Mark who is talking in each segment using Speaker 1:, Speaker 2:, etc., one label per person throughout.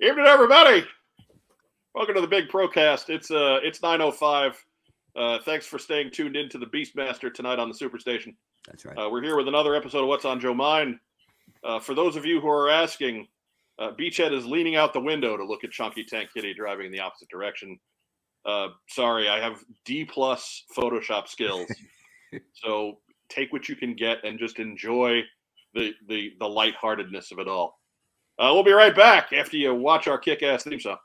Speaker 1: Evening, everybody. Welcome to the Big Procast. It's uh, it's nine oh five. Uh, thanks for staying tuned in to the Beastmaster tonight on the Superstation.
Speaker 2: That's right.
Speaker 1: Uh, we're here with another episode of What's on Joe Mind. Uh, for those of you who are asking, uh, Beachhead is leaning out the window to look at Chunky Tank Kitty driving in the opposite direction. Uh, sorry, I have D plus Photoshop skills, so take what you can get and just enjoy the the the lightheartedness of it all. Uh, we'll be right back after you watch our kick-ass theme song.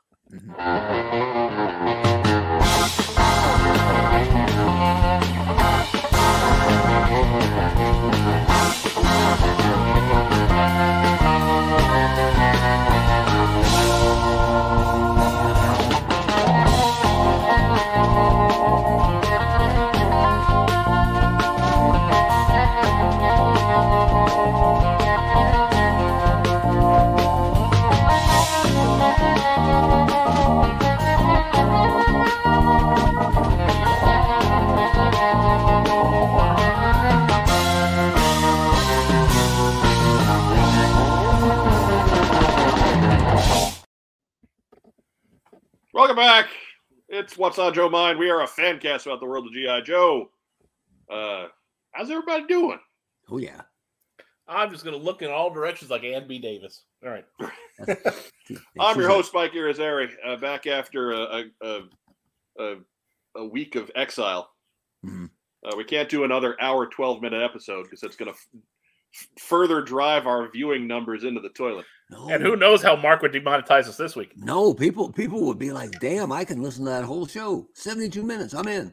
Speaker 1: Welcome back. It's What's on Joe Mind. We are a fan cast about the world of GI Joe. Uh, how's everybody doing?
Speaker 2: Oh yeah.
Speaker 3: I'm just gonna look in all directions like Ann B. Davis. All right.
Speaker 1: I'm your host, Mike Irizarry. Uh, back after a a, a, a a week of exile,
Speaker 2: Mhm.
Speaker 1: uh, we can't do another hour, twelve minute episode because it's going to f- further drive our viewing numbers into the toilet.
Speaker 2: No,
Speaker 3: And who knows how Mark would demonetize us this week?
Speaker 2: no people people would be like, damn, I can listen to that whole show. 72 minutes, I'm in.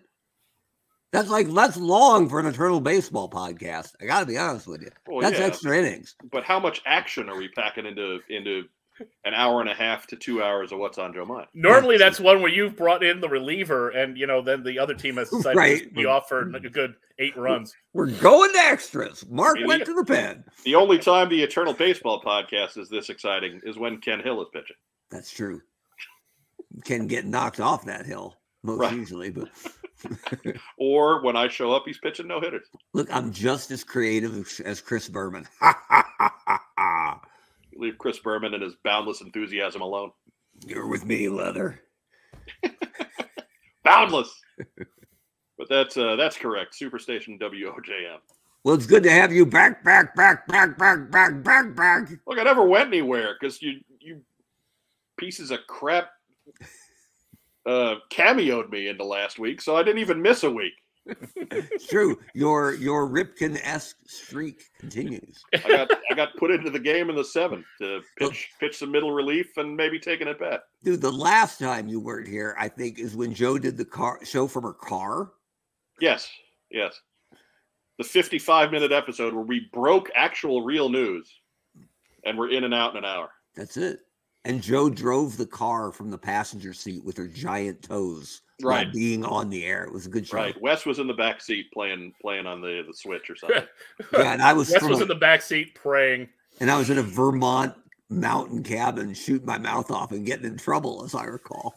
Speaker 2: That's like that's long for an eternal baseball podcast. I gotta be honest with you.
Speaker 1: Well,
Speaker 2: that's
Speaker 1: yeah,
Speaker 2: extra innings.
Speaker 1: but how much action are we packing into into an hour and a half to two hours of What's on Joe Mind?
Speaker 3: Normally, that's one where you've brought in the reliever, and you know, then the other team has decided
Speaker 2: Right.
Speaker 3: to be off for like a good eight runs.
Speaker 2: We're going to extras. Mark
Speaker 1: Really?
Speaker 2: went to the pen.
Speaker 1: The only time the Eternal Baseball podcast is this exciting is when Ken Hill is pitching.
Speaker 2: That's true. Can get knocked off that hill most
Speaker 1: Right.
Speaker 2: usually, but
Speaker 1: Or when I show up, he's pitching no hitters.
Speaker 2: look, I'm just as creative as- as Chris Berman.
Speaker 1: Leave Chris Berman and his boundless enthusiasm alone.
Speaker 2: You're with me, leather.
Speaker 1: Boundless. but that's uh, that's correct. Superstation WOJM.
Speaker 2: Well, it's good to have you back, back, back, back, back, back, back, back.
Speaker 1: Look, I never went anywhere because you you pieces of crap uh cameoed me into last week, so I didn't even miss a week.
Speaker 2: It's true. Your your Ripken esque streak continues.
Speaker 1: I got I got put into the game in the seventh to pitch pitch some middle relief and maybe taking it back.
Speaker 2: Dude, the last time you weren't here, I think, is when Joe did the car show from her car.
Speaker 1: Yes, yes. The 55 minute episode where we broke actual real news and we're in and out in an hour.
Speaker 2: That's it. And Joe drove the car from the passenger seat with her giant toes while
Speaker 1: Right.
Speaker 2: being on the air. It was a good show.
Speaker 1: Right. Wes was in the back seat playing playing on the, the switch or something.
Speaker 2: Yeah, and I was,
Speaker 3: Wes
Speaker 2: from
Speaker 3: was
Speaker 2: a-
Speaker 3: in the back seat praying.
Speaker 2: and I was in a Vermont mountain cabin shooting my mouth off and getting in trouble, as I recall.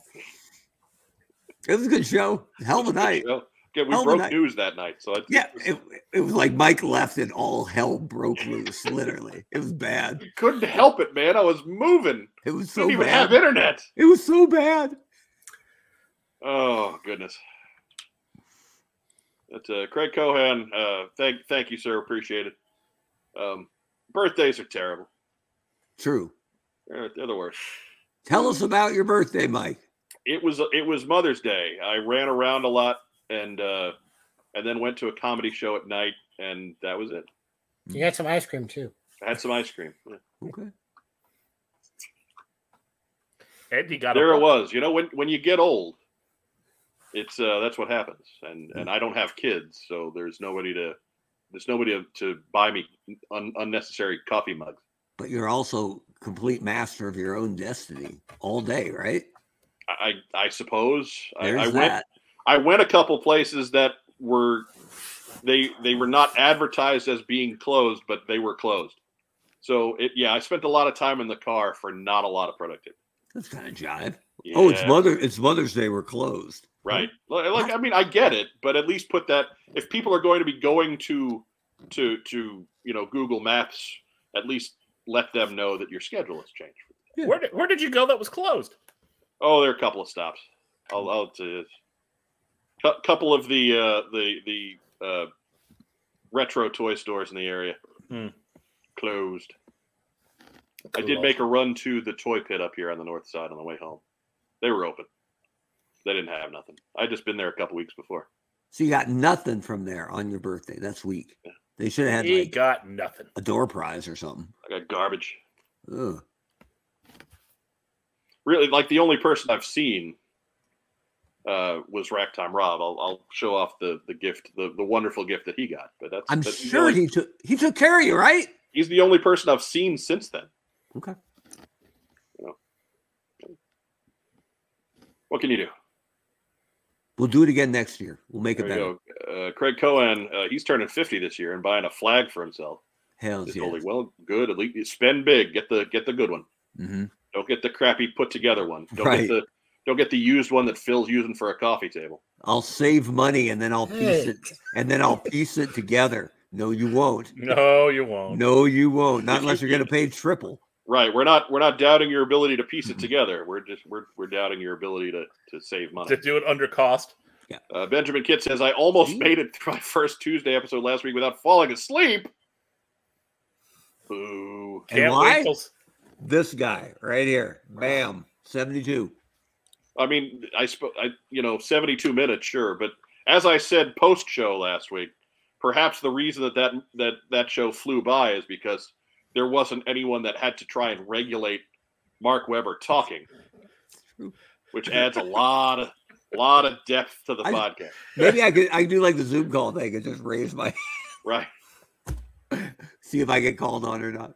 Speaker 2: It was a good show. Hell of a night.
Speaker 1: So, okay, we
Speaker 2: Hell of a
Speaker 1: broke
Speaker 2: night.
Speaker 1: news that night. So I,
Speaker 2: Yeah, it, it was like Mike left and all hell broke loose. Literally, it was bad.
Speaker 1: couldn't help it, man. I was moving.
Speaker 2: It was so
Speaker 1: Didn't even have
Speaker 2: bad.
Speaker 1: internet.
Speaker 2: It was so bad.
Speaker 1: Oh goodness. That's uh, Craig Cohan. Uh, thank thank you, sir. Appreciate it. Um, birthdays are terrible.
Speaker 2: True.
Speaker 1: They're, they're the worst.
Speaker 2: Tell us about your birthday, Mike.
Speaker 1: It was it was Mother's Day. I ran around a lot and uh, and then went to a comedy show at night, and that was it.
Speaker 4: You had some ice cream too.
Speaker 1: I had some ice cream.
Speaker 2: Okay.
Speaker 3: Andy got
Speaker 1: There
Speaker 3: a
Speaker 1: it was. You know, when when you get old, it's uh, that's what happens. And and I don't have kids, so there's nobody to there's nobody to, to buy me un, unnecessary coffee mugs.
Speaker 2: But you're also complete master of your own destiny all day, right?
Speaker 1: I I I suppose I,
Speaker 2: There's
Speaker 1: I went
Speaker 2: that.
Speaker 1: I went a couple places that were they they were not advertised as being closed, but they were closed. So it yeah, I spent a lot of time in the car for not a lot of productivity.
Speaker 2: That's kind of jive. Oh, it's
Speaker 1: Yeah.
Speaker 2: mother. It's Mother's Day. We're closed.
Speaker 1: right Li- like i mean i get it but at least put that if people are going to be going to to to you know google maps at least let them know that your schedule has changed
Speaker 2: Yeah.
Speaker 3: Where did, where did you go that was closed?
Speaker 1: Oh, there are a couple of stops. I'll, I'll to cou- couple of the uh, the the uh, retro toy stores in the area
Speaker 3: Hmm.
Speaker 1: closed. I did make a run to the toy pit up here on the north side on the way home. They were open. They didn't have nothing. I'd just been there a couple weeks before.
Speaker 2: So you got nothing from there on your birthday. That's weak.
Speaker 1: Yeah.
Speaker 2: They should have had
Speaker 3: He
Speaker 2: like
Speaker 3: got nothing.
Speaker 2: a door prize or something.
Speaker 1: I got garbage.
Speaker 2: Ugh.
Speaker 1: Really, like the only person I've seen uh, was Racktime Rob. I'll, I'll show off the the gift, the, the wonderful gift that he got. But that's
Speaker 2: I'm
Speaker 1: that's the
Speaker 2: sure
Speaker 1: only-
Speaker 2: he took he took care of you, right?
Speaker 1: he's the only person I've seen since then.
Speaker 2: Okay.
Speaker 1: You know. What can you do?
Speaker 2: We'll do it again next year. We'll make it
Speaker 1: There
Speaker 2: better.
Speaker 1: you go. Uh, Craig Cohen, uh, he's turning 50 this year and buying a flag for himself.
Speaker 2: Hell
Speaker 1: It's
Speaker 2: yeah.
Speaker 1: only well, good. At least you spend big, get the get the good one.
Speaker 2: hmm
Speaker 1: Don't get the crappy put together one. Don't
Speaker 2: Right.
Speaker 1: get the don't get the used one that Phil's using for a coffee table.
Speaker 2: I'll save money and then I'll piece
Speaker 4: Hey.
Speaker 2: it and then I'll piece it together. No, you won't.
Speaker 3: No, you won't.
Speaker 2: No, you won't. Not unless you're gonna pay triple.
Speaker 1: Right. We're not we're not doubting your ability to piece it together. We're just we're we're doubting your ability to to save money.
Speaker 3: To do it under cost.
Speaker 1: Uh, Benjamin Kitt says, I almost
Speaker 2: Hmm.
Speaker 1: made it through my first Tuesday episode last week without falling asleep. Boo.
Speaker 2: And
Speaker 3: Can't
Speaker 2: why?
Speaker 3: wait till s-
Speaker 2: This guy right here. Bam. 72.
Speaker 1: I mean, I, sp- I you know, 72 minutes, sure. But as I said post show last week, perhaps the reason that, that that that show flew by is because there wasn't anyone that had to try and regulate Mark Weber talking,
Speaker 2: True.
Speaker 1: which adds a lot of lot of depth to the
Speaker 2: I-
Speaker 1: podcast.
Speaker 2: Maybe I could I could do like the Zoom call thing and just raise my
Speaker 1: Right.
Speaker 2: see if I get called on or not.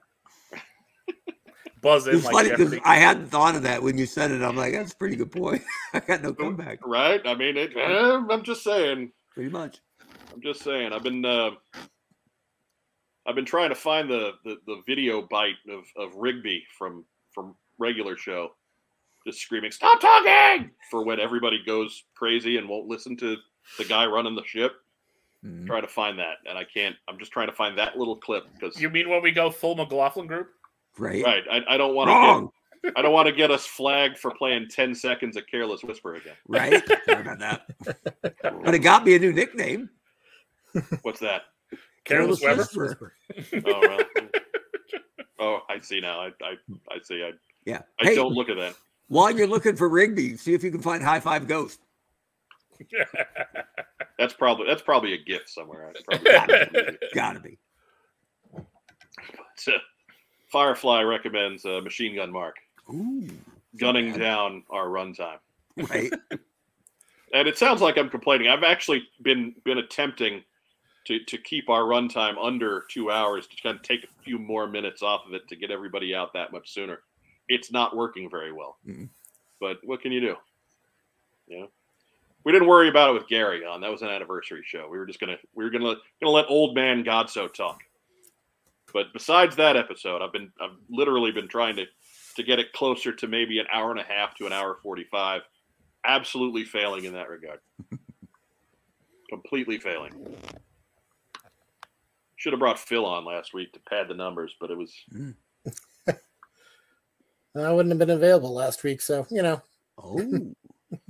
Speaker 3: buzz in
Speaker 2: It's
Speaker 3: like
Speaker 2: funny because
Speaker 3: Jeopardy.
Speaker 2: I hadn't thought of that when you said it. I'm like, that's a pretty good point. I got no comeback,
Speaker 1: Right. I mean, it, eh, I'm just saying.
Speaker 2: pretty much.
Speaker 1: I'm just saying. I've been uh, I've been trying to find the, the, the video bite of, of Rigby from from regular show, just screaming "Stop talking!" for when everybody goes crazy and won't listen to the guy running the ship.
Speaker 2: Mm.
Speaker 1: Trying to find that, and I can't. I'm just trying to find that little clip because
Speaker 3: You mean when we go full McLaughlin group?
Speaker 2: Right?
Speaker 1: right, I, I don't want
Speaker 2: Wrong.
Speaker 1: to. I don't want to get us flagged for playing 10 seconds of Careless Whisper again.
Speaker 2: Right? Sorry about that. But it got me a new nickname.
Speaker 1: What's that?
Speaker 3: Careless
Speaker 2: Careless
Speaker 3: Weber?
Speaker 2: Whisperer.
Speaker 1: Oh, well. oh, I see now. I I, I see. I,
Speaker 2: Yeah.
Speaker 1: I
Speaker 2: hey,
Speaker 1: don't look at that.
Speaker 2: while you're looking for Rigby, see if you can find High Five Ghost.
Speaker 1: That's probably that's probably a gift somewhere. It's probably-
Speaker 2: Gotta be.
Speaker 1: But, uh, Firefly recommends uh, Machine Gun Mark
Speaker 2: Ooh.
Speaker 1: gunning
Speaker 2: bad.
Speaker 1: down our runtime,
Speaker 2: Right?
Speaker 1: and it sounds like I'm complaining. I've actually been been attempting to to keep our runtime under two hours to kind of take a few more minutes off of it to get everybody out that much sooner. It's not working very well,
Speaker 2: Mm.
Speaker 1: but what can you do? You know, we didn't worry about it with Gary on. That was an anniversary show. We were just gonna we were gonna gonna let old man Godso talk. But besides that episode, I've been I've literally been trying to to get it closer to maybe an hour and a half to an hour forty five. Absolutely failing in that regard. Completely failing. Should have brought Phil on last week to pad the numbers, but it was
Speaker 4: I wouldn't have been available last week, so you know.
Speaker 2: Oh, just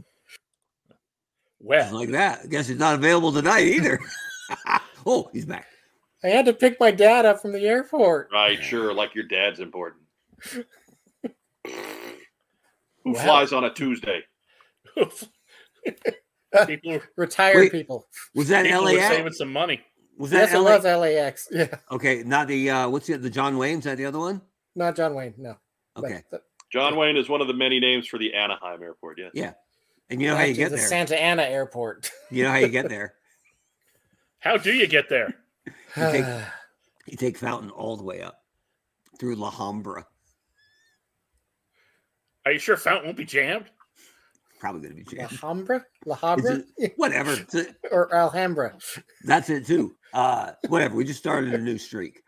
Speaker 3: Well,
Speaker 2: like that. I guess he's not available tonight either. oh, he's back.
Speaker 4: I had to pick my dad up from the airport.
Speaker 1: right, sure, like your dad's important. Who
Speaker 3: Wow.
Speaker 1: flies on a Tuesday?
Speaker 3: people,
Speaker 4: Retired
Speaker 2: Wait,
Speaker 4: people.
Speaker 2: Was that
Speaker 3: people were
Speaker 2: LAX?
Speaker 3: saving some money.
Speaker 2: Was that
Speaker 4: Yes, it
Speaker 2: LA?
Speaker 4: was LAX. Yeah.
Speaker 2: Okay, not the uh what's the the John Wayne's that the other one?
Speaker 4: Not John Wayne, no. But
Speaker 2: Okay.
Speaker 4: the-
Speaker 1: John Wayne is one of the many names for the Anaheim airport. Yes.
Speaker 2: And you know how you
Speaker 4: actually,
Speaker 2: get
Speaker 4: the
Speaker 2: there.
Speaker 4: Santa Ana airport.
Speaker 2: You know how you get there.
Speaker 3: How do you get there?
Speaker 2: You take- You take Fountain all the way up through La Hambra.
Speaker 3: Are you sure Fountain won't be jammed?
Speaker 2: Probably going to be
Speaker 4: La
Speaker 2: jammed.
Speaker 4: Hambra? La Habra?
Speaker 2: Whatever. It's a-
Speaker 4: or Alhambra?
Speaker 2: That's it too. Uh, whatever. We just started a new streak.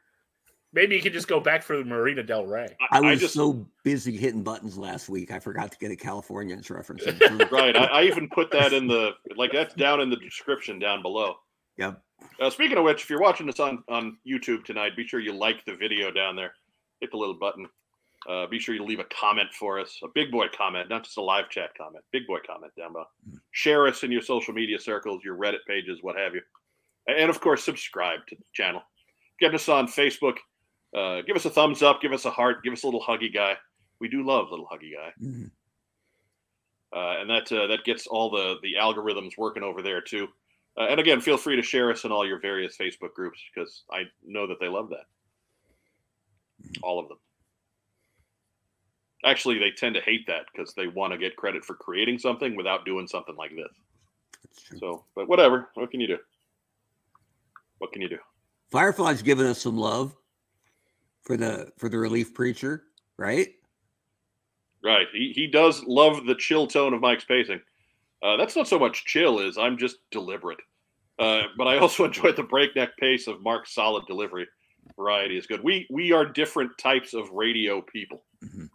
Speaker 3: Maybe you could just go back for Marina Del Rey.
Speaker 2: I was
Speaker 1: I just
Speaker 2: so busy hitting buttons last week, I forgot to get a Californians reference. in. So,
Speaker 1: right. I, I even put that in the like that's down in the description down below.
Speaker 2: Yep.
Speaker 1: Uh, speaking of which, if you're watching this on on YouTube tonight, be sure you like the video down there. Hit the little button. Uh, be sure you leave a comment for us, a big boy comment, not just a live chat comment, big boy comment down below. Share us in your social media circles, your Reddit pages, what have you. And, and of course, subscribe to the channel. Get us on Facebook. Uh, give us a thumbs up. Give us a heart. Give us a little huggy guy. We do love little huggy guy.
Speaker 2: Mhm.
Speaker 1: uh, and that uh, that gets all the the algorithms working over there too. Uh, and again, feel free to share us in all your various Facebook groups because I know that they love that. All of them. Actually, they tend to hate that because they want to get credit for creating something without doing something like this.
Speaker 2: That's true.
Speaker 1: So, but whatever. What can you do? What can you do?
Speaker 2: Firefly's giving us some love for the for the relief preacher, right?
Speaker 1: Right. He, he does love the chill tone of Mike's pacing. Uh, that's not so much chill as I'm just deliberate. Uh, but I also enjoyed the breakneck pace of Mark's solid delivery. Variety is good. We we are different types of radio people.
Speaker 2: Mhm.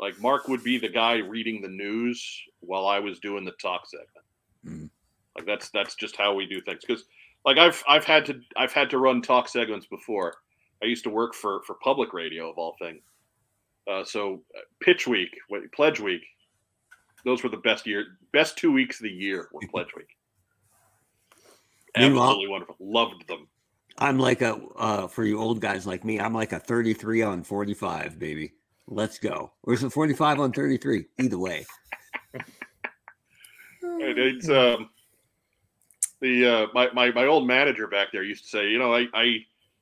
Speaker 1: Like Mark would be the guy reading the news while I was doing the talk segment.
Speaker 2: Mhm.
Speaker 1: Like that's that's just how we do things. Because like I've I've had to I've had to run talk segments before. I used to work for for public radio of all things. Uh, so uh, pitch week, wait, pledge week, those were the best year, best two weeks of the year were pledge week.
Speaker 2: Meanwhile-
Speaker 1: Absolutely wonderful. Loved them.
Speaker 2: I'm like a uh, for you old guys like me. I'm like a 33 on 45, baby. Let's go. Or is it 45 on 33? Either way,
Speaker 1: And it's um, the uh, my, my my old manager back there used to say, you know, I I,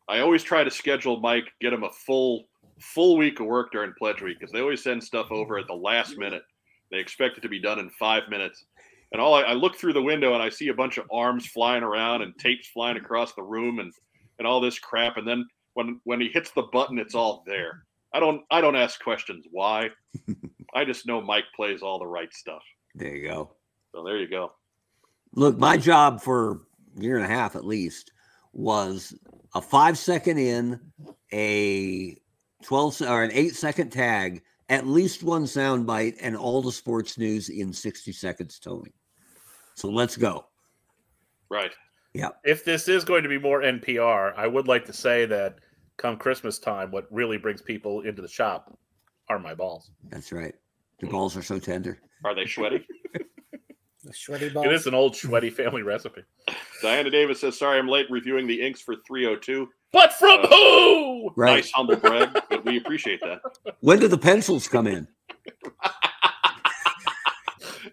Speaker 1: I always try to schedule Mike, get him a full full week of work during pledge week because they always send stuff over at the last minute. They expect it to be done in five minutes. And all I, I look through the window and I see a bunch of arms flying around and tapes flying across the room and and all this crap. And then when when he hits the button, it's all there. I don't I don't ask questions why. I just know Mike plays all the right stuff.
Speaker 2: there you go.
Speaker 1: So there you go.
Speaker 2: Look, my job for a year and a half at least was a five second in, a 12 se- or an eight second tag, at least one sound bite, and all the sports news in 60 seconds, Tony. So let's go.
Speaker 1: Right.
Speaker 3: If this is going to be more NPR, I would like to say that come Christmas time, what really brings people into the shop are my balls.
Speaker 2: That's right.
Speaker 3: Hmm.
Speaker 2: The balls are so tender.
Speaker 1: Are they sweaty?
Speaker 4: The sweaty ball.
Speaker 3: It is an old sweaty family recipe.
Speaker 1: Diana Davis says, "Sorry, I'm late reviewing the inks for 302.
Speaker 3: But from who?
Speaker 2: Right.
Speaker 1: Nice humble brag, but we appreciate that."
Speaker 2: When do the pencils come in?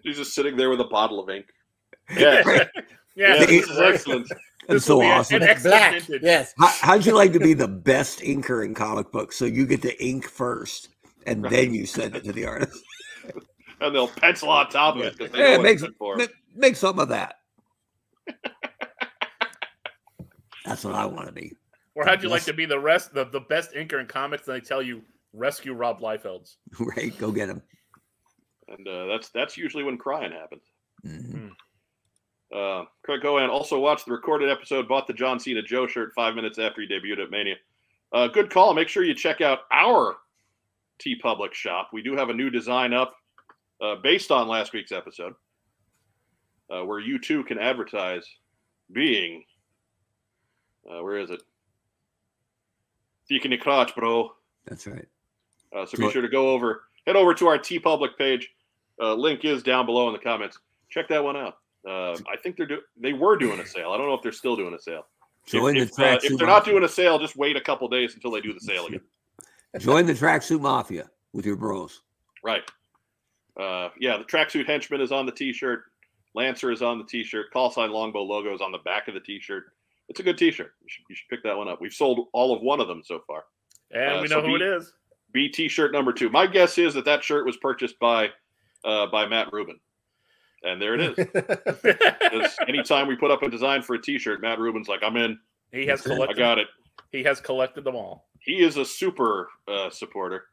Speaker 1: She's just sitting there with a bottle of ink.
Speaker 3: Yeah. yeah.
Speaker 1: Yeah, this is excellent.
Speaker 2: That's
Speaker 3: This
Speaker 2: so
Speaker 3: will be an-
Speaker 2: awesome.
Speaker 3: an
Speaker 4: That's
Speaker 3: excellent
Speaker 4: black.
Speaker 3: vintage.
Speaker 4: Yes.
Speaker 2: How, how'd you like to be the best inker in comic books? So you get to ink first, and
Speaker 1: Right.
Speaker 2: then you send it to the artist.
Speaker 1: And they'll pencil on top of it because they
Speaker 2: Yeah,
Speaker 1: know
Speaker 2: it
Speaker 1: what
Speaker 2: makes-
Speaker 1: it's good for.
Speaker 2: Ma- Make some of that. That's what I want to be.
Speaker 3: Or how'd you like to be the rest the, the best inker in comics? And they tell you rescue Rob Liefeld's.
Speaker 2: Right? Go get him.
Speaker 1: And uh, that's that's usually when crying happens.
Speaker 2: Mm-hmm,
Speaker 1: Uh, Craig Cohen also watched the recorded episode, bought the John Cena Joe shirt five minutes after he debuted at Mania. Uh, good call. Make sure you check out our T Public shop. We do have a new design up uh, based on last week's episode, uh, where you too can advertise being. Uh, where is it? Deacon your crotch, bro.
Speaker 2: That's right.
Speaker 1: Uh, so
Speaker 2: Do
Speaker 1: be
Speaker 2: it.
Speaker 1: sure to go over, head over to our T Public page. Uh, link is down below in the comments. Check that one out. Uh, I think they're do- they were doing a sale. I don't know if they're still doing a sale.
Speaker 2: Join
Speaker 1: if,
Speaker 2: the
Speaker 1: uh,
Speaker 2: tracksuit.
Speaker 1: if they're not doing a sale, just wait a couple days until they do the sale again.
Speaker 2: mafia. join the tracksuit mafia with your bros.
Speaker 1: Right. Uh, yeah, the tracksuit henchman is on the T-shirt. Lancer is on the T-shirt. Call sign longbow logo is on the back of the T-shirt. It's a good T-shirt. You should, you should pick that one up. We've sold all of one of them so far. Uh,
Speaker 3: And we
Speaker 1: so
Speaker 3: know who
Speaker 1: be-
Speaker 3: it is.
Speaker 1: BT shirt number two. My guess is that that shirt was purchased by uh, by Matt Rubin, and there it is. 'Cause anytime we put up a design for a T-shirt, Matt Rubin's like, "I'm in.
Speaker 3: he has
Speaker 1: I
Speaker 3: collected
Speaker 1: got it."
Speaker 3: he has collected them all.
Speaker 1: He is a super uh, supporter.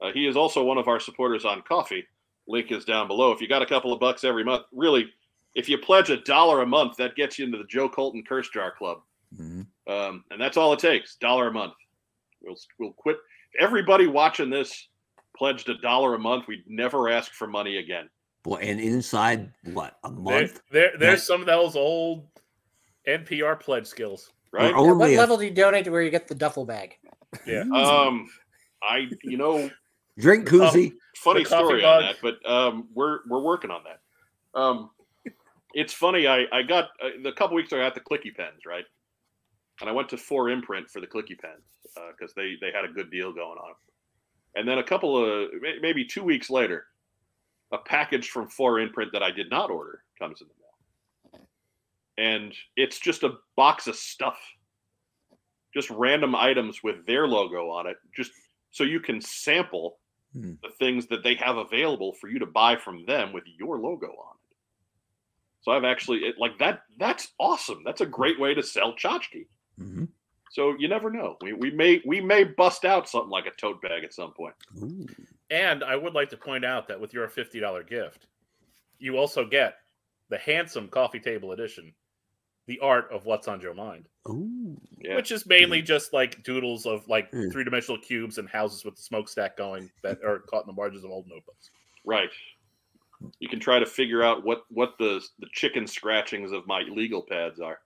Speaker 1: Uh, he is also one of our supporters on Coffee. Link is down below. If you got a couple of bucks every month, really, if you pledge a dollar a month, that gets you into the Joe Colton Curse Jar Club.
Speaker 2: Mhm.
Speaker 1: Um, and that's all it takes, dollar a month. We'll we'll quit. Everybody watching this pledged a dollar a month. We'd never ask for money again.
Speaker 2: Boy, and inside what a
Speaker 3: There,
Speaker 2: month?
Speaker 3: there- there's
Speaker 2: Nice.
Speaker 3: some of those old NPR pledge skills.
Speaker 2: We're
Speaker 1: Right?
Speaker 4: At what
Speaker 2: only a-
Speaker 4: level do you donate to where you get the duffel bag?
Speaker 3: Yeah.
Speaker 1: Um I, you know,
Speaker 2: Drink
Speaker 1: Um,
Speaker 2: koozie.
Speaker 1: funny
Speaker 3: The coffee
Speaker 1: story on
Speaker 3: mug.
Speaker 1: that, but um, we're we're working on that. Um, it's funny. I I got uh, the couple weeks ago, I got the clicky pens right, and I went to Four Imprint for the clicky pens because they they had a good deal going on. And then a couple of may- maybe two weeks later, a package from Four Imprint that I did not order comes in the mail, and it's just a box of stuff, just random items with their logo on it, just so you can sample the things that they have available for you to buy from them with your logo on it. So I've actually it, like that. That's awesome. That's a great way to sell tchotchke.
Speaker 2: Mhm.
Speaker 1: um, So you never know. We, we may we may bust out something like a tote bag at some point.
Speaker 2: Ooh.
Speaker 3: And I would like to point out that with your fifty dollar gift, you also get the handsome coffee table edition, the art of what's on your mind,
Speaker 2: Ooh.
Speaker 1: Yeah.
Speaker 3: which is mainly just like doodles of like
Speaker 2: Mm.
Speaker 3: three dimensional cubes and houses with the smokestack going that are caught in the margins of old notebooks.
Speaker 1: Right. You can try to figure out what what the the chicken scratchings of my legal pads are.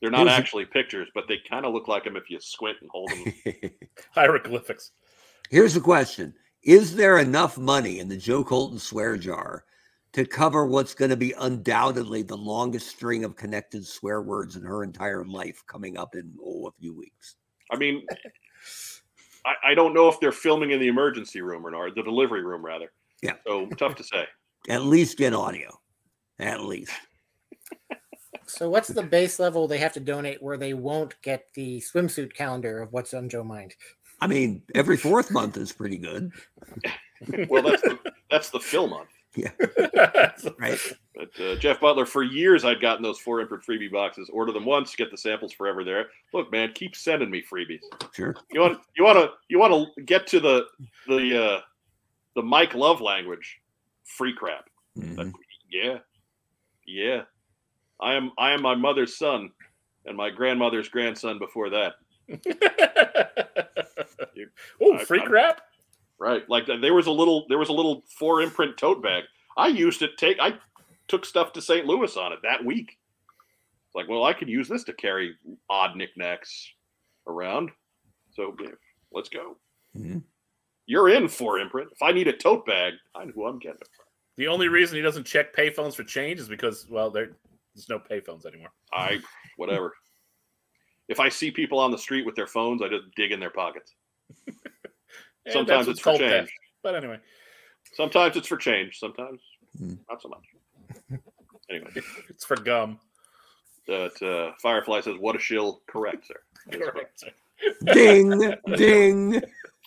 Speaker 1: They're not
Speaker 2: Those-
Speaker 1: actually pictures, but they kind of look like them if you squint and hold them.
Speaker 3: Hieroglyphics.
Speaker 2: Here's the question Is there enough money in the Joe Colton swear jar to cover what's going to be undoubtedly the longest string of connected swear words in her entire life coming up in oh, a few weeks?
Speaker 1: I mean, I, I don't know if they're filming in the emergency room or not, the delivery room rather.
Speaker 2: Yeah.
Speaker 1: So tough to say.
Speaker 2: At least get audio. At least.
Speaker 4: So what's the base level they have to donate where they won't get the swimsuit calendar of what's on Joe Mind?
Speaker 2: I mean, every fourth month is pretty good,
Speaker 1: Well, that's the, that's the film on.
Speaker 2: right?
Speaker 1: But uh, Jeff Butler, for years I'd gotten those four imprint freebie boxes. Order them once, get the samples forever. There. Look, man, keep sending me freebies.
Speaker 2: Sure.
Speaker 1: You want you want to you want to get to the the uh, the Mike Love language. Free crap.
Speaker 2: Mhm.
Speaker 1: Yeah, yeah. I am I am my mother's son, and my grandmother's grandson before that.
Speaker 3: oh,
Speaker 1: I-
Speaker 3: free
Speaker 1: I-
Speaker 3: crap!
Speaker 1: Right. Like th- there was a little there was a little four imprint tote bag. I used it take I took stuff to St. Louis on it that week. It's like, well, I could use this to carry odd knickknacks around. So yeah, let's go.
Speaker 2: Mhm.
Speaker 1: You're in for imprint. If I need a tote bag, I know who I'm getting it from.
Speaker 3: The only reason he doesn't check payphones for change is because, well, there, there's no payphones anymore.
Speaker 1: I whatever. If I see people on the street with their phones, I just dig in their pockets.
Speaker 3: And
Speaker 1: Sometimes
Speaker 3: that's
Speaker 1: it's
Speaker 3: what's
Speaker 1: for
Speaker 3: called theft.
Speaker 1: change.
Speaker 3: But anyway,
Speaker 1: Sometimes it's for change. Sometimes
Speaker 2: Mm.
Speaker 1: not so much. Anyway.
Speaker 3: it's for gum.
Speaker 1: that uh, Firefly says, "What a shill!" Correct, sir. That is correct.
Speaker 3: Correct.
Speaker 2: Ding, ding.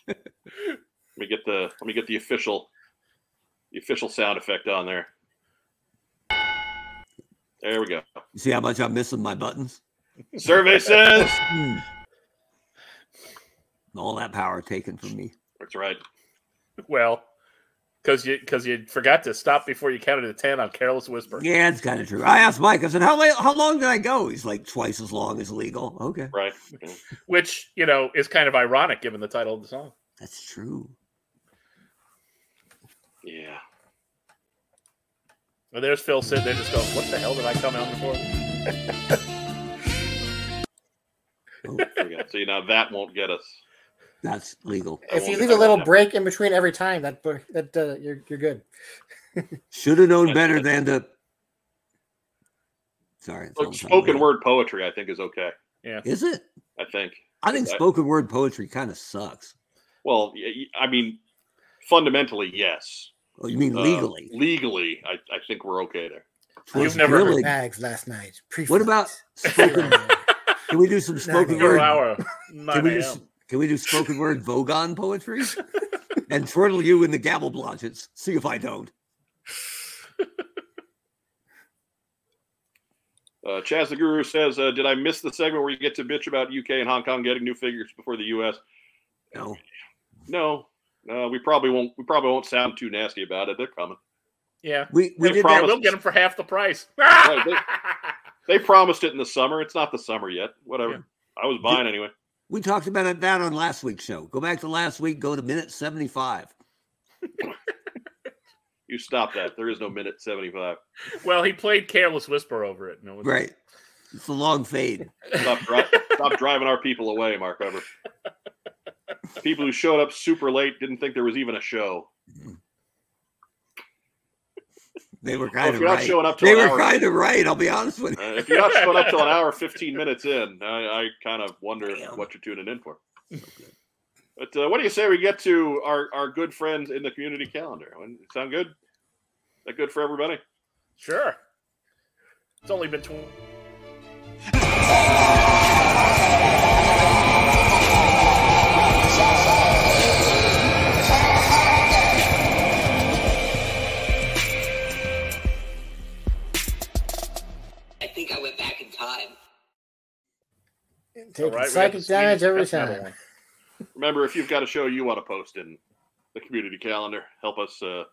Speaker 1: Let me get the let me get the official the official sound effect on there. There we go.
Speaker 2: You see how much I'm missing my buttons?
Speaker 1: Survey says
Speaker 2: Hmm. All that power taken from me.
Speaker 1: that's right.
Speaker 3: Well, because you because you forgot to stop before you counted to ten on careless whisper.
Speaker 2: Yeah, it's kind of true. I asked Mike. I said, "How late, how long did I go?" He's like, "Twice as long as legal." Okay,
Speaker 1: Right.
Speaker 3: which you know is kind of ironic given the title of the song.
Speaker 2: that's true.
Speaker 1: Yeah.
Speaker 3: And there's Phil sitting there just going, "What the hell did I come out before?"
Speaker 1: There we go. See now that won't get us.
Speaker 2: That's legal.
Speaker 1: I
Speaker 4: if you
Speaker 1: won't-
Speaker 4: leave
Speaker 1: I
Speaker 4: a
Speaker 1: won't
Speaker 4: little
Speaker 1: have-
Speaker 4: break in between every time, that br- that uh, you're you're good.
Speaker 2: Should have known better than to. Sorry, it's
Speaker 1: Look,
Speaker 2: all
Speaker 1: spoken
Speaker 2: time.
Speaker 1: word poetry, I think, is okay.
Speaker 2: Is it?
Speaker 1: I think.
Speaker 2: I think
Speaker 1: Right.
Speaker 2: spoken word poetry kind of sucks.
Speaker 1: Well, y- y- I mean, fundamentally, yes.
Speaker 2: Oh, you mean
Speaker 1: Uh,
Speaker 2: legally?
Speaker 1: legally, I, I think we're okay there.
Speaker 2: Twas
Speaker 3: never heard
Speaker 2: really-
Speaker 4: Bags last night.
Speaker 2: What about spoken? can we do some spoken
Speaker 3: Your
Speaker 2: word?
Speaker 3: hour,
Speaker 2: Can
Speaker 3: nine
Speaker 2: we, do, s-
Speaker 3: a.m.
Speaker 2: can we do spoken word Vogon poetry? and twiddle you in the gavel blodgets. See if I don't.
Speaker 1: Uh, Chaz the Guru says, uh, "Did I miss the segment where you get to bitch about UK and Hong Kong getting new figures before the US?"
Speaker 2: No.
Speaker 1: No, no, we probably won't. We probably won't sound too nasty about it. They're coming.
Speaker 3: Yeah,
Speaker 2: We we
Speaker 1: They
Speaker 2: did
Speaker 1: promised-
Speaker 2: that.
Speaker 3: we'll get them for half the price.
Speaker 1: They promised it in the summer. It's not the summer yet. Whatever.
Speaker 3: Yeah.
Speaker 1: I was buying anyway.
Speaker 2: We talked about it that on last week's show. Go back to last week. Go to minute seventy-five.
Speaker 1: You stop that. There is no minute seventy-five.
Speaker 3: well, he played "Careless Whisper" over it. No,
Speaker 2: Right. It's a long fade.
Speaker 1: Stop, dri- stop driving our people away, Mark Weber. People who showed up super late didn't think there was even a show.
Speaker 2: They were
Speaker 1: Well,
Speaker 2: kind
Speaker 1: Oh, if
Speaker 2: of
Speaker 1: you're not
Speaker 2: right.
Speaker 1: showing up till
Speaker 2: They
Speaker 1: an
Speaker 2: were
Speaker 1: hour,
Speaker 2: kind of right. I'll be honest with
Speaker 1: uh, if you're not showing up till an hour fifteen minutes in, I, I kind of wonder
Speaker 2: Damn.
Speaker 1: what you're tuning in for. But uh, what do you say we get to our, our good friends in the community calendar? Sound good? That good for everybody?
Speaker 3: Sure. It's only been tw-
Speaker 5: I think I went back in time.
Speaker 3: right, we
Speaker 4: Taking
Speaker 3: got the
Speaker 4: psychic
Speaker 3: Swedish
Speaker 4: damage every
Speaker 3: death metal
Speaker 4: time.
Speaker 1: Remember, if you've got a show you want to post in the community calendar, help us uh,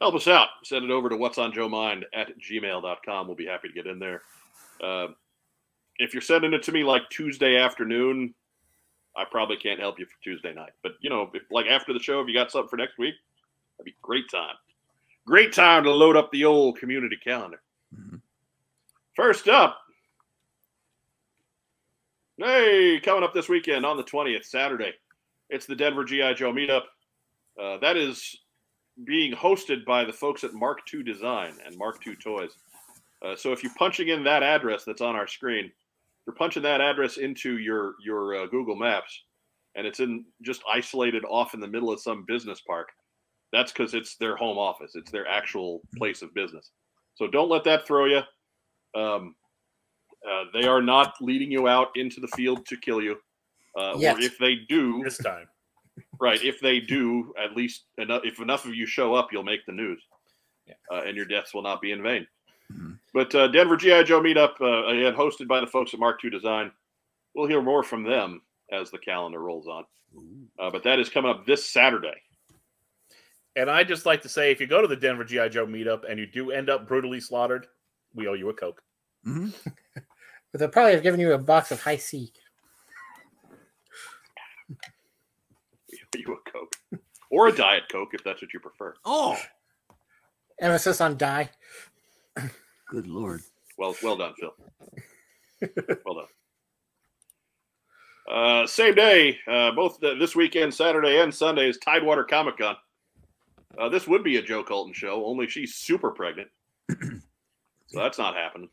Speaker 1: help us out. Send it over to what's on Joe Mind at gmail.com. We'll be happy to get in there. Uh, if you're sending it to me like Tuesday afternoon, I probably can't help you for Tuesday night. But you know, if, like after the show, if you got something for next week, that'd be great time. Great time to load up the old community calendar.
Speaker 2: you.
Speaker 1: First up, hey, coming up this weekend on the 20th, Saturday, it's the Denver G.I. Joe meetup. Uh, that is being hosted by the folks at Mark II Design and Mark II Toys. Uh, so if you're punching in that address that's on our screen, you're punching that address into your your uh, Google Maps, and it's in just isolated off in the middle of some business park. That's because it's their home office. It's their actual place of business. So don't let that throw you. Um, uh, they are not leading you out into the field to kill you. Uh,
Speaker 4: Yet.
Speaker 1: Or if they do,
Speaker 3: this time.
Speaker 1: right, if they do, at least enough, if enough of you show up, you'll make the news,
Speaker 3: Yeah.
Speaker 1: uh, and your deaths will not be in vain.
Speaker 2: Mhm.
Speaker 1: But uh, Denver GI Joe meetup, uh, again, hosted by the folks at Mark II Design. We'll hear more from them as the calendar rolls on. Uh, but that is coming up this Saturday.
Speaker 3: And I just like to say, if you go to the Denver GI Joe meetup and you do end up brutally slaughtered, we owe you a coke.
Speaker 2: Mhm.
Speaker 4: But they'll probably have given you a box of high C.
Speaker 1: you a Coke or a Diet Coke if that's what you prefer.
Speaker 2: Oh,
Speaker 4: Emphasis on die.
Speaker 2: good lord.
Speaker 1: Well, well done, Phil. well done. Uh, same day, uh, both the, this weekend, Saturday and Sunday, is Tidewater Comic Con. Uh, this would be a Joe Colton show, only she's super pregnant. so that's not happening.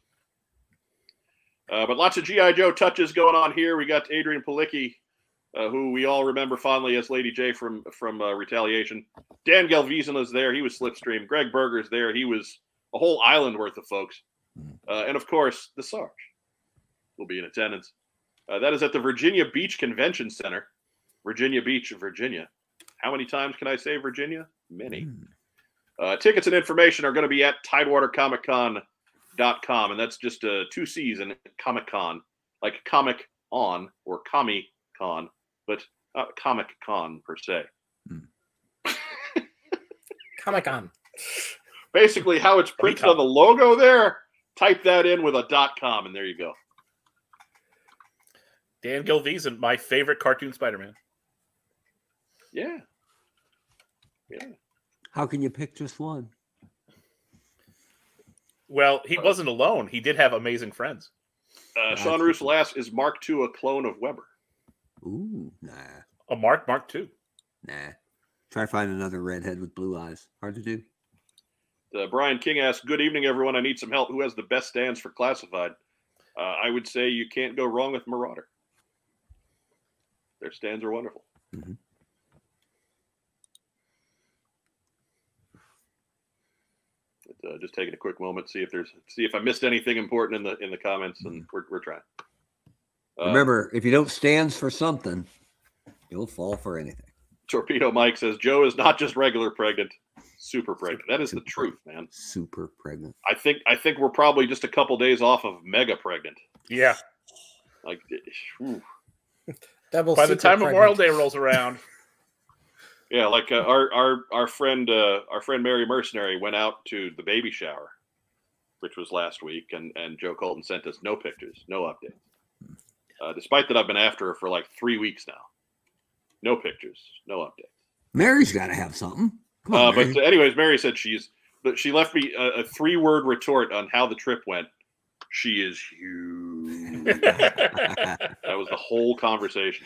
Speaker 1: Uh, but lots of G.I. Joe touches going on here. We got Adrian Palicki, uh, who we all remember fondly as Lady J from from uh, Retaliation. Dan Galvezin is there. He was Slipstream. Greg Berger's there. He was a whole island worth of folks. Uh, and of course, the Sarge will be in attendance. Uh, that is at the Virginia Beach Convention Center, Virginia Beach, Virginia. How many times can I say Virginia? Many. Uh, tickets and information are going to be at tidewatercomiccon.com, and that's just uh, two C's in Comic Con, like Comic On or Comic Con, but uh, not Comic Con per se.
Speaker 4: Comic Con.
Speaker 1: basically how it's printed on the logo there. Type that in with a dot com, and there you go.
Speaker 3: Dan Gilvesen, my favorite cartoon Spider Man.
Speaker 1: Yeah,
Speaker 2: How can you pick just one?
Speaker 3: Well, he
Speaker 1: Oh.
Speaker 3: wasn't alone. He did have amazing friends.
Speaker 1: uh,
Speaker 2: That's-
Speaker 1: Sean Russell asks, "Is Mark II a clone of Weber?"
Speaker 2: Ooh, nah.
Speaker 3: A Mark Mark too.
Speaker 2: Nah. Try to find another redhead with blue eyes. Hard to do.
Speaker 1: Uh, Brian King asks, "Good evening, everyone. I need some help. Who has the best stands for classified?" Uh, I would say you can't go wrong with Marauder. Their stands are wonderful.
Speaker 2: Mhm.
Speaker 1: But, uh, just taking a quick moment, see if there's see if I missed anything important in the in the comments, and we're, we're trying. Uh,
Speaker 2: Remember, if you don't stands for something, you'll fall for anything.
Speaker 1: Torpedo Mike says Joe is not just regular pregnant, super pregnant. That is the truth, man.
Speaker 2: Super pregnant.
Speaker 1: I think I think we're probably just a couple days off of mega pregnant.
Speaker 3: Yeah.
Speaker 1: Like, ooh.
Speaker 4: Double
Speaker 3: By the
Speaker 4: secret
Speaker 3: time
Speaker 4: pregnant.
Speaker 3: Memorial Day rolls around,
Speaker 1: yeah, like uh, our our our friend uh, our friend Mary Mercenary went out to the baby shower, which was last week, and and Joe Colton sent us no pictures, no updates. Uh, despite that, I've been after her for like three weeks now. No pictures, no updates.
Speaker 2: Mary's got to have something. Come
Speaker 1: Uh,
Speaker 2: on,
Speaker 1: but
Speaker 2: Mary.
Speaker 1: anyways, Mary said she's, but she left me a, a three-word retort on how the trip went. She is huge.
Speaker 3: I
Speaker 1: That was the whole conversation.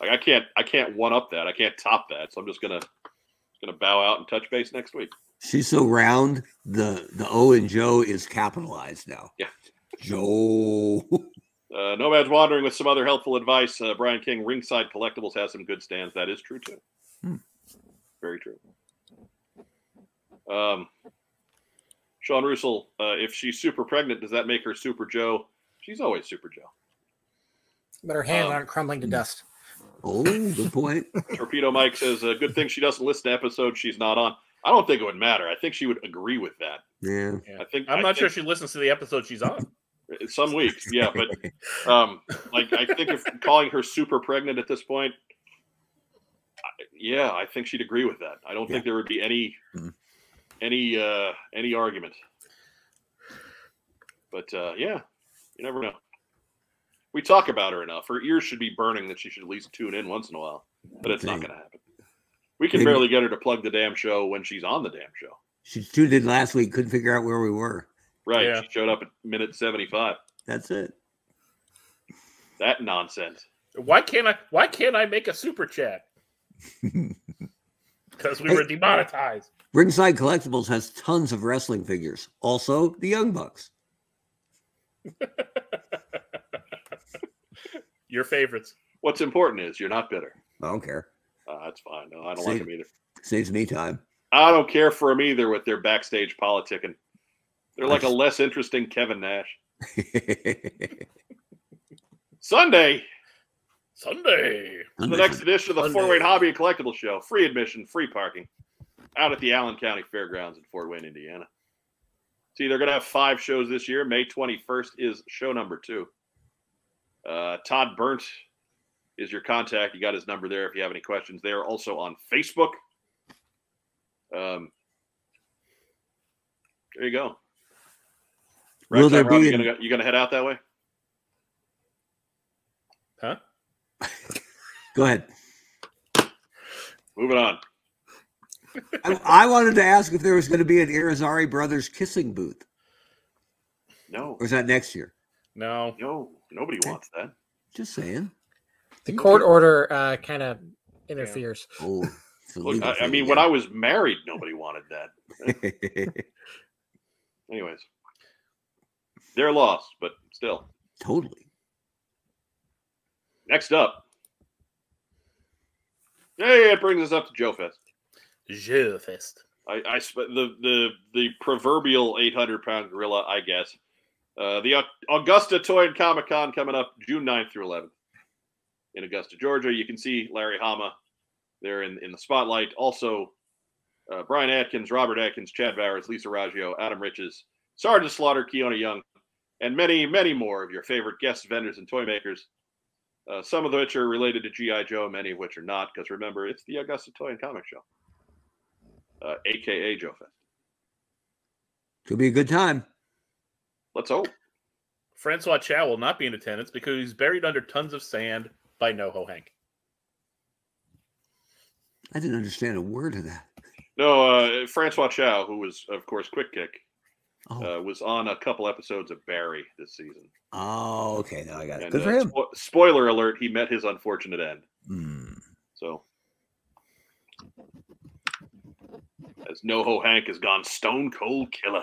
Speaker 1: Like I can't I can't one up that. I can't top that. So I'm just gonna gonna bow out and touch base next week.
Speaker 2: She's so round. The the O and Joe is capitalized now.
Speaker 1: Yeah.
Speaker 2: Joe.
Speaker 1: Uh, Nomad's wandering with some other helpful advice. Uh, Brian King, Ringside Collectibles has some good stands. That is true too.
Speaker 2: Hmm.
Speaker 1: Very true. Um, Sean Russell, uh, if she's super pregnant, does that make her Super Joe? She's always Super Joe.
Speaker 4: But her hands
Speaker 1: Um,
Speaker 4: aren't crumbling
Speaker 2: hmm.
Speaker 4: to dust.
Speaker 2: Oh, good point.
Speaker 1: Torpedo Mike says, uh, "Good thing she doesn't listen to episodes she's not on." I don't think it would matter. I think she would agree with that.
Speaker 2: Yeah.
Speaker 1: I think
Speaker 3: I'm
Speaker 1: I
Speaker 3: not sure
Speaker 1: think
Speaker 3: she listens to the episode she's on.
Speaker 1: some weeks, yeah, but um, like I think if calling her super pregnant at this point, I, yeah, I think she'd agree with that. I don't think there would be any
Speaker 2: Mhm.
Speaker 1: any uh, any argument. But uh, yeah, you never know. We talk about her enough. Her ears should be burning that she should at least tune in once in a while, but it's not
Speaker 2: Dang.
Speaker 1: going to happen. We can
Speaker 2: Maybe-
Speaker 1: barely get her to plug the damn show when she's on the damn show.
Speaker 2: She tuned in last week, couldn't figure out where we were.
Speaker 1: Right?
Speaker 3: Yeah.
Speaker 1: She showed up at minute seventy-five.
Speaker 2: That's it.
Speaker 1: That nonsense.
Speaker 3: Why can't I? Why can't I make a super chat? Because we were demonetized.
Speaker 2: Ringside Collectibles has tons of wrestling figures. Also, the Young Bucks.
Speaker 3: Your favorites.
Speaker 1: What's important is you're not bitter.
Speaker 2: I don't care.
Speaker 1: Uh, that's fine. No, I don't
Speaker 2: See?
Speaker 1: like them either.
Speaker 2: Saves me time.
Speaker 1: I don't care for them either with their backstage politicking. They're like a
Speaker 2: Nice.
Speaker 1: less interesting Kevin Nash. Sunday,
Speaker 3: Sunday.
Speaker 1: the next edition of the
Speaker 4: Sunday.
Speaker 1: Fort Wayne Hobby and Collectible Show. Free admission, free parking. Out at the Allen County Fairgrounds in Fort Wayne, Indiana. See, they're going to have five shows this year. May 21st is show number two. Uh, Todd Burnt is your contact. You got his number there if you have any questions. They are also on Facebook. Um, there you go.
Speaker 2: Will there
Speaker 1: Ragtime Rob,
Speaker 2: be
Speaker 1: you
Speaker 2: an-
Speaker 1: gonna, you gonna head out that way?
Speaker 3: Huh?
Speaker 2: Go ahead.
Speaker 1: Moving on.
Speaker 2: I, I wanted to ask if there was going to be an Irizarry Brothers kissing booth,
Speaker 1: No,
Speaker 2: or is that next year?
Speaker 3: No.
Speaker 1: no, nobody wants that.
Speaker 2: Just saying.
Speaker 4: The court order uh, kind of interferes.
Speaker 2: Oh, it's a
Speaker 1: Look,
Speaker 2: legal
Speaker 1: I, I
Speaker 2: thing
Speaker 1: mean, when I
Speaker 2: again.
Speaker 1: was married, nobody wanted that. Anyways, their loss, but still.
Speaker 2: totally.
Speaker 1: Next up, hey, it brings us up to Joe Fest.
Speaker 3: Je fest.
Speaker 1: I, I sp- the the the proverbial 800 pound gorilla, I guess. Uh, the Au- Augusta Toy and Comic Con coming up June 9th through 11th in Augusta, Georgia. You can see Larry Hama there in, in the spotlight. Also, uh, Brian Atkins, Robert Atkins, Chad Bowers, Lisa Raggio, Adam Riches, Sergeant Slaughter, Keona Young, and many, many more of your favorite guests, vendors, and toy makers. Uh, some of which are related to G.I. Joe, many of which are not, because remember, it's the Augusta Toy and Comic Show uh, aka Joe Fest.
Speaker 2: Could be a good time.
Speaker 1: Let's hope.
Speaker 3: Francois Chow will not be in attendance because he's buried under tons of sand by NoHo Hank.
Speaker 2: I didn't understand a word of that.
Speaker 1: No, uh, Francois Chow, who was, of course, Quick Kick,
Speaker 2: Oh,
Speaker 1: uh, was on a couple episodes of Barry this season.
Speaker 2: oh okay. Now I got it.
Speaker 1: And,
Speaker 2: Good
Speaker 1: uh,
Speaker 2: for him.
Speaker 1: spo- spoiler alert: he met his unfortunate end.
Speaker 2: Hmm.
Speaker 1: So, as NoHo Hank has gone stone cold killer.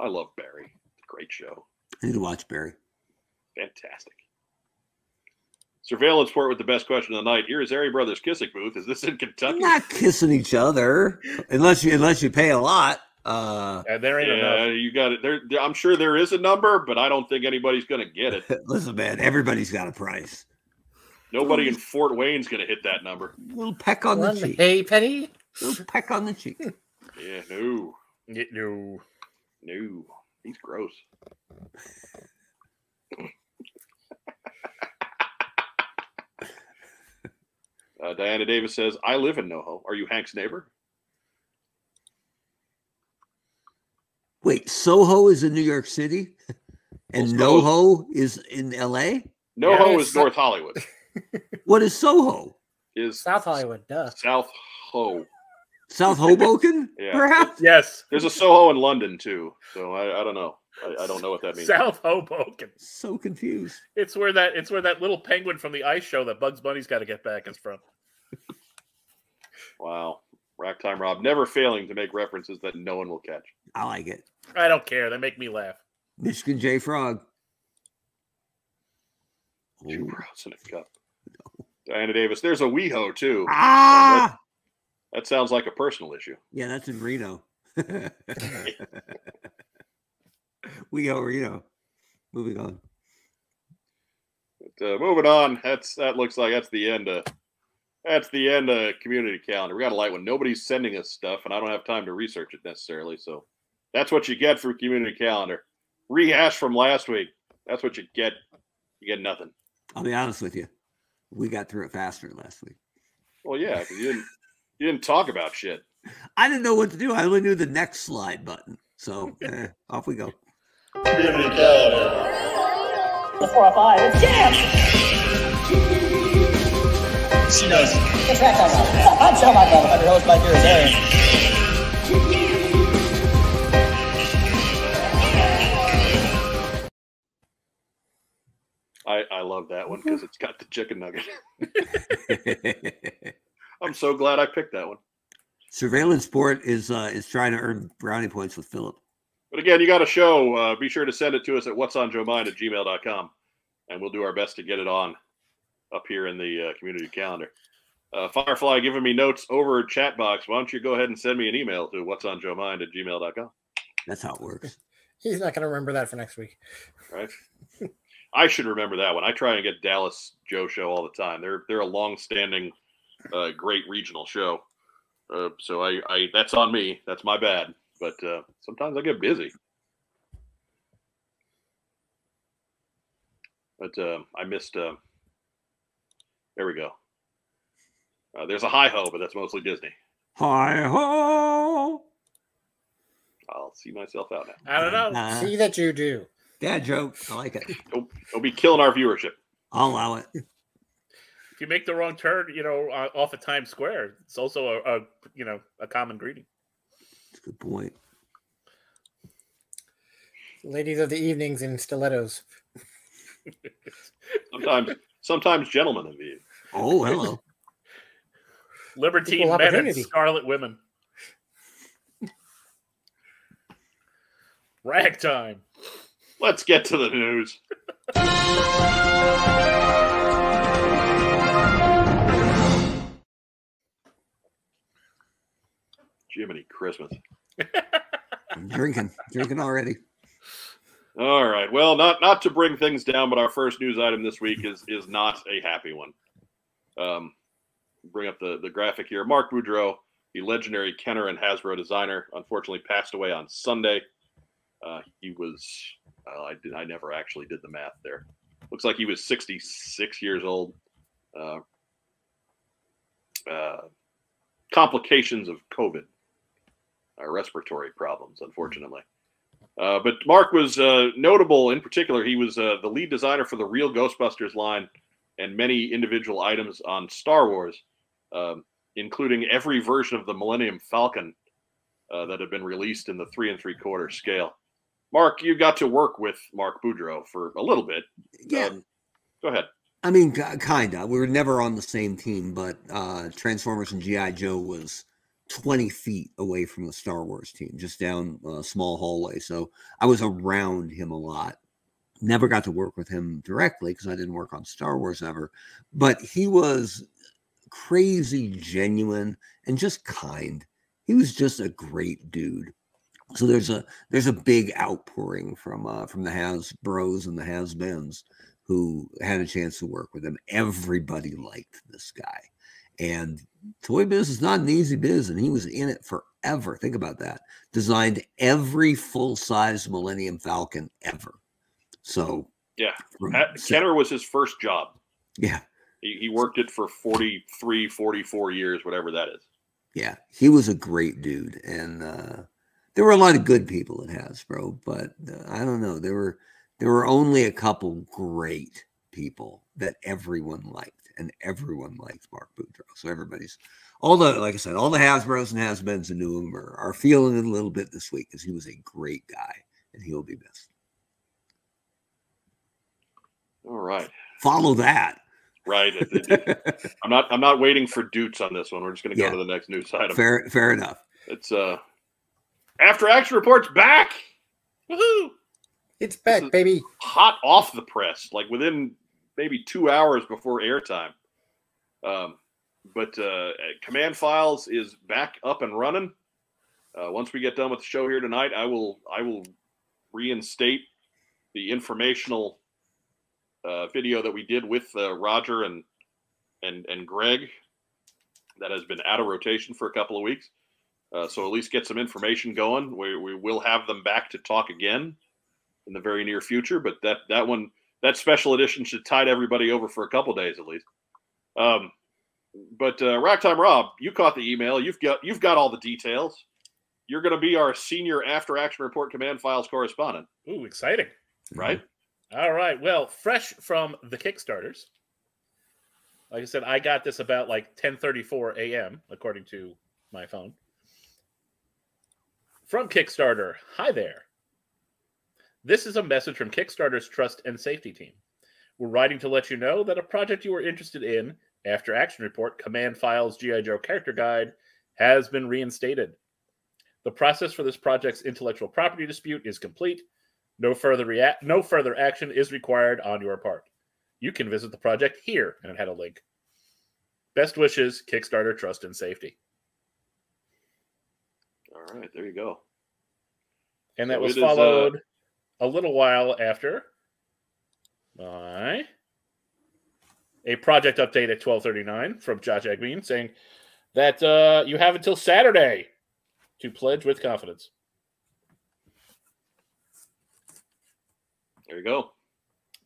Speaker 1: I love Barry. Great show.
Speaker 2: I need to watch Barry.
Speaker 1: Fantastic. Surveillance port with the best question of the night. Here is Airy Brothers Kissing Booth. Is this in Kentucky?
Speaker 2: Not kissing each other unless you unless you pay a lot. Uh,
Speaker 3: And there ain't
Speaker 1: Yeah,
Speaker 3: enough.
Speaker 1: you got it. There, there- I'm sure there is a number, but I don't think anybody's going to get it.
Speaker 2: listen, man, everybody's got a price.
Speaker 1: Nobody in Fort Wayne's going to hit that number.
Speaker 2: little peck on
Speaker 4: One
Speaker 2: the cheek.
Speaker 4: hey penny.
Speaker 2: little peck on the cheek.
Speaker 1: Yeah, no,
Speaker 3: Yeah, no.
Speaker 1: no, he's gross. Uh, Diana Davis says, "I live in NoHo. Are you Hank's neighbor?
Speaker 2: Wait, Soho is in New York City, and
Speaker 1: Well,
Speaker 2: NoHo is in L.A.
Speaker 1: NoHo
Speaker 4: Yeah.
Speaker 1: is North Hollywood.
Speaker 2: What is Soho?
Speaker 1: Is
Speaker 4: South Hollywood, duh.
Speaker 1: South Ho?
Speaker 2: South Hoboken,
Speaker 1: Yeah.
Speaker 2: perhaps.
Speaker 3: Yes.
Speaker 1: There's a Soho in London too. So I, I don't know. I, I don't know what that means.
Speaker 3: South Hoboken.
Speaker 2: So confused.
Speaker 3: It's where that it's where that little penguin from the ice show that Bugs Bunny's got to get back is from.
Speaker 1: Wow. Rack time Rob never failing to make references that no one will catch.
Speaker 2: I like it.
Speaker 3: I don't care. They make me laugh.
Speaker 2: Michigan J Frog.
Speaker 1: Two
Speaker 2: Ooh.
Speaker 1: bros in a cup. Diana Davis. There's a WeHo too.
Speaker 2: Ah,
Speaker 1: That sounds like a personal issue.
Speaker 2: yeah, that's in Reno. we go Reno. Moving on.
Speaker 1: But, uh, moving on. That's that looks like that's the end of that's the end of community calendar. We got a light one. Nobody's sending us stuff, and I don't have time to research it necessarily. So that's what you get for community calendar. Rehash from last week. That's what you get. You get nothing.
Speaker 2: I'll be honest with you. We got through it faster last week.
Speaker 1: Well, yeah, 'cause you didn't you didn't talk about shit.
Speaker 2: I didn't know what to do. I only knew the next slide button. So eh, off we go.
Speaker 6: It's four or five. It's Jam!
Speaker 7: She knows.
Speaker 6: It's Rack Time Rob. I'm Shell Mike Rob.
Speaker 7: I'm your host, Mike Irizarry.
Speaker 1: I I love that one because it's got the chicken nugget. I'm so glad I picked that one.
Speaker 2: Surveillance Sport is uh, is trying to earn brownie points with Philip.
Speaker 1: But again, you got a show. Uh, be sure to send it to us at what's on Joe Mind at gmail.com, and we'll do our best to get it on up here in the uh, community calendar. Uh, Firefly giving me notes over chat box. Why don't you go ahead and send me an email to what's on Joe Mind at gmail.com?
Speaker 2: That's how it works.
Speaker 4: He's not going to remember that for next week.
Speaker 1: Right? I should remember that one. I try and get Dallas Joe show all the time. They're they're a long standing, uh, great regional show. Uh, so I, I that's on me. That's my bad. But uh, sometimes I get busy. But um I missed. Uh, there we go. Uh, there's a high ho, but that's mostly Disney.
Speaker 2: Hi ho!
Speaker 1: I'll see myself out now.
Speaker 3: I don't know.
Speaker 2: Uh,
Speaker 4: See that you do.
Speaker 2: dad joke. I like it.
Speaker 1: Don't, don't be killing our viewership.
Speaker 2: I'll allow it.
Speaker 3: If you make the wrong turn, you know, uh, off of Times Square, it's also a, a you know a common greeting.
Speaker 2: It's a good point.
Speaker 4: Ladies of the evenings in stilettos.
Speaker 1: Sometimes, sometimes gentlemen of the
Speaker 2: Oh, hello.
Speaker 3: Libertine
Speaker 4: Equal
Speaker 3: men and
Speaker 4: opportunity.
Speaker 3: scarlet women. Ragtime.
Speaker 1: Let's get to the news. Jiminy Christmas.
Speaker 2: I'm drinking, drinking already.
Speaker 1: All right. Well, not not to bring things down, but our first news item this week is is not a happy one. Um, bring up the the graphic here. Mark Boudreau, the legendary Kenner and Hasbro designer, unfortunately passed away on Sunday. Uh, he was uh, I did I never actually did the math there. Looks like he was 66 years old. Uh, uh, complications of COVID, uh, respiratory problems, unfortunately. Uh, but Mark was uh, notable in particular. He was uh, the lead designer for the Real Ghostbusters line and many individual items on Star Wars, um, including every version of the Millennium Falcon uh, that had been released in the three and three quarter scale. Mark, you got to work with Mark Boudreau for a little bit.
Speaker 2: Yeah,
Speaker 1: Um, Go ahead.
Speaker 2: I mean, ki- kinda. We were never on the same team, but uh, Transformers and GI Joe was 20 feet away from the Star Wars team, just down a small hallway. So I was around him a lot. Never got to work with him directly because I didn't work on Star Wars ever. But he was crazy genuine and just kind. He was just a great dude. So there's a there's a big outpouring from uh, from the Has Bros and the Has Beens who had a chance to work with him. Everybody liked this guy. And toy biz is not an easy biz, and he was in it forever. Think about that. Designed every full size Millennium Falcon ever. So,
Speaker 1: Yeah. Uh,
Speaker 2: from
Speaker 1: Pat-
Speaker 2: se-
Speaker 1: Kenner was his first job.
Speaker 2: yeah,
Speaker 1: He, he worked it for 43, 44 years, whatever that is.
Speaker 2: yeah, he was a great dude. And uh, there were a lot of good people at Hasbro, but uh, I don't know. There were there were only a couple great people that everyone liked, and everyone liked Mark Boudreaux. So everybody's all the like I said, all the Hasbros and Hasbens and knew him are, are feeling it a little bit this week because he was a great guy and he will be missed.
Speaker 1: All right,
Speaker 2: Follow that.
Speaker 1: right. It- it- I'm not. I'm not waiting for dutes on this one. We're just going to
Speaker 2: Yeah.
Speaker 1: go to the next news item.
Speaker 2: Fair, fair enough.
Speaker 1: It's uh, after action reports back. Woohoo!
Speaker 4: It's
Speaker 1: This
Speaker 4: back,
Speaker 1: is-
Speaker 4: baby.
Speaker 1: hot off the press, like within maybe two hours before airtime. Um, but uh, Command Files is back up and running. Uh, once we get done with the show here tonight, I will I will reinstate the informational uh, video that we did with uh, Roger and and and Greg that has been out of rotation for a couple of weeks. Uh, so at least get some information going. We, we will have them back to talk again in the very near future. But that that one that special edition should tide everybody over for a couple days at least. Um, but uh, Ragtime Rob, you caught the email. You've got you've got all the details. You're going to be our senior after action report command files correspondent,
Speaker 3: Ooh, exciting.
Speaker 2: Mm-hmm.
Speaker 1: right?
Speaker 3: All right. Well, fresh from the Kickstarters. Like I said, I got this about like 10:34 a.m. according to my phone. From Kickstarter. Hi there. This is a message from Kickstarter's Trust and Safety Team. We're writing to let you know that a project you were interested in after Action Report Command Files GI Joe Character Guide has been reinstated. The process for this project's intellectual property dispute is complete no further rea- no further action is required on your part. You can visit the project here, and it had a link. Best wishes, Kickstarter Trust and Safety.
Speaker 1: All right, there you go.
Speaker 3: And that
Speaker 1: So
Speaker 3: was
Speaker 1: it is, uh,
Speaker 3: followed a little while after by a project update at 12:39 from Josh Eggbean saying that uh, you have until Saturday to pledge with confidence.
Speaker 1: There you go.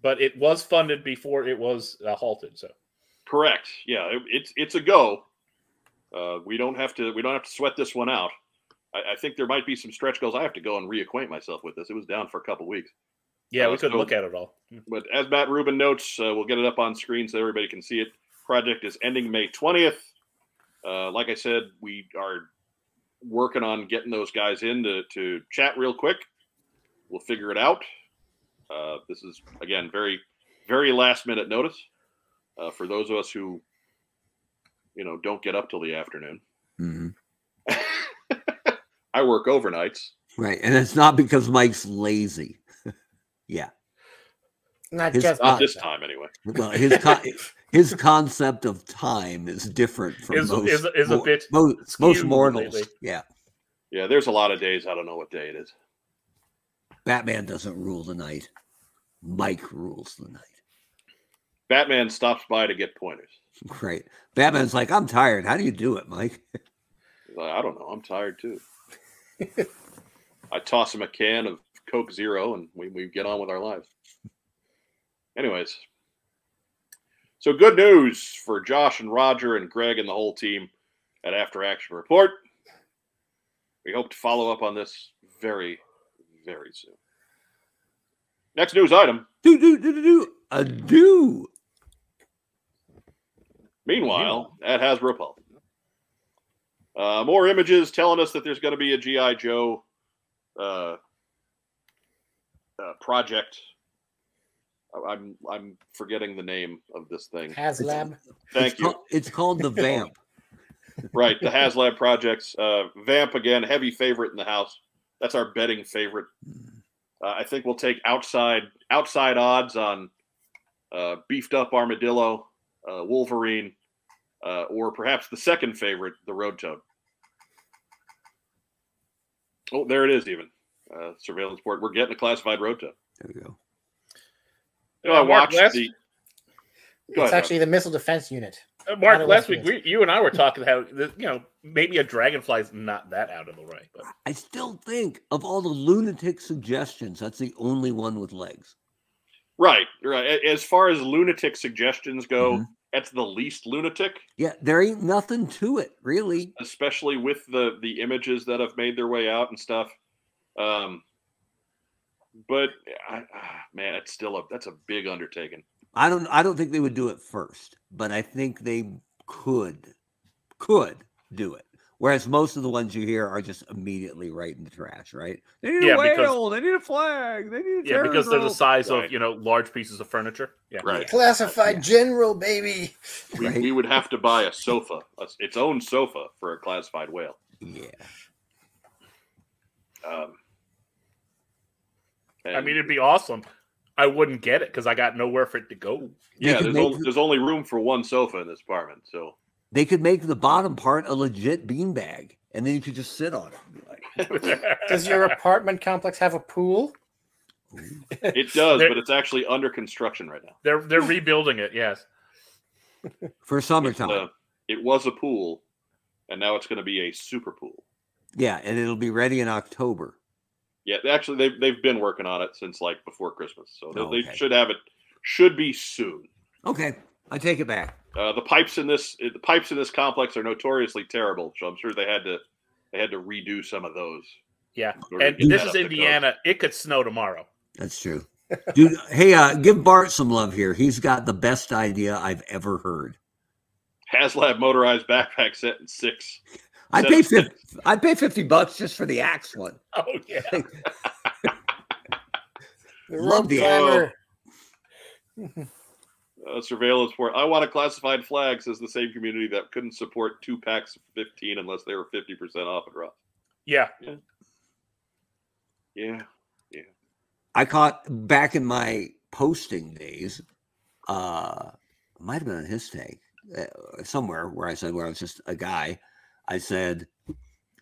Speaker 3: But it was funded before it was uh, halted, so
Speaker 1: Correct. Yeah, it, it's it's a go. Uh, we don't have to we don't have to sweat this one out. I, I think there might be some stretch goals. I have to go and reacquaint myself with this. It was down for a couple weeks.
Speaker 3: yeah,
Speaker 1: Uh,
Speaker 3: we couldn't
Speaker 1: so-
Speaker 3: look at it all. Hmm.
Speaker 1: But as Matt Rubin notes, uh, we'll get it up on screen so everybody can see it. Project is ending May 20th. Uh, like I said, we are working on getting those guys in to, to chat real quick. We'll figure it out. Uh, this is, again, very, very last minute notice uh, for those of us who, you know, don't get up till the afternoon.
Speaker 2: hmm
Speaker 1: I work overnights.
Speaker 2: Right, and it's not because Mike's lazy. yeah,
Speaker 4: Not
Speaker 2: His-
Speaker 4: just
Speaker 1: Not
Speaker 2: Ah,
Speaker 1: this time, anyway.
Speaker 2: well, his con- his concept of time is different from
Speaker 3: Is-
Speaker 2: most
Speaker 3: is- is a
Speaker 2: mo-
Speaker 3: bit
Speaker 2: mo- most,
Speaker 3: skewed
Speaker 2: mortals.
Speaker 3: lately.
Speaker 2: Yeah,
Speaker 1: Yeah, there's a lot of days I don't know what day it is.
Speaker 2: Batman doesn't rule the night. Mike rules the night.
Speaker 1: Batman stops by to get pointers.
Speaker 2: Great. Batman's like, I'm tired. How do you do it, Mike?
Speaker 1: He's like, I don't know. I'm tired too. I toss him a can of Coke Zero and we, we get on with our lives. Anyways, so good news for Josh and Roger and Greg and the whole team at After Action Report. We hope to follow up on this very, very soon. Next news item.
Speaker 2: Do do do do do a do.
Speaker 1: Meanwhile, at Hasbro Pulp, uh, more images telling us that there's going to be a GI Joe uh, uh, project. I- I'm I'm forgetting the name of this thing.
Speaker 4: HasLab.
Speaker 1: Thank
Speaker 2: it's
Speaker 1: you.
Speaker 2: Called, it's called the vamp.
Speaker 1: Right, the HasLab projects. Uh, Vamp again, heavy favorite in the house. That's our betting favorite. Uh, I think we'll take outside outside odds on uh, beefed up armadillo, uh, Wolverine, uh, or perhaps the second favorite, the Road Toad. Oh, there it is. Even uh, surveillance board. We're getting a classified Road Toad.
Speaker 2: There we go.
Speaker 1: You know, Oh, I
Speaker 3: Uh, Mark
Speaker 1: watched
Speaker 3: West?
Speaker 1: the.
Speaker 4: It's
Speaker 1: Go ahead,
Speaker 4: actually the Missile Defense Unit.
Speaker 3: Uh, Mark,
Speaker 4: Not a
Speaker 3: last week
Speaker 4: Western
Speaker 3: we, you and I were talking how the- you know maybe a dragonfly's not that out of the way, but
Speaker 2: I still think of all the lunatic suggestions, that's the only one with legs.
Speaker 1: Right, right. A- As far as lunatic suggestions go,
Speaker 2: Mhm.
Speaker 1: that's the least lunatic.
Speaker 2: Yeah, there ain't nothing to it, really.
Speaker 1: especially with the the images that have made their way out and stuff. Um, but I, ah, man, it's still a that's a big undertaking.
Speaker 2: I don't I don't think they would do it first, but I think they could could do it. Whereas most of the ones you hear are just immediately right in the trash, right? They need
Speaker 3: Yeah,
Speaker 2: a
Speaker 3: because-
Speaker 2: whale. They need a flag. They need a
Speaker 3: Yeah, because they're the
Speaker 2: terrorist
Speaker 3: size
Speaker 1: Right.
Speaker 3: of you know large pieces of furniture. Yeah,
Speaker 1: Right.
Speaker 8: Classified
Speaker 2: Yeah.
Speaker 8: general, baby.
Speaker 1: We,
Speaker 2: Right.
Speaker 1: we would have to buy a sofa, a, its own sofa for a classified whale.
Speaker 2: Yeah.
Speaker 1: Um,
Speaker 3: I
Speaker 1: and-
Speaker 3: mean it'd be awesome. I wouldn't get it because I got nowhere for it to go.
Speaker 1: yeah,
Speaker 2: could
Speaker 1: there's,
Speaker 2: make
Speaker 1: only,
Speaker 2: the-
Speaker 1: there's only room for one sofa in this apartment. So
Speaker 2: They could make the bottom part a legit beanbag, and then you could just sit on it. and be like,
Speaker 4: Does your apartment complex have a pool?
Speaker 1: it does,
Speaker 3: There-
Speaker 1: but it's actually under construction right now.
Speaker 3: they're they're rebuilding it? Yes.
Speaker 2: For summertime.
Speaker 1: Uh, it was a pool, and now it's going to be a super pool.
Speaker 2: yeah, and it'll be ready in October.
Speaker 1: Yeah, they- actually, they've they've been working on it since like before Christmas, so they,
Speaker 2: Oh,
Speaker 1: they
Speaker 2: okay.
Speaker 1: should have it. Should be soon.
Speaker 2: Okay, I take it back.
Speaker 1: Uh, the pipes in this the pipes in this complex are notoriously terrible, so I'm sure they had to they had to redo some of those.
Speaker 3: Yeah.
Speaker 1: in order to
Speaker 3: And
Speaker 1: get
Speaker 3: this
Speaker 1: that
Speaker 3: is
Speaker 1: up to code.
Speaker 3: Indiana. It could snow tomorrow.
Speaker 2: That's true. Dude, hey, uh, give Bart some love here. He's got the best idea I've ever heard.
Speaker 1: Haslab motorized backpack set in six.
Speaker 2: I'd
Speaker 1: Set
Speaker 2: pay
Speaker 1: of
Speaker 2: fif-
Speaker 1: six.
Speaker 2: I'd pay fifty bucks just for the axe one.
Speaker 3: Oh yeah.
Speaker 8: The rope
Speaker 2: Love the-
Speaker 8: climber.
Speaker 1: Uh, surveillance for I want a classified flag, says the same community that couldn't support two packs of 15 unless they were 50% off at Ross.
Speaker 3: Yeah.
Speaker 1: Yeah.
Speaker 2: I caught back in my posting days, uh, it might have been on his take uh, somewhere where I said, where I was just a guy. I said,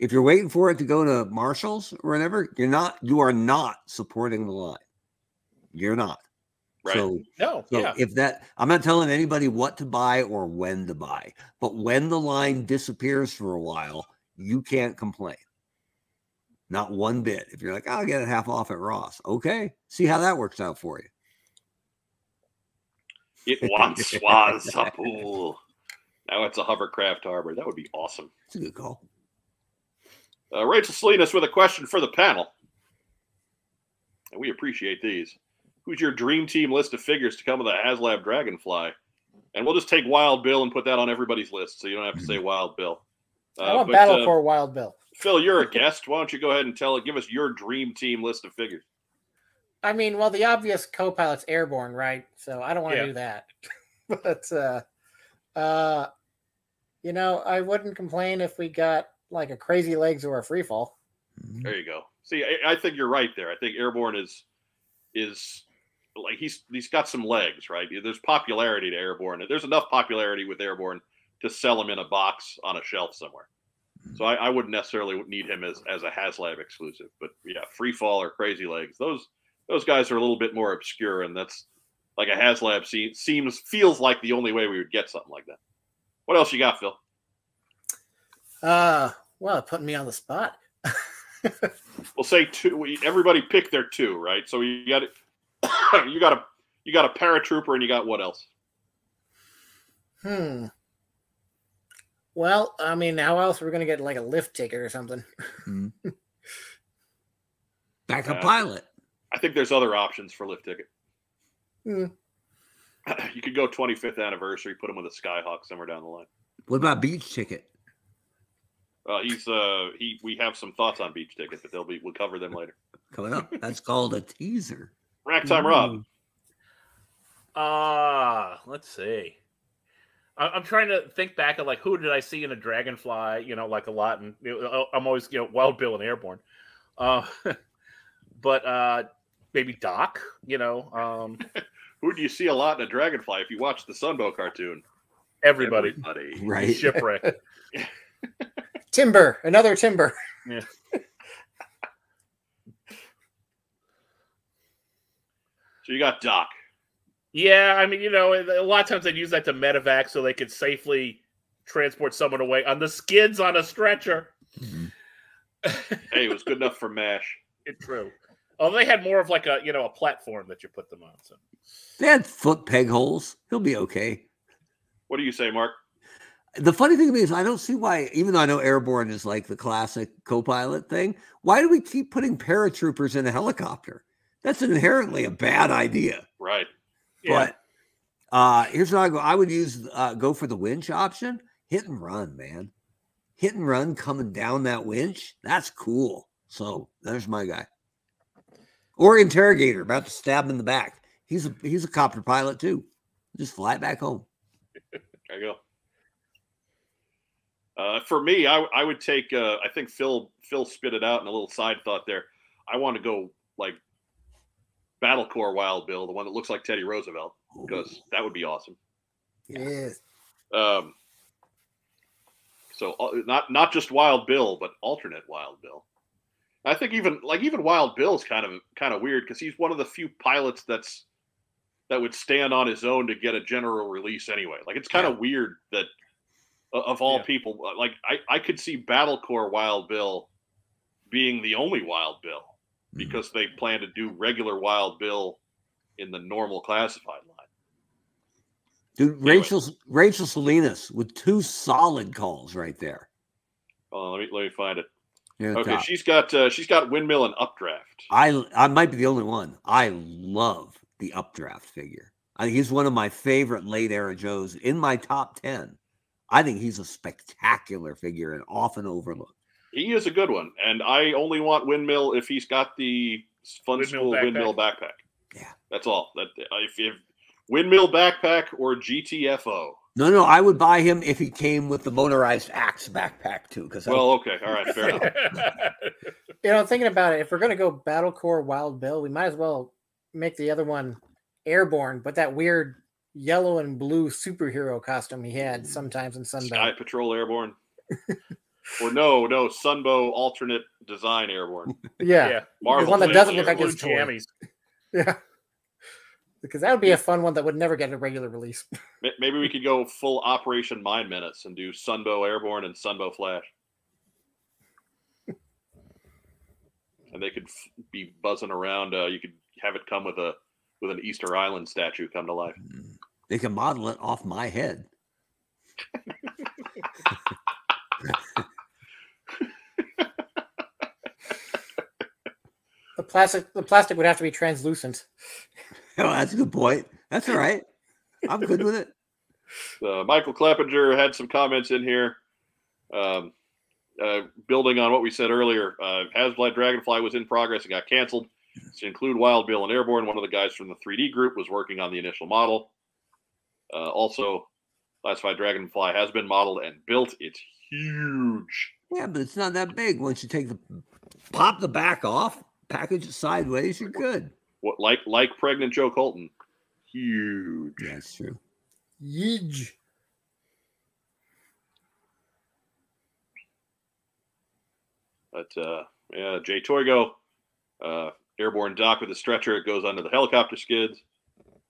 Speaker 2: if you're waiting for it to go to Marshall's or whatever, you're not, you are not supporting the line. You're not.
Speaker 1: Right.
Speaker 2: So,
Speaker 3: No.
Speaker 2: so
Speaker 3: yeah.
Speaker 2: if that, I'm not telling anybody what to buy or when to buy, but when the line disappears for a while, you can't complain. Not one bit. If you're like, I'll get it half off at Ross. Okay. See how that works out for you.
Speaker 1: It once was a pool. Now it's a hovercraft harbor. That would be awesome.
Speaker 2: It's a good call.
Speaker 1: Uh, Rachel Salinas with a question for the panel. And we appreciate these. Who's your dream team list of figures to come with a HasLab Dragonfly? And we'll just take Wild Bill and put that on everybody's list so you don't have to say Wild Bill.
Speaker 4: I want
Speaker 1: but,
Speaker 4: Battle
Speaker 1: uh,
Speaker 4: for Wild Bill.
Speaker 1: Phil, you're a guest. Why don't you go ahead and tell give us your dream team list of figures?
Speaker 4: I mean, well, the obvious co-pilot's airborne, right? So I don't want to
Speaker 3: Yeah.
Speaker 4: do that. but uh uh you know, I wouldn't complain if we got like a crazy legs or a free fall.
Speaker 2: Mm-hmm.
Speaker 1: There you go. See, I, I think you're right there. I think Airborne is is like he's he's got some legs, right? There's popularity to Airborne. There's enough popularity with Airborne to sell him in a box on a shelf somewhere. So I, I wouldn't necessarily need him as as a HasLab exclusive, but yeah, Free Fall or Crazy Legs, those those guys are a little bit more obscure, and that's like a HasLab se- seems feels like the only way we would get something like that. What else you got, Phil?
Speaker 4: Uh well, putting me on the spot.
Speaker 1: we'll say two. We, everybody pick their two, right? So you got you got a you got a paratrooper, and you got what else?
Speaker 4: Hmm. Well, I mean, how else are we gonna get like a lift ticket or something?
Speaker 2: Backup
Speaker 1: Uh,
Speaker 2: pilot.
Speaker 1: I think there's other options for lift ticket.
Speaker 4: Hmm.
Speaker 1: You could go 25th anniversary, put him with a Skyhawk somewhere down the line.
Speaker 2: What about beach ticket?
Speaker 1: Uh, he's uh he. We have some thoughts on beach ticket, but they'll be we'll cover them later.
Speaker 2: Coming up. That's called a teaser.
Speaker 1: Rack time, Rob.
Speaker 3: Ah, let's see. I- I'm trying to think back of like who did I see in a dragonfly? You know, like a lot, and you know, I'm always you know Wild Bill and Airborne, uh, but uh, maybe Doc. You know, um,
Speaker 1: Who do you see a lot in a dragonfly? If you watch the Sunbow cartoon,
Speaker 3: everybody
Speaker 1: Everybody.
Speaker 2: Right.
Speaker 3: shipwreck.
Speaker 4: Timber, another timber.
Speaker 1: So you got Doc.
Speaker 3: yeah, I mean, you know, a lot of times they'd use that to medevac so they could safely transport someone away on the skids on a stretcher.
Speaker 2: Mm-hmm.
Speaker 1: Hey, it was good enough for Mash.
Speaker 3: It's true. Although they had more of like a you know a platform that you put them on. So.
Speaker 2: They had foot peg holes. He'll be okay.
Speaker 1: What do you say, Mark?
Speaker 2: The funny thing to me is I don't see why, even though I know airborne is like the classic co-pilot thing, why do we keep putting paratroopers in a helicopter? That's inherently a bad idea.
Speaker 1: Right.
Speaker 3: Yeah.
Speaker 2: But uh here's what I go. I would use uh go for the winch option. Hit and run, man. hit and run coming down that winch. That's cool. So there's my guy. Or interrogator about to stab him in the back. He's a he's a copter pilot too. Just fly back home.
Speaker 1: There you go. Uh, for me, I, I would take. Uh, I think Phil Phil spit it out in a little side thought there. I want to go like Battle Core Wild Bill, the one that looks like Teddy Roosevelt, because that would be awesome.
Speaker 8: Yes.
Speaker 1: Um, so uh, not not just Wild Bill, but alternate Wild Bill. I think even like even Wild Bill's kind of kind of weird because he's one of the few pilots that's that would stand on his own to get a general release anyway. Like it's kind of weird that o- of all
Speaker 3: Yeah.
Speaker 1: people, uh, like I I could see Battle Corps Wild Bill being the only Wild Bill because they plan to do regular Wild Bill in the normal classified line.
Speaker 2: Dude, Rachel Rachel Salinas with two solid calls right there.
Speaker 1: Oh, let me let me find it.
Speaker 2: near the
Speaker 1: Okay,
Speaker 2: top.
Speaker 1: she's got uh, she's got windmill and updraft.
Speaker 2: I I might be the only one. I love the updraft figure. I, he's one of my favorite late era Joes in my top ten. I think he's a spectacular figure and often overlooked.
Speaker 1: He is a good one, and I only want windmill if he's got the fun
Speaker 3: Windmill
Speaker 1: school
Speaker 3: backpack.
Speaker 1: windmill backpack.
Speaker 2: Yeah.
Speaker 1: that's all. That if, if windmill backpack or GTFO.
Speaker 2: No, no, I would buy him if he came with the motorized axe backpack too. Because
Speaker 1: Well, okay, all right, fair enough.
Speaker 4: You know, thinking about it, if we're gonna go Battle Core Wild Bill, we might as well make the other one airborne, but that weird yellow and blue superhero costume he had sometimes in
Speaker 1: Sky
Speaker 4: Sunbelt.
Speaker 1: Patrol Airborne. or no, no Sunbow alternate design Airborne.
Speaker 4: Yeah.
Speaker 3: yeah.
Speaker 1: Marvel
Speaker 4: one that
Speaker 1: Family
Speaker 4: doesn't look like
Speaker 1: Airborne.
Speaker 4: his toy. Yeah. Because that would be a fun one that would never get a regular release.
Speaker 1: Ma- Maybe we could go full Operation Mind Menace and do Sunbow Airborne and Sunbow Flash. And they could f- be buzzing around. Uh, you could have it come with a with an Easter Island statue come to life.
Speaker 2: they can model it off my head.
Speaker 4: The plastic the plastic would have to be translucent.
Speaker 2: Oh, that's a good point. That's all right. I'm good with it.
Speaker 1: Uh, Michael Clappinger had some comments in here, um, uh, building on what we said earlier. Uh, Hasblatt Dragonfly was in progress and got canceled. To include Wild Bill and Airborne, one of the guys from the 3D group was working on the initial model. Uh, also, Classified Dragonfly has been modeled and built. It's huge.
Speaker 2: Yeah, but it's not that big. Once you take the pop the back off, package it sideways, you're good.
Speaker 1: What like like pregnant Joe Colton? Huge.
Speaker 2: Yeah, that's true.
Speaker 4: Yeej.
Speaker 1: But uh, yeah, Jay Torgo, uh, airborne doc with a stretcher. It goes under the helicopter skids.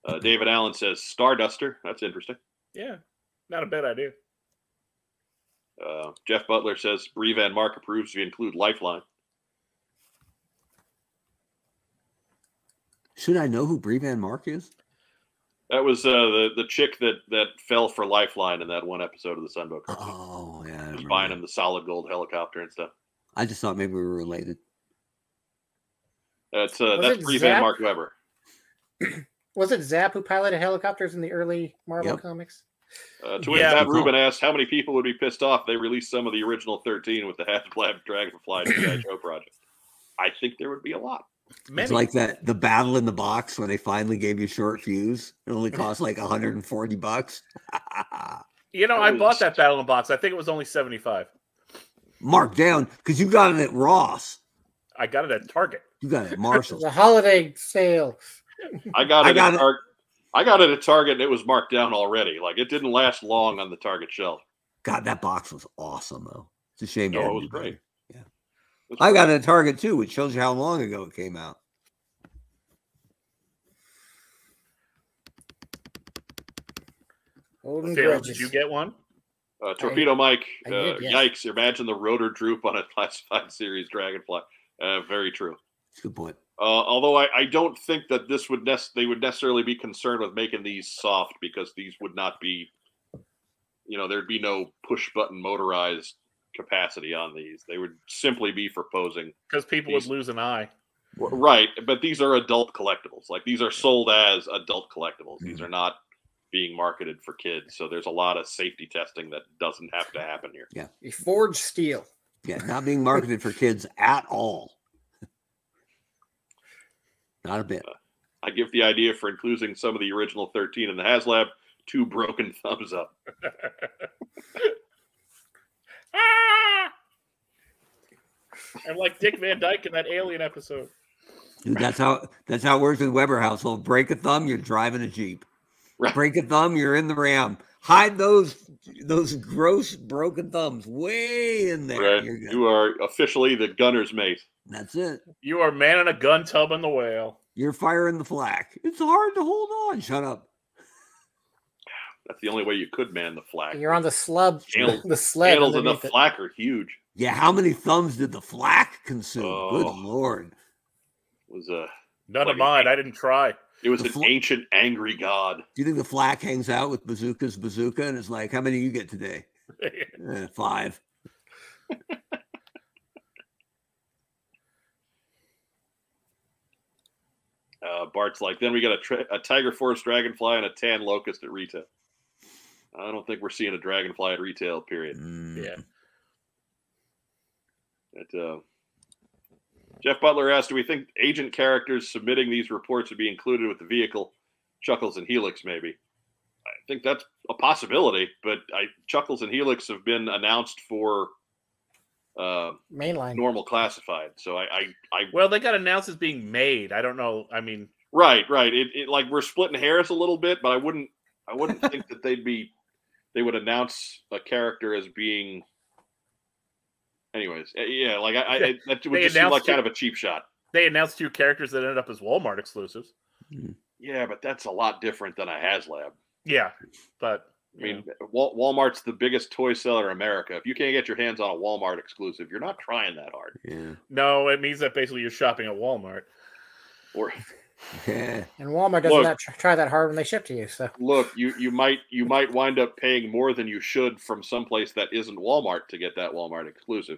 Speaker 1: Uh, David Allen says Starduster. That's interesting.
Speaker 3: Yeah. Not a bad idea.
Speaker 1: Uh, Jeff Butler says Bree Van Mark approves we include Lifeline.
Speaker 2: Should I know who Bree Van Mark is?
Speaker 1: That was uh, the the chick that that fell for Lifeline in that one episode of the Sunbow. Curse.
Speaker 2: Oh yeah, I
Speaker 1: was
Speaker 2: remember
Speaker 1: buying
Speaker 2: that.
Speaker 1: him the solid gold helicopter and stuff.
Speaker 2: I just thought maybe we were related.
Speaker 1: That's uh,
Speaker 4: Was
Speaker 1: that's
Speaker 4: it
Speaker 1: Bree Van
Speaker 4: Zach?
Speaker 1: Mark Weber.
Speaker 4: Was it Zap who piloted helicopters in the early Marvel
Speaker 2: Yep.
Speaker 4: comics?
Speaker 1: Uh, to which
Speaker 3: Yeah.
Speaker 1: Matt Rubin asked, "How many people would be pissed off if they released some of the original 13 with the Hasblatt Dragonfly GI Joe project?" I think there would be a lot.
Speaker 3: Many.
Speaker 2: It's like that the battle in the box when they finally gave you short fuse. It only cost like 140 bucks.
Speaker 3: you know, I bought that Battle in a Box. I think it was only 75.
Speaker 2: Marked down because you got it at Ross.
Speaker 3: I got it at Target.
Speaker 2: You got it at
Speaker 4: The
Speaker 2: Marshall's.
Speaker 4: holiday sale.
Speaker 1: I got
Speaker 2: I
Speaker 1: it.
Speaker 2: got
Speaker 1: at
Speaker 2: it.
Speaker 1: Tar- I got it at Target, and it was marked down already. Like it didn't last long on the Target shelf.
Speaker 2: God, that box was awesome though. It's a shame. they
Speaker 1: Oh, it
Speaker 2: had to
Speaker 1: was
Speaker 2: do better.
Speaker 1: great.
Speaker 2: I got it at Target too, which shows you how long ago it came out.
Speaker 4: Holding
Speaker 3: Phil, did
Speaker 4: grudges.
Speaker 3: you get one?
Speaker 1: Uh, Torpedo Mike,
Speaker 4: I
Speaker 1: uh,
Speaker 4: did, yes.
Speaker 1: yikes! Imagine the rotor droop on a classified series Dragonfly. Uh, very true.
Speaker 2: It's a good point.
Speaker 1: Uh, although I, I don't think that this would nec- they would necessarily be concerned with making these soft because these would not be, you know, there'd be no push button motorized capacity on these. They would simply be for posing.
Speaker 3: Because people would lose an eye.
Speaker 1: W-
Speaker 2: Mm-hmm.
Speaker 1: Right, but these are adult collectibles. Like these are sold as adult collectibles. These are not being marketed for kids. So there's a lot of safety testing that doesn't have to happen here.
Speaker 4: You forged steel.
Speaker 2: Yeah, not being marketed for kids at all. Not a bit.
Speaker 1: I give the idea for including some of the original 13 in the HasLab two broken thumbs up.
Speaker 3: Ah! I'm like Dick Van Dyke in that Alien episode.
Speaker 1: Uh,
Speaker 2: Dude, that's how that's how it works with Weber household. Break a thumb, you're driving a Jeep.
Speaker 1: Right.
Speaker 2: Break a thumb, you're in the ram. Hide those those gross broken thumbs way in there.
Speaker 1: Right?
Speaker 2: You're good.
Speaker 1: You are officially the gunner's mate.
Speaker 2: That's it.
Speaker 3: You are manning a gun tub on the whale.
Speaker 2: You're firing the flak. It's hard to hold on. Shut up.
Speaker 1: That's the only way you could man the flak.
Speaker 4: You're on the slub,
Speaker 1: Channel-
Speaker 4: the sled.
Speaker 1: Handles and the
Speaker 4: underneath it.
Speaker 1: flak are huge.
Speaker 2: Yeah, how many thumbs did the flak consume?
Speaker 1: Oh.
Speaker 2: Good lord.
Speaker 1: It was a
Speaker 3: None
Speaker 1: Like-
Speaker 3: of mine. I didn't try.
Speaker 1: it was
Speaker 2: The
Speaker 1: an
Speaker 2: fl-
Speaker 1: ancient angry god.
Speaker 2: Do you think the flak hangs out with bazooka's bazooka and is like, how many you get today? Eh, five.
Speaker 1: Uh, Bart's like, then we got a, tra- a tiger force dragonfly and a tan locust at retail. I don't think we're seeing a dragonfly at retail. Period.
Speaker 2: Mm.
Speaker 3: Yeah.
Speaker 1: But, uh, Jeff Butler asked, "Do we think agent characters submitting these reports would be included with the vehicle, Chuckles and Helix? Maybe. I think that's a possibility, but I, Chuckles and Helix have been announced for uh,
Speaker 4: mainline.
Speaker 1: normal classified. So I, I, I
Speaker 3: Well, they got announced as being made. I don't know. I mean,
Speaker 1: right, right. It, it like we're splitting hairs a little bit, but I wouldn't, I wouldn't think that they'd be, they would announce a character as being. Anyways, eh, yeah, like I, I
Speaker 3: Yeah,
Speaker 1: it- that would
Speaker 3: they
Speaker 1: just seem like
Speaker 3: announced
Speaker 1: kind
Speaker 3: it.
Speaker 1: of a cheap shot.
Speaker 3: they announced two characters that ended up as Walmart exclusives.
Speaker 1: Yeah, but that's a lot different than a HasLab.
Speaker 3: Yeah, but
Speaker 1: I
Speaker 3: you
Speaker 1: mean,
Speaker 3: know,
Speaker 1: Wal- Walmart's the biggest toy seller in America. If you can't get your hands on a Walmart exclusive, you're not trying that hard.
Speaker 2: Yeah.
Speaker 3: no, it means that basically you're shopping at Walmart.
Speaker 1: Or
Speaker 2: Yeah.
Speaker 4: And Walmart does
Speaker 1: Look.
Speaker 4: not tr- try that hard when they ship to you. So
Speaker 1: look, you you might you might wind up paying more than you should from someplace that isn't Walmart to get that Walmart exclusive,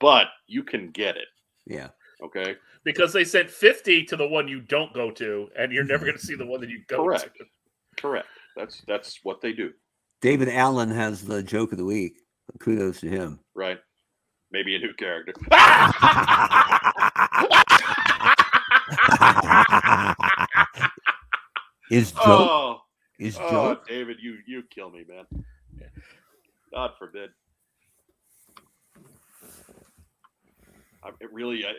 Speaker 1: but you can get it.
Speaker 2: Yeah.
Speaker 1: Okay,
Speaker 3: because they sent 50 to the one you don't go to and you're never going to see the one that you go
Speaker 1: Correct.
Speaker 3: to
Speaker 1: correct. That's that's what they do,
Speaker 2: David Allen has the joke of the week. Kudos to him.
Speaker 1: right? Maybe a new character.
Speaker 2: is joke
Speaker 1: Oh,
Speaker 2: is joke
Speaker 1: oh, David, you you kill me, man. God forbid. I, it really, I, I,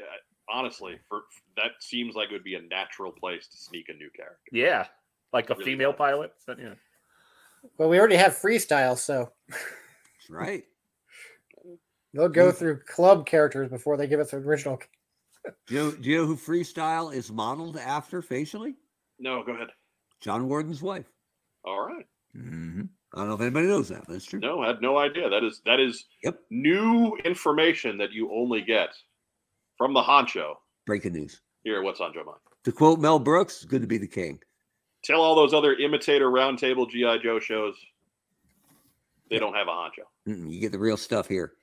Speaker 1: honestly, for that seems like it would be a natural place to sneak a new character.
Speaker 3: yeah like a
Speaker 1: Really
Speaker 3: female
Speaker 1: bad.
Speaker 3: pilot but yeah
Speaker 4: well, we already have freestyle, so
Speaker 2: That's right.
Speaker 4: they'll go
Speaker 2: Mm.
Speaker 4: through club characters before they give us the original. ca-
Speaker 2: Do you, do you know who freestyle is modeled after facially?
Speaker 1: No, go ahead.
Speaker 2: John Warden's wife.
Speaker 1: All right. Mm-hmm.
Speaker 2: I don't know if anybody knows that. but That's true.
Speaker 1: No, I had no idea. That is that is
Speaker 2: Yep.
Speaker 1: new information that you only get from the honcho.
Speaker 2: Breaking news.
Speaker 1: Here, what's on Joe Mind?
Speaker 2: To quote Mel Brooks, "Good to be the king."
Speaker 1: Tell all those other imitator roundtable GI Joe shows they don't have a honcho.
Speaker 2: Mm-mm, you get the real stuff here.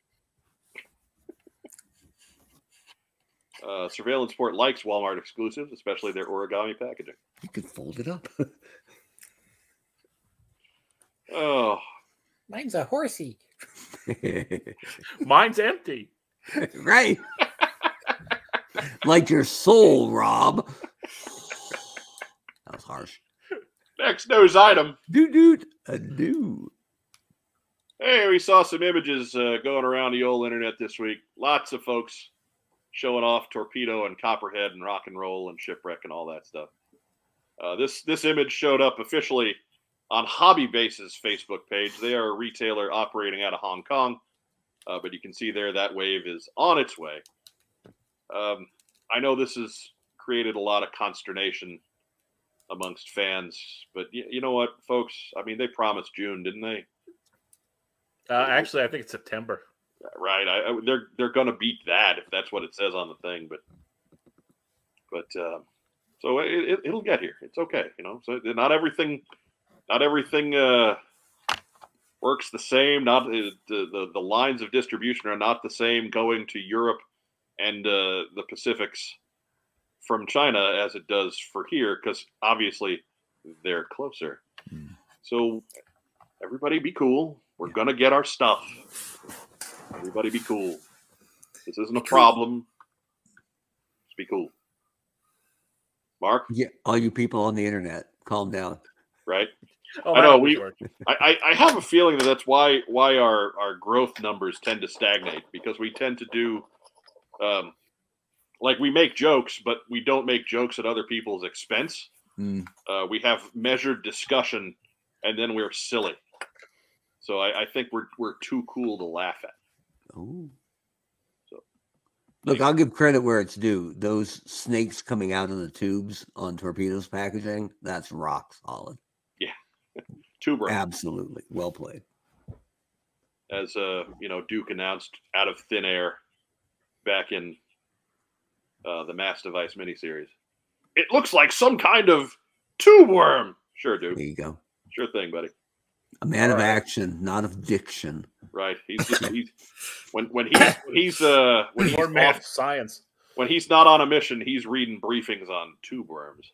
Speaker 1: Uh, Surveillance Port likes Walmart exclusives, especially their origami packaging.
Speaker 2: You can fold it up.
Speaker 1: Oh,
Speaker 4: Mine's a horsey.
Speaker 3: mine's empty
Speaker 2: right. like your soul, Rob. That was harsh.
Speaker 1: next news item.
Speaker 2: Doot doot. A do.
Speaker 1: Hey, we saw some images uh, going around the old internet this week. Lots of folks showing off torpedo and copperhead and rock and roll and shipwreck and all that stuff. Uh, this this image showed up officially on Hobby Base's Facebook page. They are a retailer operating out of Hong Kong, uh, but you can see there that wave is on its way. Um, I know this has created a lot of consternation amongst fans, but y- you know what, folks? I mean, they promised June, didn't they?
Speaker 3: uh, actually i think it's september
Speaker 1: right? I, I- they're they're going to beat that if that's what it says on the thing. But but um, so it, it, it'll get here. It's okay, you know. So not everything, not everything uh, works the same. Not the, the the lines of distribution are not the same going to Europe and uh, the Pacifics from China as it does for here because obviously they're closer. So everybody be cool. We're gonna get our stuff. Everybody be cool. This isn't a problem. Just be cool. Mark,
Speaker 2: Yeah, all you people on the internet, calm down.
Speaker 1: right?
Speaker 3: Oh,
Speaker 1: I know,
Speaker 3: hope
Speaker 1: we-
Speaker 3: it's working.
Speaker 1: I, I, I have a feeling that that's why why our, our growth numbers tend to stagnate because we tend to do, um, like we make jokes, but we don't make jokes at other people's expense.
Speaker 2: Mm.
Speaker 1: Uh, we have measured discussion, and then we're silly. So I, I think we're we're too cool to laugh at.
Speaker 2: Ooh.
Speaker 1: So-
Speaker 2: Look, I'll give credit where it's due. Those snakes coming out of the tubes on torpedoes packaging, that's rock solid.
Speaker 1: Too bright,
Speaker 2: Absolutely. Well played.
Speaker 1: as uh, you know, Duke announced out of thin air back in uh, the Mass Device miniseries. It looks like some kind of tube worm. Sure, Duke.
Speaker 2: There you go.
Speaker 1: Sure thing, buddy.
Speaker 2: A man of
Speaker 3: All right.
Speaker 2: action, not of diction.
Speaker 1: Right. He's just he's when when he's when he's uh when he's
Speaker 3: More math,
Speaker 1: off,
Speaker 3: science.
Speaker 1: when he's not on a mission, he's reading briefings on tube worms.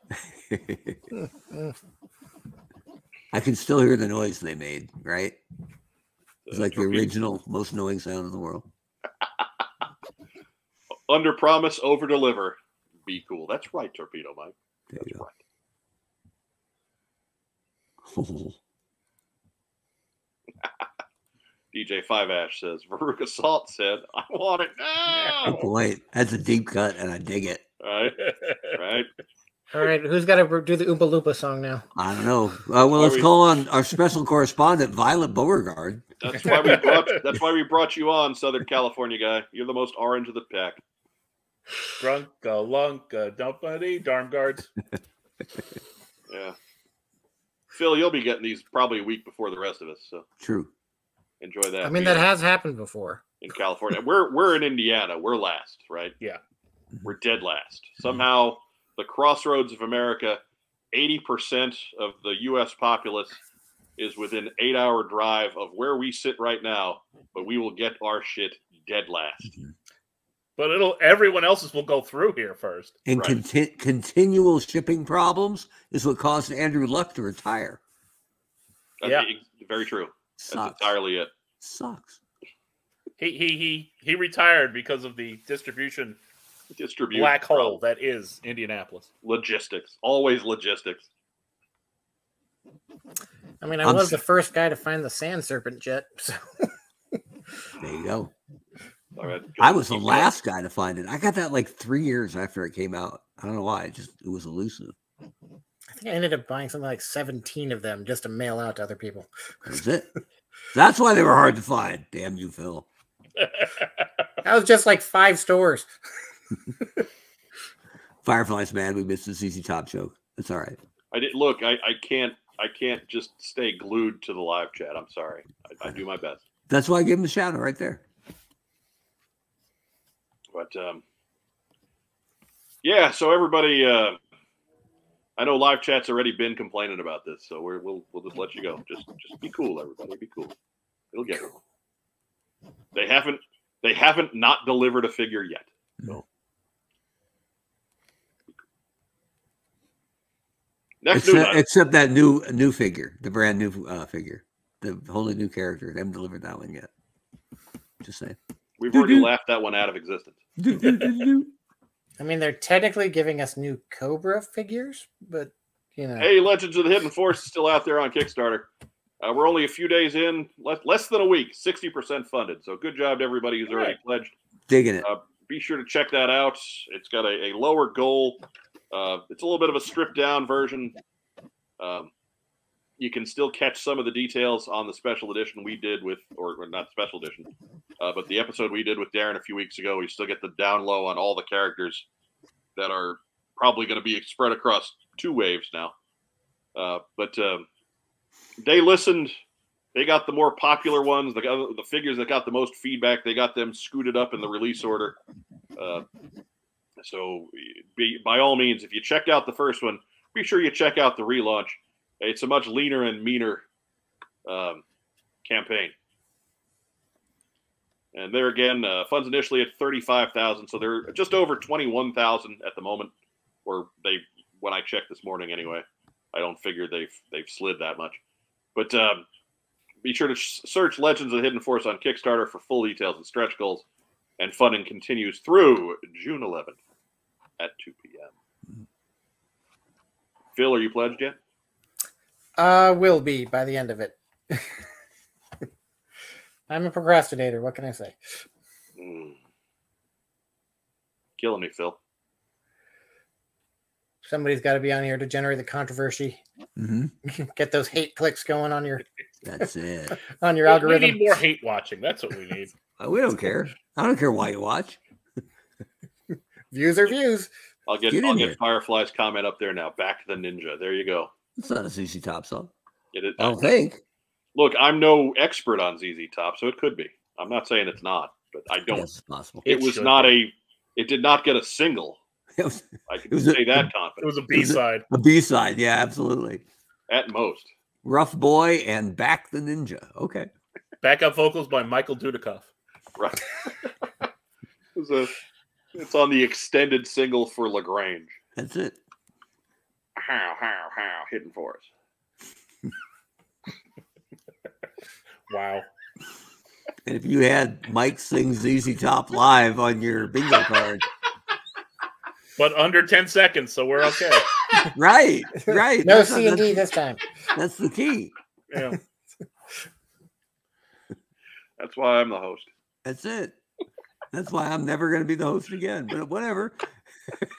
Speaker 2: I can still hear the noise they made, right? It's
Speaker 1: Uh,
Speaker 2: like the
Speaker 1: torpe-
Speaker 2: original, most annoying sound in the world.
Speaker 1: Under promise, over deliver. Be cool. That's right, Torpedo Mike.
Speaker 2: There you
Speaker 1: That's
Speaker 2: go.
Speaker 1: right. DJ Five Ash says Veruca Salt said, I want it now.
Speaker 2: Good point. Oh, That's a deep cut, and I dig it.
Speaker 1: Right, right.
Speaker 4: All right, who's got to do the Oompa Loompa song now?
Speaker 2: I don't know. Uh, well, let's
Speaker 1: we-
Speaker 2: call on our special correspondent, Violet Beauregard.
Speaker 1: That's why we brought that's why we brought you on, Southern California guy. You're the most orange of the pack.
Speaker 3: Drunk, uh, lunk, uh, dumpity, darm guards.
Speaker 1: Yeah. Phil, you'll be getting these probably a week before the rest of us, so
Speaker 2: True.
Speaker 1: enjoy
Speaker 2: Oh,
Speaker 1: that.
Speaker 4: I mean,
Speaker 1: Be-
Speaker 4: that has happened before.
Speaker 1: in California. We're we're in Indiana. We're last, right?
Speaker 3: Yeah.
Speaker 1: We're dead last. Somehow the crossroads of America, 80% of the US populace is within 8-hour drive of where we sit right now, but we will get our shit dead last.
Speaker 3: But it'll everyone else's will go through here first.
Speaker 2: And
Speaker 1: Right.
Speaker 2: conti- continual shipping problems is what caused Andrew Luck to retire.
Speaker 1: That's
Speaker 3: Yeah.
Speaker 1: the- very true. That's
Speaker 2: Sucks.
Speaker 1: entirely it.
Speaker 2: Sucks.
Speaker 3: He he he he retired because of the distribution
Speaker 1: Distribute
Speaker 3: black hole
Speaker 1: problem.
Speaker 3: that is Indianapolis.
Speaker 1: logistics. Always logistics.
Speaker 4: I mean, I
Speaker 2: I'm
Speaker 4: was
Speaker 2: s-
Speaker 4: the first guy to find the sand serpent jet. So
Speaker 2: There you go.
Speaker 1: All right.
Speaker 2: I was the
Speaker 1: Keep going.
Speaker 2: last guy to find it. I got that like three years after it came out. I don't know why. It just it was elusive.
Speaker 4: I think I ended up buying something like 17 of them just to mail out to other people.
Speaker 2: That's it. That's why they were hard to find. Damn you, Phil.
Speaker 4: That was just like five stores.
Speaker 2: Fireflies, man. We missed this easy top joke. It's all right.
Speaker 1: I did look. I, I can't. I can't just stay glued to the live chat. I'm sorry. I, I do my best,
Speaker 2: That's why I gave him a shout out right there.
Speaker 1: but um, yeah. So everybody, uh, I know live chat's already been complaining about this, so we're, we'll we'll just let you go. Just just be cool, everybody. Be cool. It'll get. there. They haven't. They haven't not delivered a figure yet. So. Next news
Speaker 2: Except,
Speaker 1: item.
Speaker 2: except that new new figure, the brand new uh, figure, the wholly new character. They haven't delivered that one yet. Just saying.
Speaker 1: We've already
Speaker 2: doo-doo.
Speaker 1: laughed that one out of existence.
Speaker 2: Do, do, do, do.
Speaker 4: I mean, they're technically giving us new Cobra figures, but you know,
Speaker 1: Hey, Legends of the Hidden Force is still out there on Kickstarter. Uh, we're only a few days in, less, less than a week, 60% funded. So good job to everybody who's already pledged.
Speaker 2: Digging it.
Speaker 1: Be sure to check that out. It's got a, a lower goal. Uh, it's a little bit of a stripped down version. Um, you can still catch some of the details on the special edition we did with, or, or not special edition, uh, but the episode we did with Darren a few weeks ago. You still get the down low on all the characters that are probably going to be spread across two waves now. Uh, but um, they listened. They got the more popular ones, the the figures that got the most feedback. They got them scooted up in the release order. Uh, so, be, by all means, if you checked out the first one, be sure you check out the relaunch. It's a much leaner and meaner um, campaign. And there again, uh, funds initially at thirty-five thousand, so they're just over twenty-one thousand at the moment, or they when I checked this morning anyway. I don't figure they've they've slid that much. But um, be sure to s- search Legends of the Hidden Force on Kickstarter for full details and stretch goals. And funding continues through June 11th at 2 p.m. Phil, are you pledged yet?
Speaker 4: Uh, will be by the end of it. I'm a procrastinator. What can I say?
Speaker 1: Mm. Killing me, Phil.
Speaker 4: Somebody's got to be on here to generate the controversy.
Speaker 2: hmm
Speaker 4: Get those hate clicks going on your
Speaker 2: That's it.
Speaker 4: on your
Speaker 3: we
Speaker 4: algorithm.
Speaker 3: need more hate watching. That's what we need.
Speaker 2: Uh, we don't care. I don't care why you watch.
Speaker 4: Views are views.
Speaker 1: I'll get,
Speaker 2: Get
Speaker 1: I'll
Speaker 2: in
Speaker 1: get
Speaker 2: here.
Speaker 1: Firefly's comment up there now. Back to the ninja. There you go.
Speaker 2: It's not a ZZ Top song.
Speaker 1: It is,
Speaker 2: I don't think.
Speaker 1: Look, I'm no expert on ZZ Top, so it could be. I'm not saying it's not, but I don't.
Speaker 2: Yes, it's possible.
Speaker 1: It,
Speaker 3: It
Speaker 1: was
Speaker 3: should
Speaker 1: not a. It did not get a single.
Speaker 2: It was
Speaker 1: I can
Speaker 2: It was a-
Speaker 1: say that
Speaker 3: It
Speaker 1: confident
Speaker 3: was a B side.
Speaker 2: a B side. Yeah, absolutely.
Speaker 1: at most.
Speaker 2: Rough Boy and Back the Ninja. Okay.
Speaker 3: Backup vocals by Michael Dudikoff.
Speaker 1: Right. it was a. It's on the extended single for Lagrange.
Speaker 2: That's it.
Speaker 1: How how how hidden forest.
Speaker 3: Wow.
Speaker 2: And if you had Mike sing ZZ Top live on your bingo card,
Speaker 3: But under 10 seconds, so we're okay.
Speaker 2: right, right.
Speaker 4: No
Speaker 2: that's-
Speaker 4: C and D
Speaker 2: that's,
Speaker 4: this time.
Speaker 2: that's the key.
Speaker 3: Yeah.
Speaker 1: That's why I'm the host.
Speaker 2: That's it. That's why I'm never going to be the host again. But whatever.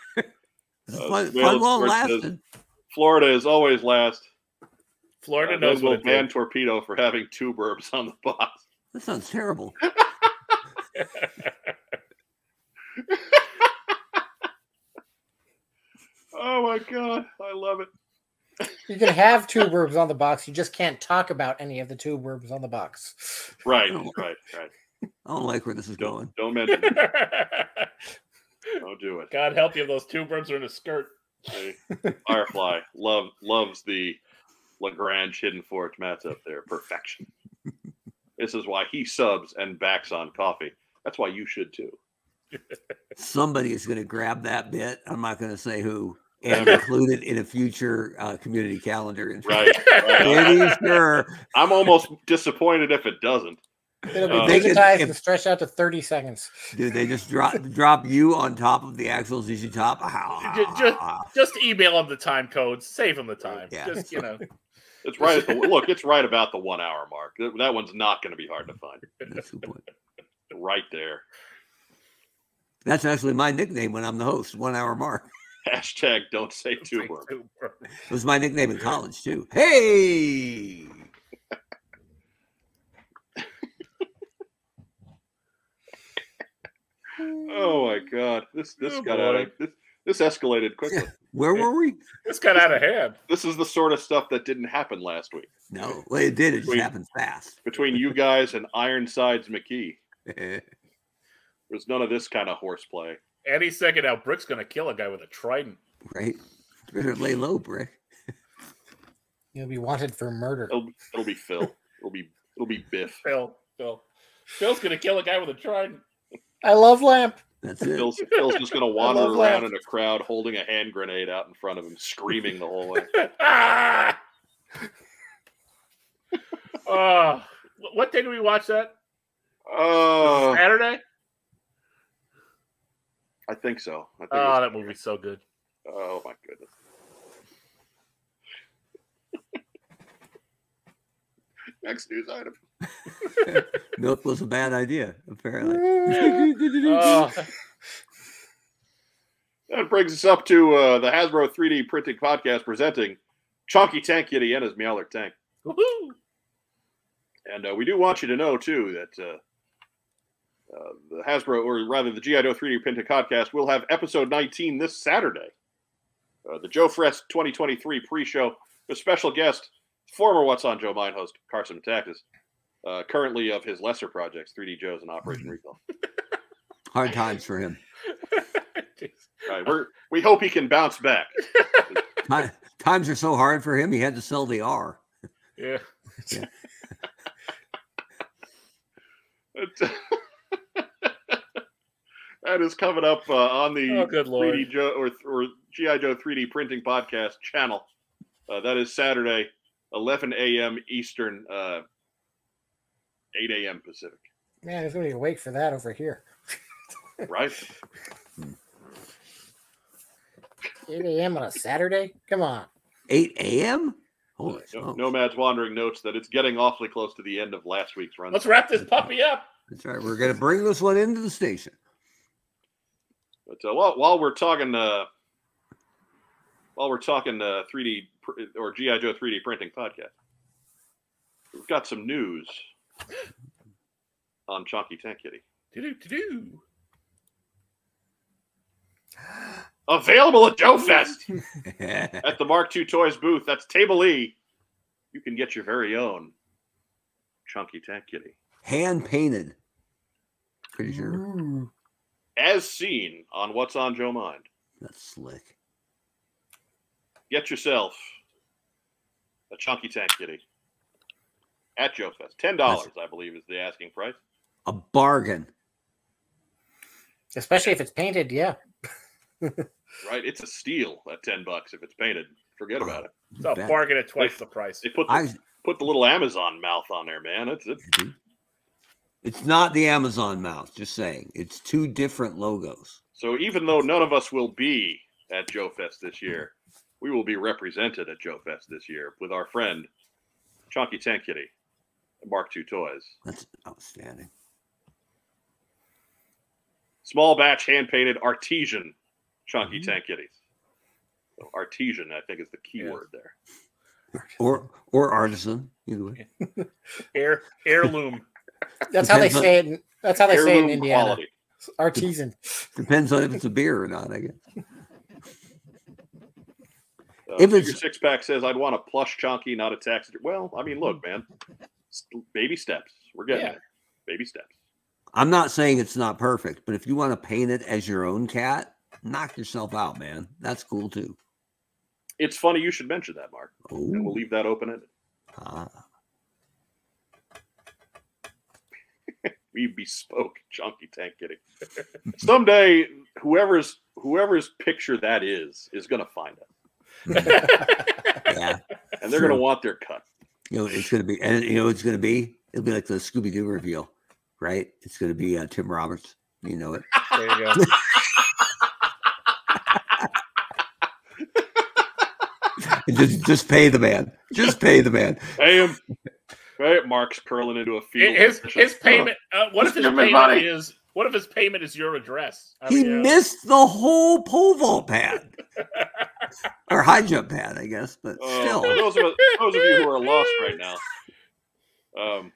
Speaker 2: It's
Speaker 1: Uh,
Speaker 2: fun,
Speaker 1: Whale
Speaker 2: fun
Speaker 1: of
Speaker 2: long
Speaker 1: Swords says-
Speaker 2: lasted.
Speaker 1: Florida is always last.
Speaker 3: Florida
Speaker 1: Uh, they
Speaker 3: knows
Speaker 1: will
Speaker 3: what it
Speaker 1: ban
Speaker 3: did.
Speaker 1: torpedo for having two burbs on the box.
Speaker 2: That sounds terrible.
Speaker 1: Oh my god, I love it.
Speaker 4: You can have two verbs on the box. You just can't talk about any of the two verbs on the box.
Speaker 1: Right,
Speaker 2: Oh.
Speaker 1: right, right.
Speaker 2: I don't like where this is going.
Speaker 1: Don't don't mention it. Don't do it.
Speaker 3: God help you, if those two birds are in a skirt.
Speaker 1: I- Firefly love loves the Lagrange hidden forge matchup there. Perfection. this is why he subs and backs on coffee. That's why you should too.
Speaker 2: Somebody is going to grab that bit. I'm not going to say who and include it in a future uh, community calendar. In
Speaker 1: Right. right.
Speaker 2: Pretty sure
Speaker 1: I'm almost disappointed if it doesn't.
Speaker 4: It'll be
Speaker 1: Uh,
Speaker 2: They could-
Speaker 4: digitized
Speaker 2: if-
Speaker 4: and stretched out to 30 seconds.
Speaker 2: Dude, they just drop drop you on top of the actual ZZ Top. Ah,
Speaker 3: Ju- ju- Just email them the time codes. Save them the time.
Speaker 2: Yeah.
Speaker 3: Just, you know.
Speaker 1: It's right at the look, it's right about the one hour mark. That that one's not gonna be hard to find.
Speaker 2: That's, a good point.
Speaker 1: Right there.
Speaker 2: That's actually my nickname when I'm the host. One hour mark.
Speaker 1: Hashtag don't say two
Speaker 3: Two
Speaker 1: words.
Speaker 3: birds.
Speaker 2: It was my nickname in college too. Hey,
Speaker 1: Oh my god. This this
Speaker 3: Oh,
Speaker 1: got out
Speaker 3: boy.
Speaker 1: of this, this escalated quickly.
Speaker 2: where were we?
Speaker 3: This got out of hand.
Speaker 1: this is the sort of stuff that didn't happen last week
Speaker 2: No, well, it did. It just
Speaker 1: Wait.
Speaker 2: happened fast.
Speaker 1: between you guys and Ironsides McKee.
Speaker 2: Eh,
Speaker 1: There's none of this kind of horseplay.
Speaker 3: Any second now, Brick's going to kill a guy with a trident.
Speaker 2: right? Better lay low, Brick.
Speaker 4: You'll be wanted for murder.
Speaker 1: It'll, it'll be Phil. It'll be it'll be Biff.
Speaker 3: Phil. Phil. Phil's going to kill a guy with a trident.
Speaker 4: I love Lamp.
Speaker 2: That's it.
Speaker 1: Phil's, Phil's just gonna wander
Speaker 4: love
Speaker 1: around
Speaker 4: that.
Speaker 1: in a crowd holding a hand grenade out in front of him, screaming the whole way.
Speaker 3: ah! Ah. Wh- what day do we watch that?
Speaker 1: Oh,
Speaker 3: Saturday?
Speaker 1: I think so. I think it
Speaker 3: Oh,
Speaker 1: was-
Speaker 3: that movie's so good.
Speaker 1: oh my goodness. Next news item.
Speaker 2: Milk was a bad idea, apparently.
Speaker 3: Oh,
Speaker 1: That brings us up to uh, the Hasbro 3D Printing Podcast presenting Chunky Tank Kitty and his Meowler Tank.
Speaker 3: woohoo.
Speaker 1: And uh, we do want you to know too that uh, uh, the Hasbro, or rather the GI Joe 3D Printed Podcast, will have episode 19 this Saturday. Uh, the Joe Frest 2023 pre-show with special guest, former What's on Joe Mine host Carson Matakis, uh, currently of his lesser projects, 3D Joe's and Operation Recall.
Speaker 2: Hard times for him.
Speaker 3: Jeez.
Speaker 1: All right, we're, we hope he can bounce back.
Speaker 2: Ti- Times are so hard for him. He had to sell the R.
Speaker 3: yeah.
Speaker 1: that is coming up uh, on the
Speaker 3: Oh, good lord.
Speaker 1: 3D Joe or, or GI Joe 3D Printing Podcast channel. Uh, that is Saturday, 11 a.m. Eastern, uh, 8 a.m. Pacific.
Speaker 4: Man, there's nobody awake for that over here.
Speaker 1: Right?
Speaker 4: 8 a.m. on a Saturday? Come on.
Speaker 2: 8 a.m. Holy
Speaker 1: No-
Speaker 2: smokes.
Speaker 1: Nomad's wandering notes that it's getting awfully close to the end of last week's run.
Speaker 3: Let's wrap this puppy up.
Speaker 2: That's right. We're gonna bring this one into the station.
Speaker 1: But uh, while while we're talking, uh, while we're talking uh, 3D pr- or GI Joe 3D printing podcast, we've got some news on Chonky Tank Kitty.
Speaker 3: Do-do-do-do.
Speaker 1: Available at Joe Fest
Speaker 2: yeah,
Speaker 1: at the Mark II Toys booth. That's Table E. You can get your very own Chonky Tank Kitty,
Speaker 2: hand painted. Pretty
Speaker 4: Mm-hmm.
Speaker 2: sure
Speaker 1: as seen on What's on Joe Mind.
Speaker 2: that's slick.
Speaker 1: Get yourself a Chunky Tank Kitty at Joe Fest. Ten dollars, I believe, is the asking price.
Speaker 2: A bargain.
Speaker 4: Especially if it's painted, yeah.
Speaker 1: Right? It's a steal at ten bucks if it's painted. Forget about it.
Speaker 3: It's a
Speaker 2: Bet.
Speaker 3: bargain at twice the price.
Speaker 1: They put the,
Speaker 2: I,
Speaker 1: put the little Amazon mouth on there, man. It's it's
Speaker 2: it's not the Amazon mouth. Just saying, it's two different logos.
Speaker 1: so even though none of us will be at Joe Fest this year, we will be represented at Joe Fest this year with our friend Chunky Tank Kitty, Mark Two Toys.
Speaker 2: That's outstanding.
Speaker 1: small batch hand painted artesian chunky
Speaker 2: Mm-hmm.
Speaker 1: tank kitties. So artesian, I think, is the key
Speaker 3: Yes.
Speaker 1: word there.
Speaker 2: Or or artisan. Either way.
Speaker 3: Air heirloom.
Speaker 4: That's how they
Speaker 2: Depends on-
Speaker 4: say it. in- That's how they say it in
Speaker 1: Heirloom
Speaker 4: Indiana.
Speaker 1: quality.
Speaker 4: Artisan.
Speaker 2: Depends on if it's a beer or not. I guess.
Speaker 1: Uh,
Speaker 2: If
Speaker 1: Figure
Speaker 2: it's-
Speaker 1: six pack says I'd want a plush chunky, not a tax. Well, I mean, look, man, s- baby steps. We're getting
Speaker 3: Yeah.
Speaker 1: there. Baby steps.
Speaker 2: I'm not saying it's not perfect, but if you want to paint it as your own cat, knock yourself out, man. That's cool too.
Speaker 1: It's funny you should mention that, Mark. And we'll
Speaker 2: Oh,
Speaker 1: leave that open ended.
Speaker 2: ah,
Speaker 1: We bespoke chunky tank kitty. Someday, whoever's whoever's picture that is is going to find us,
Speaker 2: yeah.
Speaker 1: and they're going
Speaker 2: Sure.
Speaker 1: to want their cut.
Speaker 2: You know, it's gonna be, and you know, what it's gonna be. It'll be like the Scooby Doo reveal, right? It's gonna be uh, Tim Roberts. You know it.
Speaker 3: There you go.
Speaker 2: And Just, just pay the man. Just pay the man.
Speaker 1: Pay him. Right, um, Mark's curling into a fetal.
Speaker 3: his
Speaker 1: position.
Speaker 3: his payment. Uh, what if his
Speaker 1: Stupid
Speaker 3: payment
Speaker 1: money.
Speaker 3: is? What if his payment is your address? I
Speaker 2: He
Speaker 3: mean, uh,
Speaker 2: missed the whole pole vault pad or high jump pad, I guess. But
Speaker 3: Oh.
Speaker 1: Uh,
Speaker 2: still,
Speaker 1: for those of, us- those of you who are lost right now, um,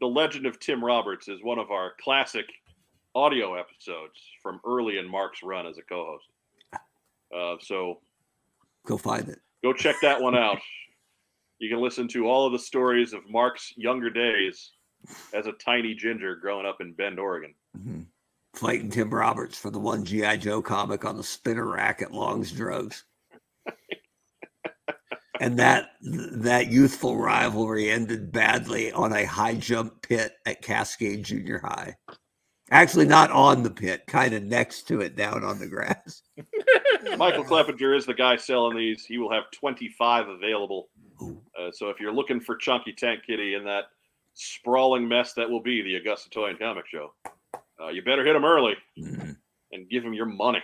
Speaker 1: the legend of Tim Roberts is one of our classic audio episodes from early in Mark's run as a co-host. Uh, so
Speaker 2: go find it.
Speaker 1: go check that one out. You can listen to all of the stories of Mark's younger days as a tiny ginger growing up in Bend, Oregon.
Speaker 2: Mhm. Fighting Tim Roberts for the one GI Joe comic on the spinner rack at Long's Drugs. and that that youthful rivalry ended badly on a high jump pit at Cascade Junior High. Actually, not on the pit, kind of next to it, down on the grass.
Speaker 1: Michael Clepinger is the guy selling these. He will have 25 available.
Speaker 2: Ooh.
Speaker 1: Uh, so if you're looking for Chunky Tank Kitty and that sprawling mess that will be the Augusta Toy and Comic Show, uh, you better hit him early
Speaker 2: Mhm.
Speaker 1: and give him your money.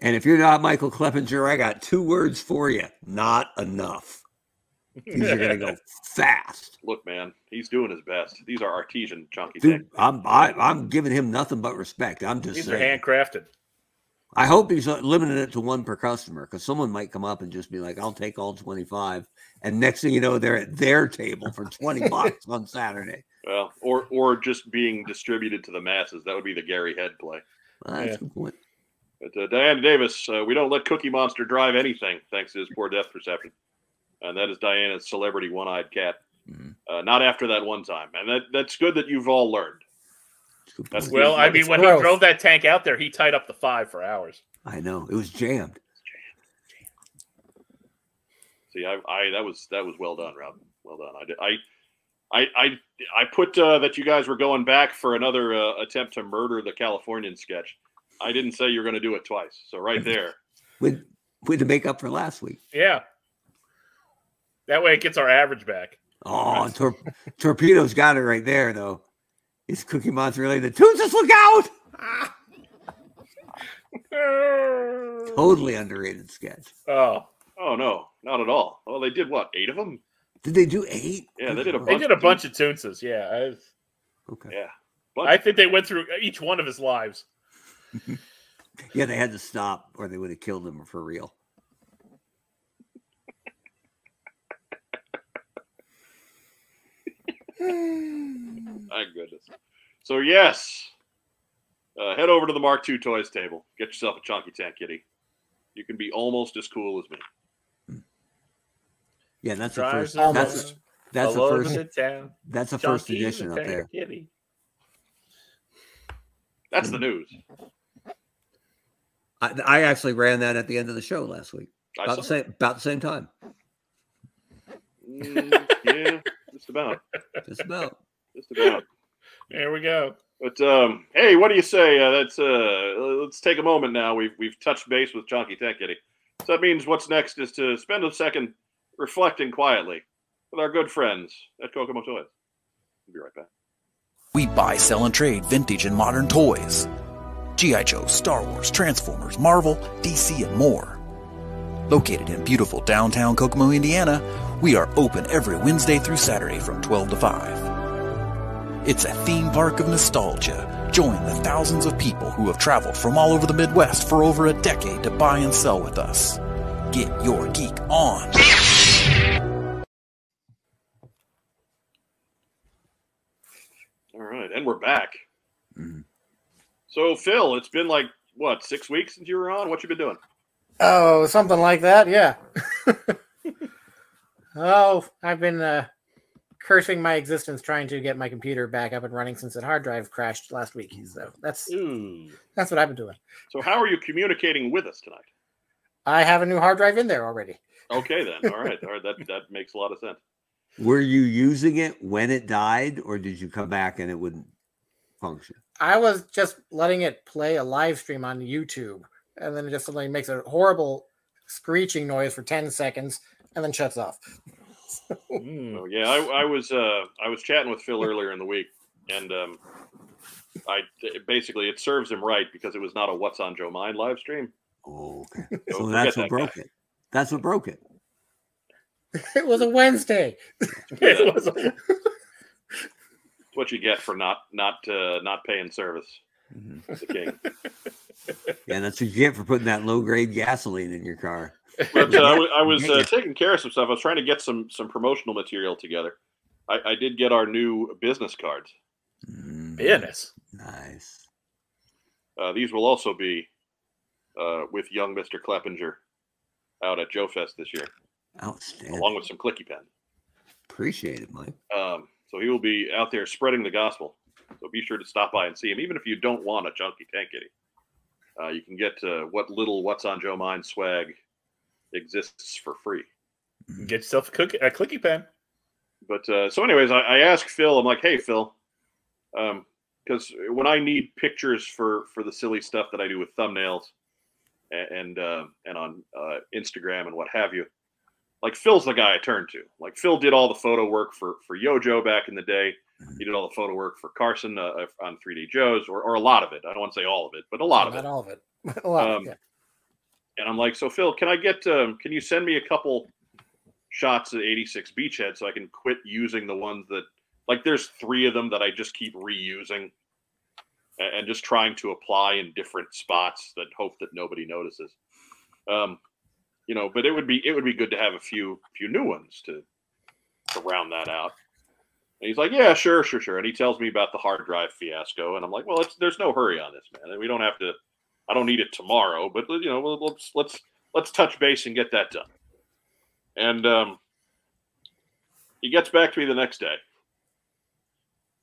Speaker 2: And if you're not Michael Clepinger, I got two words for you: not enough. These are gonna go fast.
Speaker 1: Look, man, he's doing his best. These are artesian Chunky Tank.
Speaker 2: Dude, I'm I, I'm giving him nothing but respect. I'm just
Speaker 3: These are
Speaker 2: saying.
Speaker 3: handcrafted.
Speaker 2: I hope he's uh, limiting it to one per customer because someone might come up and just be like, "I'll take all 25," and next thing you know, they're at their table for 20 bucks on Saturday.
Speaker 1: Well, or or just being distributed to the masses. That would be the Gary Head play.
Speaker 2: Well, that's
Speaker 3: Yeah.
Speaker 2: a good point.
Speaker 1: But uh, Diana Davis, uh, we don't let Cookie Monster drive anything, thanks to his poor depth perception. And that is Diana's celebrity one-eyed cat.
Speaker 2: Mhm.
Speaker 1: Uh, not after that one time, and that, that's good that you've all learned.
Speaker 2: It's a good
Speaker 1: That's
Speaker 2: point.
Speaker 1: good.
Speaker 3: Well, I mean,
Speaker 4: It's
Speaker 3: when
Speaker 4: gross.
Speaker 3: he drove that tank out there, he tied up the five for hours.
Speaker 2: I know it was jammed.
Speaker 1: See, I, I that was that was well done, Rob. Well done. I did- I I I, I put uh, that you guys were going back for another uh, attempt to murder the Californian sketch. I didn't say you're going to do it twice. So right there,
Speaker 2: We we had to make up for last week.
Speaker 3: Yeah. That way it gets our average back.
Speaker 2: Oh, tor- torpedo's got it right there, though. It's Cookie Monster related. Tunes, just look out! Totally underrated sketch.
Speaker 3: Oh,
Speaker 1: Oh no, not at all. Well, they did what? Eight of them?
Speaker 2: Did they do eight?
Speaker 1: Yeah, they did a
Speaker 3: they
Speaker 1: bunch.
Speaker 3: did a
Speaker 1: of
Speaker 3: bunch of Toonses. Yeah,
Speaker 2: Okay.
Speaker 1: Yeah,
Speaker 3: I,
Speaker 1: bunch.
Speaker 3: I think they went through each one of his lives.
Speaker 2: Yeah, they had to stop, or they would have killed him for real.
Speaker 1: My goodness. So yes, uh, head over to the Mark II toys table. Get yourself a Chunky Tank Kitty. You can be almost as cool as me.
Speaker 2: Yeah, that's the first.
Speaker 3: Drives them
Speaker 2: That's
Speaker 3: all-
Speaker 2: that's the
Speaker 3: all over
Speaker 2: first.
Speaker 3: the town.
Speaker 2: That's the first
Speaker 3: Chunky
Speaker 2: edition
Speaker 3: the
Speaker 2: up
Speaker 3: Tank
Speaker 2: there.
Speaker 3: Kitty.
Speaker 1: That's the news.
Speaker 2: I, I actually ran that at the end of the show last week.
Speaker 1: I
Speaker 2: About the
Speaker 1: saw.
Speaker 2: same. About the same time.
Speaker 1: Mm, yeah, just about,
Speaker 2: Just about.
Speaker 1: just about.
Speaker 3: There we go.
Speaker 1: But um, hey, what do you say? Uh, that's uh, let's take a moment now. We've we've touched base with Chonky Tech Kitty, so that means what's next is to spend a second reflecting quietly with our good friends at Kokomo Toys. We'll be right back.
Speaker 9: We buy, sell, and trade vintage and modern toys. G.I. Joe, Star Wars, Transformers, Marvel, DC, and more. Located in beautiful downtown Kokomo, Indiana, we are open every Wednesday through Saturday from 12 to 5. It's a theme park of nostalgia. Join the thousands of people who have traveled from all over the Midwest for over a decade to buy and sell with us. Get your geek on.
Speaker 1: All right, and we're back.
Speaker 2: Mhm.
Speaker 1: So Phil, it's been like what six weeks since you were on. What you been doing?
Speaker 4: Oh, something like that. Yeah. oh, I've been uh, cursing my existence trying to get my computer back up and running since that hard drive crashed last week. So that's
Speaker 3: Ooh.
Speaker 4: that's what I've been doing.
Speaker 1: So how are you communicating with us tonight?
Speaker 4: I have a new hard drive in there already.
Speaker 1: Okay, then. All right, all right. That that makes a lot of sense.
Speaker 2: Were you using it when it died, or did you come back and it wouldn't function?
Speaker 4: I was just letting it play a live stream on YouTube, and then it just suddenly makes a horrible screeching noise for ten seconds, and then shuts off.
Speaker 3: Mm.
Speaker 1: Oh yeah, I, I was uh, I was chatting with Phil earlier in the week, and um, I basically it serves him right because it was not a "What's on Joe Mind" live stream.
Speaker 2: Oh, okay.
Speaker 1: Don't
Speaker 2: So that's
Speaker 1: forget
Speaker 2: what
Speaker 1: that guy.
Speaker 2: broke it. That's what broke it.
Speaker 4: It was a Wednesday.
Speaker 3: It was a-
Speaker 1: It's what you get for not not uh, not paying service. The king.
Speaker 2: Yeah, that's what you get for putting that low grade gasoline in your car.
Speaker 1: But uh, I wa- I was uh, taking care of some stuff. I was trying to get some some promotional material together. I, I did get our new business cards.
Speaker 2: Mm,
Speaker 3: Business.
Speaker 2: Nice.
Speaker 1: Uh, these will also be uh, with young Mister Kleppinger out at Joe Fest this year, along
Speaker 2: Outstanding.
Speaker 1: with some clicky pens.
Speaker 2: Appreciate it, Mike.
Speaker 1: Um, so he will be out there spreading the gospel. So be sure to stop by and see him, even if you don't want a junkie tank kitty. Uh, you can get uh, what little "What's on Joe Mind" swag exists for free.
Speaker 3: Get yourself a, cook- a clicky pen.
Speaker 1: But uh, so, anyways, I, I asked Phil. I'm like, "Hey, Phil," because when I need pictures for for the silly stuff that I do with thumbnails and and, uh, and on uh, Instagram and what have you, like Phil's the guy I turn to. Like Phil did all the photo work for for Yojo back in the day. He did all the photo work for Carson uh, uh, on 3D Joe's, or or a lot of it. I don't want to say all of it, but a lot of
Speaker 4: Not
Speaker 1: it.
Speaker 4: all of it. a lot.
Speaker 1: Um,
Speaker 4: yeah.
Speaker 1: And I'm like, "So Phil, can I get? Um, can you send me a couple?" shots at 86 beachhead so i can quit using the ones that like there's three of them that i just keep reusing a- and, just trying to apply in different spots that hope that nobody notices um you know but it would be it would be good to have a few few new ones to to round that out and he's like yeah sure sure sure and he tells me about the hard drive fiasco and i'm like well it's, there's no hurry on this man and we don't have to i don't need it tomorrow but you know we'll- let's let's let's touch base and get that done and um, he gets back to me the next day,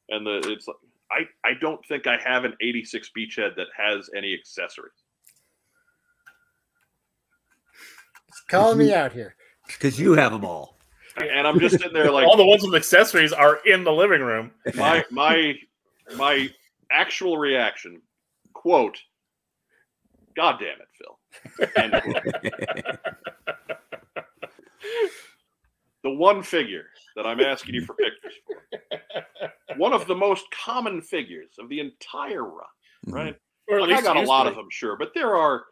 Speaker 1: and the it's like I I don't think I have an '86 Beachhead that has any accessories.
Speaker 4: It's calling me out here.
Speaker 2: Because you have them all.
Speaker 1: And I'm just sitting there like
Speaker 3: All the ones with accessories are in the living room.
Speaker 1: my my my actual reaction quote. God damn it, Phil. End quote. the one figure that I'm asking you for pictures for, one of the most common figures of the entire run,
Speaker 2: Mm-hmm.
Speaker 1: right?
Speaker 3: Or at
Speaker 1: Like,
Speaker 3: least
Speaker 1: I got a
Speaker 3: used
Speaker 1: lot
Speaker 3: to
Speaker 1: of
Speaker 3: be.
Speaker 1: them, sure, but there are.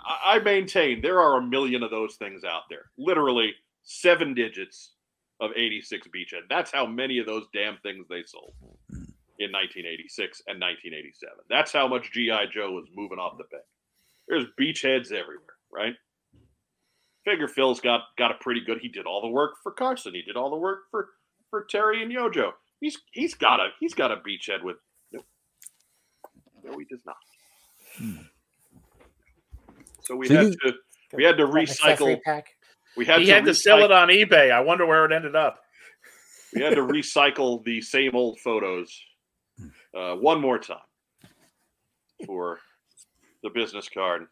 Speaker 1: I- I maintain there are a million of those things out there. Literally seven digits of 86 Beachhead. That's how many of those damn things they sold in 1986 and 1987. That's how much GI Joe was moving off the bed. There's beachheads everywhere, right? Figure Phil's got got a pretty good. He did all the work for Carson. He did all the work for for Terry and Yojo. He's he's got a he's got a beachhead with. Nope. No, he does not. So we
Speaker 2: Hmm. So
Speaker 1: had
Speaker 2: you-
Speaker 1: to we had to
Speaker 4: An accessory
Speaker 1: recycle.
Speaker 4: pack.
Speaker 1: We had
Speaker 3: he
Speaker 1: to
Speaker 3: had to sell
Speaker 1: recycle-
Speaker 3: it on eBay. I wonder where it ended up.
Speaker 1: we had to recycle the same old photos uh, one more time for the business card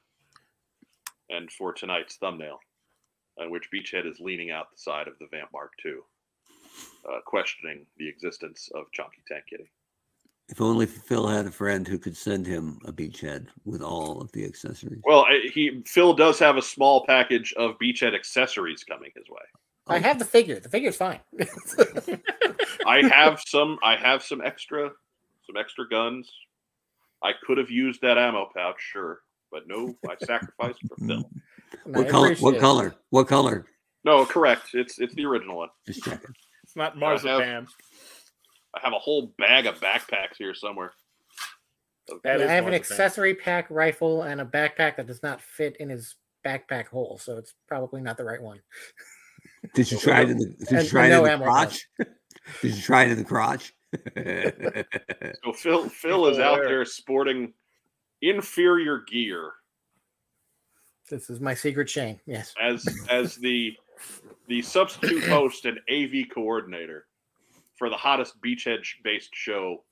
Speaker 1: and for tonight's thumbnail, uh, which Beachhead is leaning out the side of the Vamp Mark II, uh, questioning the existence of Chunky Tank Kitty.
Speaker 2: If only Phil had a friend who could send him a beachhead with all of the accessories.
Speaker 1: Well, I- he Phil does have a small package of Beachhead accessories coming his way.
Speaker 4: I have the figure. The figure's fine.
Speaker 1: I have some. I have some extra, some extra guns. I could have used that ammo pouch, sure, but no, I sacrificed for Phil.
Speaker 4: And I
Speaker 2: What color?
Speaker 4: appreciate
Speaker 2: What
Speaker 4: it.
Speaker 2: color? What color?
Speaker 1: No, correct. It's it's the original one.
Speaker 2: Just checking.
Speaker 3: It's not marzipan.
Speaker 1: I have a whole bag of backpacks here somewhere.
Speaker 3: That
Speaker 4: Yeah,
Speaker 3: is
Speaker 4: I have an
Speaker 3: marzipan.
Speaker 4: accessory pack rifle and a backpack that does not fit in his backpack hole, so it's probably not the right one.
Speaker 2: Did you try it in the? Did
Speaker 4: And-
Speaker 2: you try it
Speaker 4: no
Speaker 2: in the
Speaker 4: ammo pouch.
Speaker 2: crotch? Did you try it in the crotch?
Speaker 1: So Phil Phil is out
Speaker 3: Beware.
Speaker 1: there sporting inferior gear
Speaker 4: This is my secret shame. Yes.
Speaker 1: as as the the substitute host and AV coordinator for the hottest beachhead sh- based show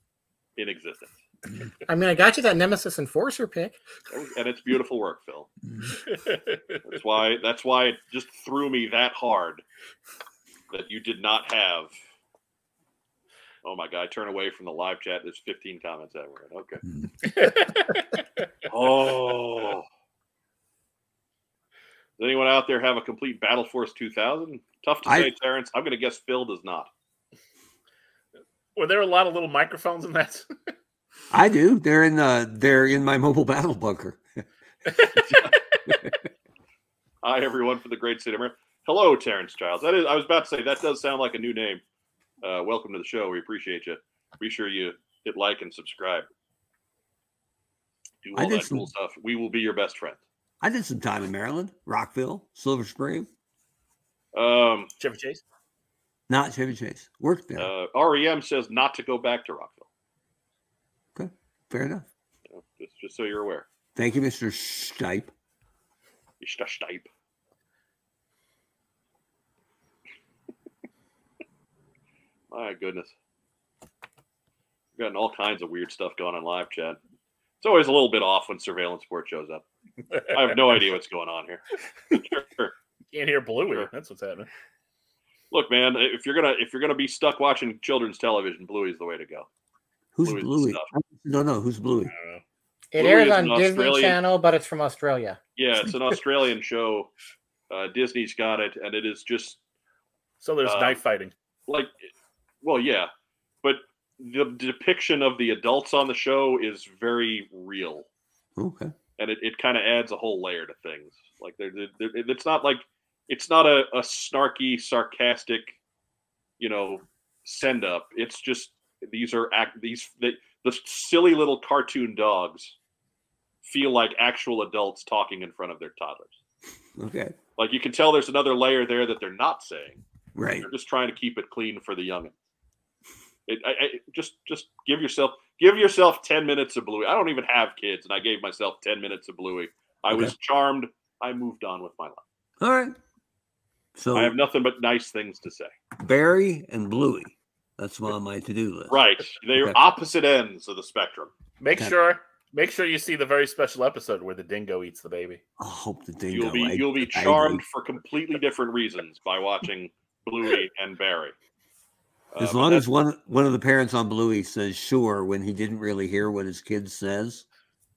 Speaker 1: in existence.
Speaker 4: I mean, I got you that Nemesis Enforcer pick.
Speaker 1: That was- And it's beautiful work, Phil. That's why that's why it just threw me that hard that you did not have. Oh my god, turn away from the live chat. There's 15 comments everywhere. Okay. Oh. Does anyone out there have a complete Battle Force 2000? Tough to
Speaker 2: I-
Speaker 1: say, Terrence. I'm going to guess Phil does not.
Speaker 3: Were there a lot of little microphones in that?
Speaker 2: I do. They're in the. They're in my mobile battle bunker.
Speaker 1: Hi, everyone from the great city of America. Hello, Terrence Childs. That is, I was about to say that does sound like a new name. Uh, welcome to the show. We appreciate you. Be sure you hit like and subscribe. Do
Speaker 2: I
Speaker 1: all
Speaker 2: did
Speaker 1: that cool stuff. We will be your best friend.
Speaker 2: I did some time in Maryland, Rockville, Silver Spring.
Speaker 1: Um,
Speaker 3: Jeffrey Chase.
Speaker 2: Not Chevy Chase. Worked there.
Speaker 1: uh, REM says not to go back to Rockville.
Speaker 2: Fair enough.
Speaker 1: You know, just, just so you're aware.
Speaker 2: Thank you, Mister Stipe.
Speaker 1: It's just type. My goodness. We've gotten all kinds of weird stuff going on live chat. It's always a little bit off when surveillance sport shows up. I have no idea what's going on here. Sure.
Speaker 3: Can't hear blue ear.
Speaker 1: Sure.
Speaker 3: That's what's happening.
Speaker 1: Look, man, if you're gonna if you're gonna be stuck watching children's television, Bluey's the way to go.
Speaker 2: Who's
Speaker 1: Bluey's the
Speaker 2: Bluey?
Speaker 1: stuff.
Speaker 2: I don't know who's Bluey.
Speaker 3: I don't know.
Speaker 4: It
Speaker 1: Bluey
Speaker 4: airs
Speaker 1: is
Speaker 4: on
Speaker 1: an
Speaker 4: Disney
Speaker 1: Australian-
Speaker 4: Channel, but it's from Australia.
Speaker 1: Yeah, it's an Australian show. Uh, Disney's got it, and it is just
Speaker 3: So there's
Speaker 1: Um,
Speaker 3: knife fighting.
Speaker 1: like well yeah but the depiction of the adults on the show is very real
Speaker 2: Okay.
Speaker 1: and it, it kind of adds a whole layer to things like they're, they're, they're- it's not like it's not a, a snarky sarcastic you know send up it's just these are act these the, the silly little cartoon dogs feel like actual adults talking in front of their toddlers
Speaker 2: Okay.
Speaker 1: like you can tell there's another layer there that they're not saying
Speaker 2: Right.
Speaker 1: they're just trying to keep it clean for the youngin. It, I, I, just just give yourself give yourself ten minutes of Bluey. I don't even have kids, and I gave myself ten minutes of Bluey. I was charmed. I moved on with my life.
Speaker 2: All right. So
Speaker 1: I have nothing but nice things to say.
Speaker 2: Barry and Bluey. That's one on my to-do list.
Speaker 1: Right? They are
Speaker 2: Okay.
Speaker 1: opposite ends of the spectrum.
Speaker 3: Make
Speaker 2: Okay.
Speaker 3: sure, make sure you see the very special episode where the dingo eats the baby.
Speaker 2: I hope the dingo.
Speaker 1: You'll be
Speaker 2: I-
Speaker 1: you'll be
Speaker 2: I-
Speaker 1: charmed for completely different reasons by watching Bluey and Barry. Uh,
Speaker 2: as
Speaker 1: but
Speaker 2: long
Speaker 1: that's-
Speaker 2: as one one of the parents on Bluey says sure when he didn't really hear what his kid says,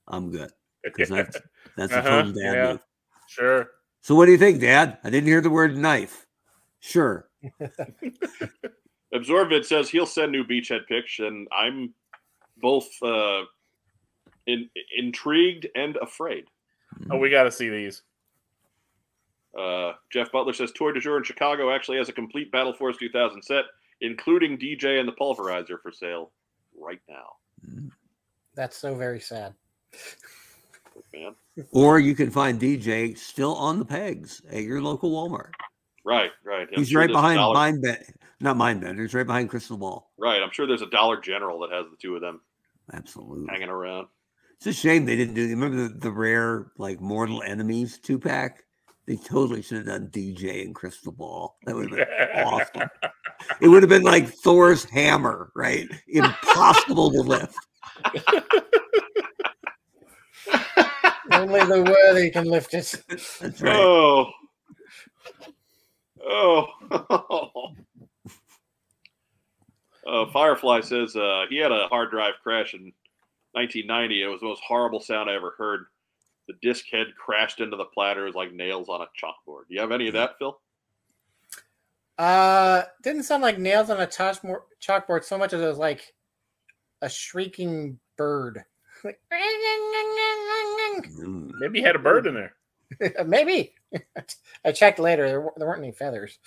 Speaker 2: I'm good because that's that's a
Speaker 3: Uh-huh,
Speaker 2: total dad
Speaker 3: yeah.
Speaker 2: move.
Speaker 3: sure.
Speaker 2: So what do you think, Dad? I didn't hear the word knife. Sure.
Speaker 1: Absorbvid says he'll send new beachhead pics, and I'm both uh, in, intrigued and afraid.
Speaker 3: Oh, we got to see these.
Speaker 1: Uh, Jeff Butler says Tour du Jour in Chicago actually has a complete Battle Force 2000 set, including DJ and the Pulverizer for sale right now.
Speaker 4: That's so very sad.
Speaker 1: Man.
Speaker 2: Or you can find DJ still on the pegs at your local Walmart.
Speaker 1: Right, right. I'm
Speaker 2: He's
Speaker 1: sure
Speaker 2: right
Speaker 1: there's a
Speaker 2: behind
Speaker 1: dollar,
Speaker 2: Mindbender. Not Mindbender. He's right behind Crystal Ball.
Speaker 1: Right, I'm sure there's a Dollar General that has the two of them
Speaker 2: Absolutely.
Speaker 1: hanging around.
Speaker 2: It's a shame they didn't do. Remember the, the rare like Mortal Enemies two pack? They totally should have done DJ and Crystal Ball. That would have been awesome. It would have been like Thor's hammer, right? Impossible to lift.
Speaker 4: Only the worthy can lift it.
Speaker 2: That's right.
Speaker 1: Oh. Oh. uh, Firefly says uh, he had a hard drive crash in 1990. It was the most horrible sound I ever heard. The disc head crashed into the platter. It was like nails on a chalkboard. Do you have any of that, Phil?
Speaker 4: Uh, didn't sound like nails on a touch more chalkboard so much as it was like a shrieking bird. Like,
Speaker 2: Mm.
Speaker 3: Maybe he had a bird in there.
Speaker 4: Maybe. I checked later. There, wa- there weren't any feathers.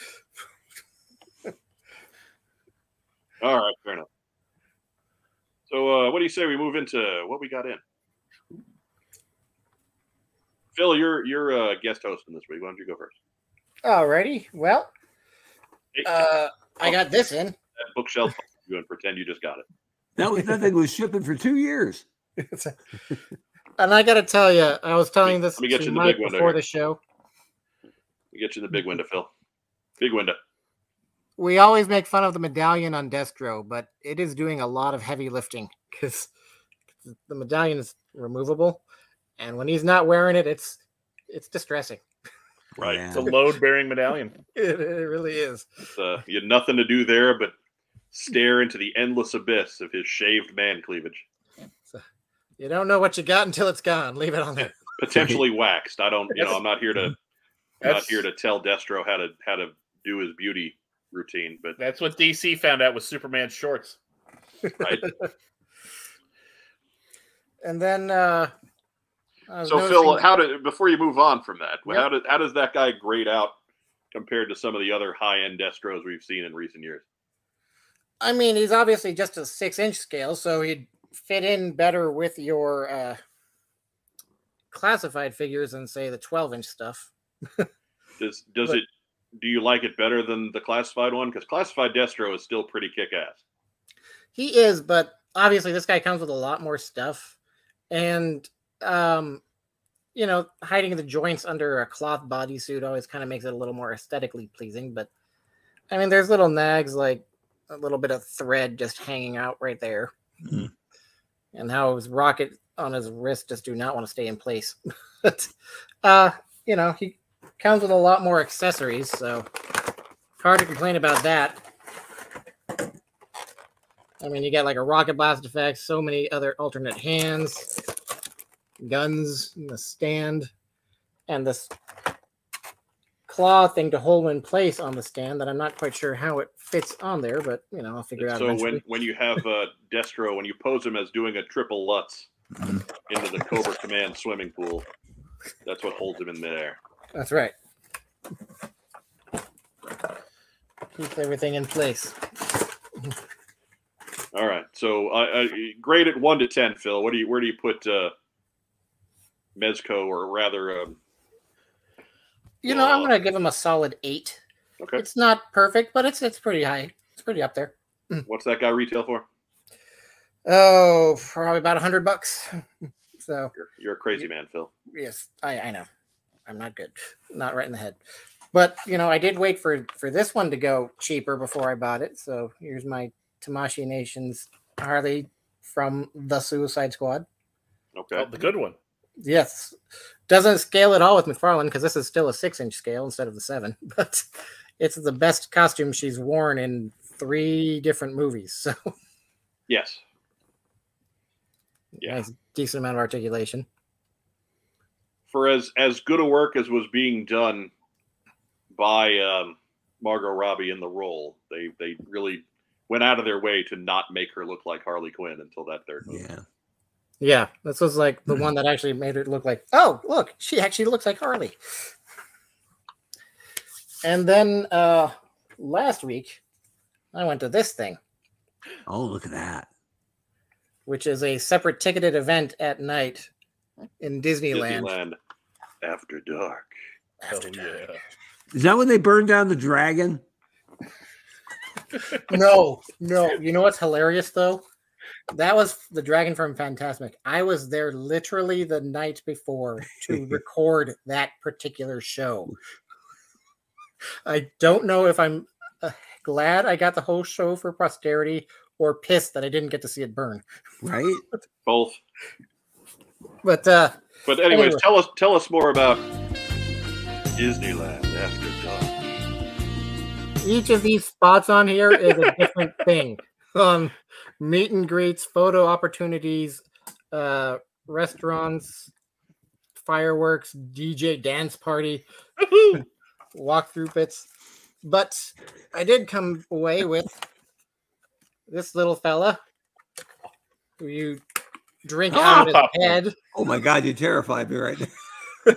Speaker 1: All right, fair enough. So, uh, what do you say we move into what we got in? Phil, you're you're uh, guest hosting this week. Why don't you go first?
Speaker 4: Alrighty. Well,
Speaker 1: Take
Speaker 4: uh, I got this in.
Speaker 1: that bookshelf you and pretend you just got it.
Speaker 2: That was that thing was shipping for two years.
Speaker 4: And I got to tell you, I was telling this
Speaker 1: Let me get
Speaker 4: to
Speaker 1: you in the
Speaker 4: Mike
Speaker 1: big window
Speaker 4: before
Speaker 1: here.
Speaker 4: the show.
Speaker 1: We get you in the big window, Phil. Big window.
Speaker 4: We always make fun of the medallion on Destro, but it is doing a lot of heavy lifting because the medallion is removable, and when he's not wearing it, it's it's distressing.
Speaker 1: Right.
Speaker 2: Yeah.
Speaker 3: It's a load bearing medallion.
Speaker 4: It, it really is.
Speaker 1: It's, uh, you had nothing to do there but stare into the endless abyss of his shaved man cleavage,
Speaker 4: You don't know what you got until it's gone. Leave it on there.
Speaker 1: potentially waxed. I don't, you know,
Speaker 4: That's-
Speaker 1: I'm not here to, I'm not
Speaker 3: That's-
Speaker 1: here to tell Destro how to how to do his beauty routine, but
Speaker 3: That's what DC found out with Superman shorts.
Speaker 1: right.
Speaker 4: And then, uh, I was
Speaker 1: so
Speaker 4: noticing-
Speaker 1: Phil, how did before you move on from that,
Speaker 4: Yep.
Speaker 1: how does how does that guy grade out compared to some of the other high end Destros we've seen in recent years?
Speaker 4: I mean, he's obviously just a six inch scale, so he'd fit in better with your uh, classified figures than, say, the 12 inch stuff.
Speaker 1: Does does
Speaker 4: Look-
Speaker 1: it? Do you like it better than the classified one? Because classified Destro is still pretty kick ass.
Speaker 4: He is, but obviously, this guy comes with a lot more stuff. And, um, you know, hiding the joints under a cloth bodysuit always kind of makes it a little more aesthetically pleasing. But, I mean, there's little nags like a little bit of thread just hanging out right there.
Speaker 9: Mhm.
Speaker 4: And how his rocket on his wrist just do not want to stay in place. but, uh, you know, he comes with a lot more accessories, so hard to complain about that. I mean, you got like a rocket blast effect, so many other alternate hands, guns, and the stand, and this claw thing to hold in place on the stand that I'm not quite sure how it fits on there, but you know, I'll figure it out.
Speaker 1: so
Speaker 4: eventually.
Speaker 1: when when you have uh, Destro, when you pose him as doing a triple Lutz into the Cobra Command swimming pool, that's what holds him in midair.
Speaker 4: That's right. Keeps everything in place.
Speaker 1: All right, so I uh, grade it one to ten, Phil. What do you where do you put uh, Mezco, or rather, um,
Speaker 4: You know, I'm
Speaker 1: Well-
Speaker 4: gonna give him a solid eight.
Speaker 1: okay,
Speaker 4: It's not perfect, but it's it's pretty high. It's pretty up there.
Speaker 1: what's that guy retail for?
Speaker 4: Oh, probably about a hundred bucks. So
Speaker 1: You're, you're a crazy man, Phil.
Speaker 4: yes, I I know, I'm not good, not right in the head. But you know, I did wait for for this one to go cheaper before I bought it. So here's my Tamashi Nations Harley from the Suicide Squad.
Speaker 1: Okay,
Speaker 3: Oh, the good one.
Speaker 4: Yes. Doesn't scale at all with McFarlane because this is still a six inch scale instead of the seven, but it's the best costume she's worn in three different movies. So
Speaker 1: yes, Yeah.
Speaker 4: nice, decent amount of articulation.
Speaker 1: for as as good a work as was being done by um, Margot Robbie in the role. They they really went out of their way to not make her look like Harley Quinn until that third movie.
Speaker 2: Yeah.
Speaker 4: Yeah, this was like
Speaker 3: Hmm.
Speaker 4: the one that actually made it look like, oh, look, she actually looks like Harley. And then uh last week, I went to this thing,
Speaker 2: Oh, look at that.
Speaker 4: which is a separate ticketed event at night in Disneyland.
Speaker 1: Disneyland after dark.
Speaker 3: Oh, yeah.
Speaker 2: Is that when they burned down the dragon?
Speaker 4: No, no. You know what's hilarious though? That was the dragon from Fantasmic. I was there literally the night before to record that particular show. I don't know if I'm uh, glad I got the whole show for posterity or pissed that I didn't get to see it burn.
Speaker 2: Right?
Speaker 1: Both.
Speaker 4: But uh
Speaker 1: But anyways,
Speaker 4: Anyway.
Speaker 1: tell us tell us more about Disneyland after dark.
Speaker 4: each of these spots on here is a different thing. Um, meet and greets, photo opportunities, uh, restaurants, fireworks, DJ dance party, walkthrough bits. But I did come away with this little fella who you drink out of
Speaker 3: Ah!
Speaker 4: his head.
Speaker 2: Oh my God, you terrified me right there.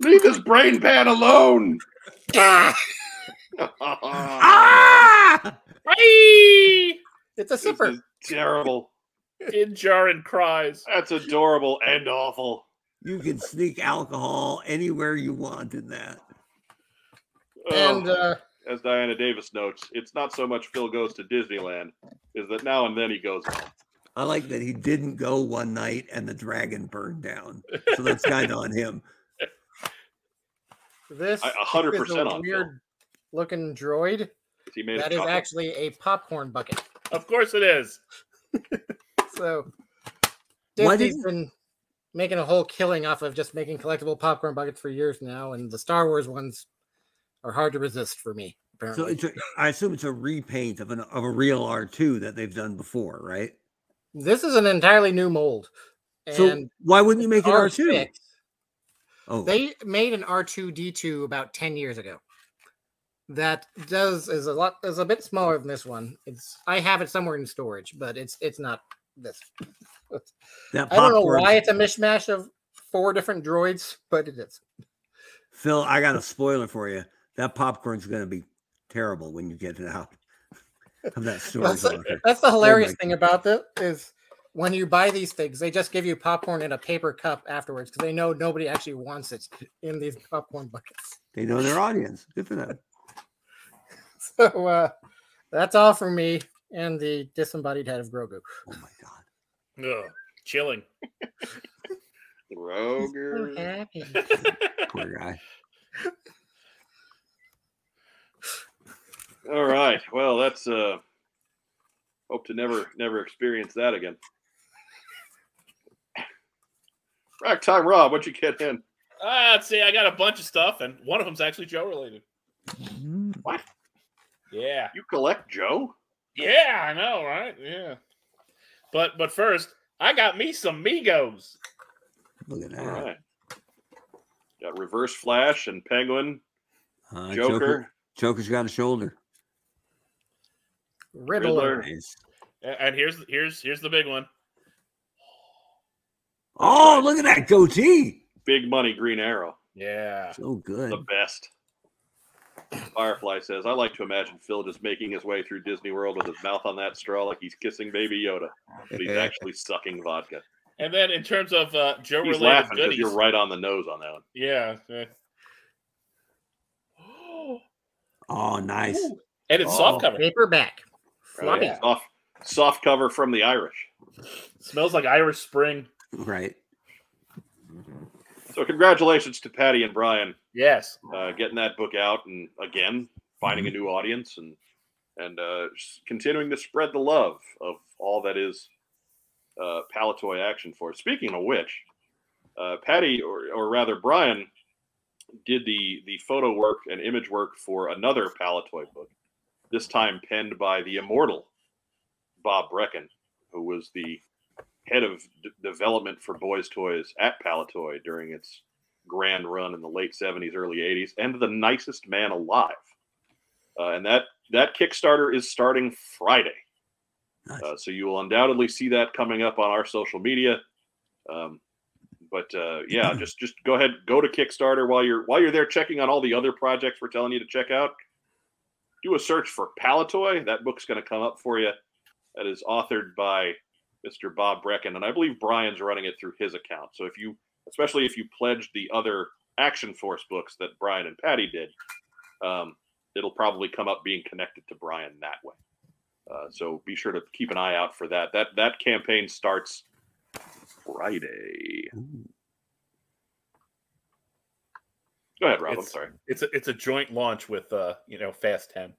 Speaker 1: Leave this brain pan alone.
Speaker 2: Ah!
Speaker 3: Hey!
Speaker 4: It's a
Speaker 1: This
Speaker 4: super.
Speaker 1: is terrible.
Speaker 3: In jar and cries.
Speaker 1: That's adorable and awful.
Speaker 2: You can sneak alcohol anywhere you want in that.
Speaker 1: Ugh.
Speaker 4: And uh,
Speaker 1: as Diana Davis notes, it's not so much Phil goes to Disneyland, is that now and then he goes.
Speaker 2: I like that he didn't go one night and the dragon burned down. So that's kind of on him.
Speaker 4: this
Speaker 1: I- a hundred
Speaker 4: is a
Speaker 1: percent on Phil.
Speaker 4: weird looking droid
Speaker 1: He made
Speaker 4: that
Speaker 1: a
Speaker 4: is
Speaker 1: chocolate-
Speaker 4: actually a popcorn bucket.
Speaker 3: Of course it is.
Speaker 4: So
Speaker 2: Why
Speaker 4: Disney's
Speaker 2: didn't-
Speaker 4: been making a whole killing off of just making collectible popcorn buckets for years now, and the Star Wars ones are hard to resist for me.
Speaker 2: So
Speaker 4: Apparently,
Speaker 2: it's a, I assume it's a repaint of an of a real R2 that they've done before, right?
Speaker 4: this is an entirely new mold, and
Speaker 2: so why wouldn't you make it R2?
Speaker 4: R6,
Speaker 2: Oh,
Speaker 4: they made an R two D two about ten years ago. That does is a lot is a bit smaller than this one. It's I have it somewhere in storage, but it's it's not this.
Speaker 2: that
Speaker 4: I don't know
Speaker 2: popcorn-
Speaker 4: why it's a mishmash of four different droids, but it is.
Speaker 2: Phil, I got a spoiler for you. That popcorn's going to be terrible when you get it out of that storage
Speaker 4: That's a-
Speaker 2: locker.
Speaker 3: Oh
Speaker 4: That's the hilarious
Speaker 2: God.
Speaker 4: thing about this is when you buy these things, they just give you popcorn in a paper cup afterwards because they know nobody actually wants it in these popcorn buckets.
Speaker 2: They know their audience. Good for them.
Speaker 4: So uh, that's all for me and the disembodied head of Grogu.
Speaker 2: Oh my god.
Speaker 3: Ugh. Chilling.
Speaker 1: Roger.
Speaker 4: happy.
Speaker 2: Poor guy.
Speaker 1: All right. Well, that's uh hope to never never experience that again. Rack time Rob, what you get in?
Speaker 3: Ah, let's see, I got a bunch of stuff, and one of them's actually Joe related.
Speaker 2: Mm.
Speaker 3: Yeah.
Speaker 1: You collect Joe?
Speaker 3: Yeah, I know, right? Yeah. But but first, I got me some Migos.
Speaker 2: Look at that.
Speaker 1: All right. Got reverse flash and penguin,
Speaker 2: Uh,
Speaker 1: Joker,
Speaker 2: Joker's got a shoulder.
Speaker 4: Riddler.
Speaker 1: Riddler.
Speaker 2: Nice.
Speaker 3: A- And here's here's here's the big one.
Speaker 2: Oh, look at that goatee.
Speaker 1: Big Money, Green Arrow.
Speaker 3: Yeah.
Speaker 2: So good.
Speaker 1: The best. Firefly says, I like to imagine Phil just making his way through Disney World with his mouth on that straw like he's kissing baby Yoda, but he's actually sucking vodka.
Speaker 3: And then in terms of uh, Joe
Speaker 1: He's
Speaker 3: related
Speaker 1: laughing because
Speaker 3: goodies,
Speaker 1: you're right on the nose on that one.
Speaker 3: yeah. yeah.
Speaker 2: Oh, nice.
Speaker 3: Ooh. and it's
Speaker 1: Oh.
Speaker 3: soft cover.
Speaker 4: Paperback.
Speaker 1: Right?
Speaker 4: Floppy.
Speaker 3: Oh, yeah.
Speaker 1: Soft, soft cover from the Irish.
Speaker 3: Smells like Irish Spring.
Speaker 2: Right.
Speaker 1: So congratulations to Patty and Brian
Speaker 3: Yes.
Speaker 1: uh, getting that book out and again finding a new audience and and uh, s- continuing to spread the love of all that is uh, Palatoy action for. Speaking of which, uh, Patty or, or rather Brian did the the photo work and image work for another Palatoy book, this time penned by the immortal Bob Brecken, who was the head of d- development for Boys Toys at Palatoy during its grand run in the late 70s, early 80s, and the nicest man alive. uh, and that that Kickstarter is starting Friday.
Speaker 2: Nice.
Speaker 1: Uh, so you will undoubtedly see that coming up on our social media. Um, but uh, yeah, just just go ahead, go to Kickstarter while you're while you're there checking on all the other projects we're telling you to check out. Do a search for Palatoy. That book's going to come up for you. That is authored by Mr. Bob Brecken, and I believe Brian's running it through his account. So if you, especially if you pledged the other Action Force books that Brian and Patty did, um, it'll probably come up being connected to Brian that way. Uh, so be sure to keep an eye out for that. That that campaign starts Friday. Go ahead, Rob. I'm
Speaker 3: It's-
Speaker 1: sorry.
Speaker 3: It's a, it's a joint launch with uh you know Fast Ten.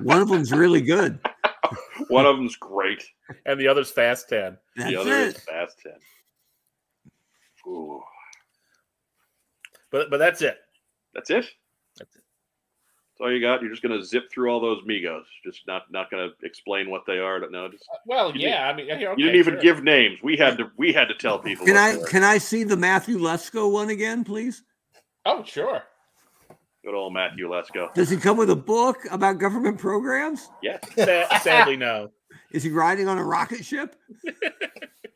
Speaker 2: One of them's really good.
Speaker 1: One of them's great.
Speaker 3: and the other's Fast Ten.
Speaker 2: That's
Speaker 1: the other is
Speaker 2: it.
Speaker 1: Fast Ten. Ooh,
Speaker 3: But but that's it.
Speaker 1: that's it.
Speaker 3: That's it.
Speaker 1: That's all you got. You're just gonna zip through all those Migos. Just not not gonna explain what they are. No, just
Speaker 3: Uh, Well,
Speaker 1: You
Speaker 3: yeah. I mean, yeah, okay,
Speaker 1: you didn't even
Speaker 3: sure.
Speaker 1: give names. We had to we had to tell people.
Speaker 2: Can
Speaker 1: what
Speaker 2: I
Speaker 1: they were.
Speaker 2: can I see the Matthew Lesko one again, please?
Speaker 3: Oh, sure.
Speaker 1: Good old Matthew Lesko.
Speaker 2: Does he come with a book about government programs?
Speaker 1: Yeah.
Speaker 3: Sa- sadly, no.
Speaker 2: Is he riding on a rocket ship?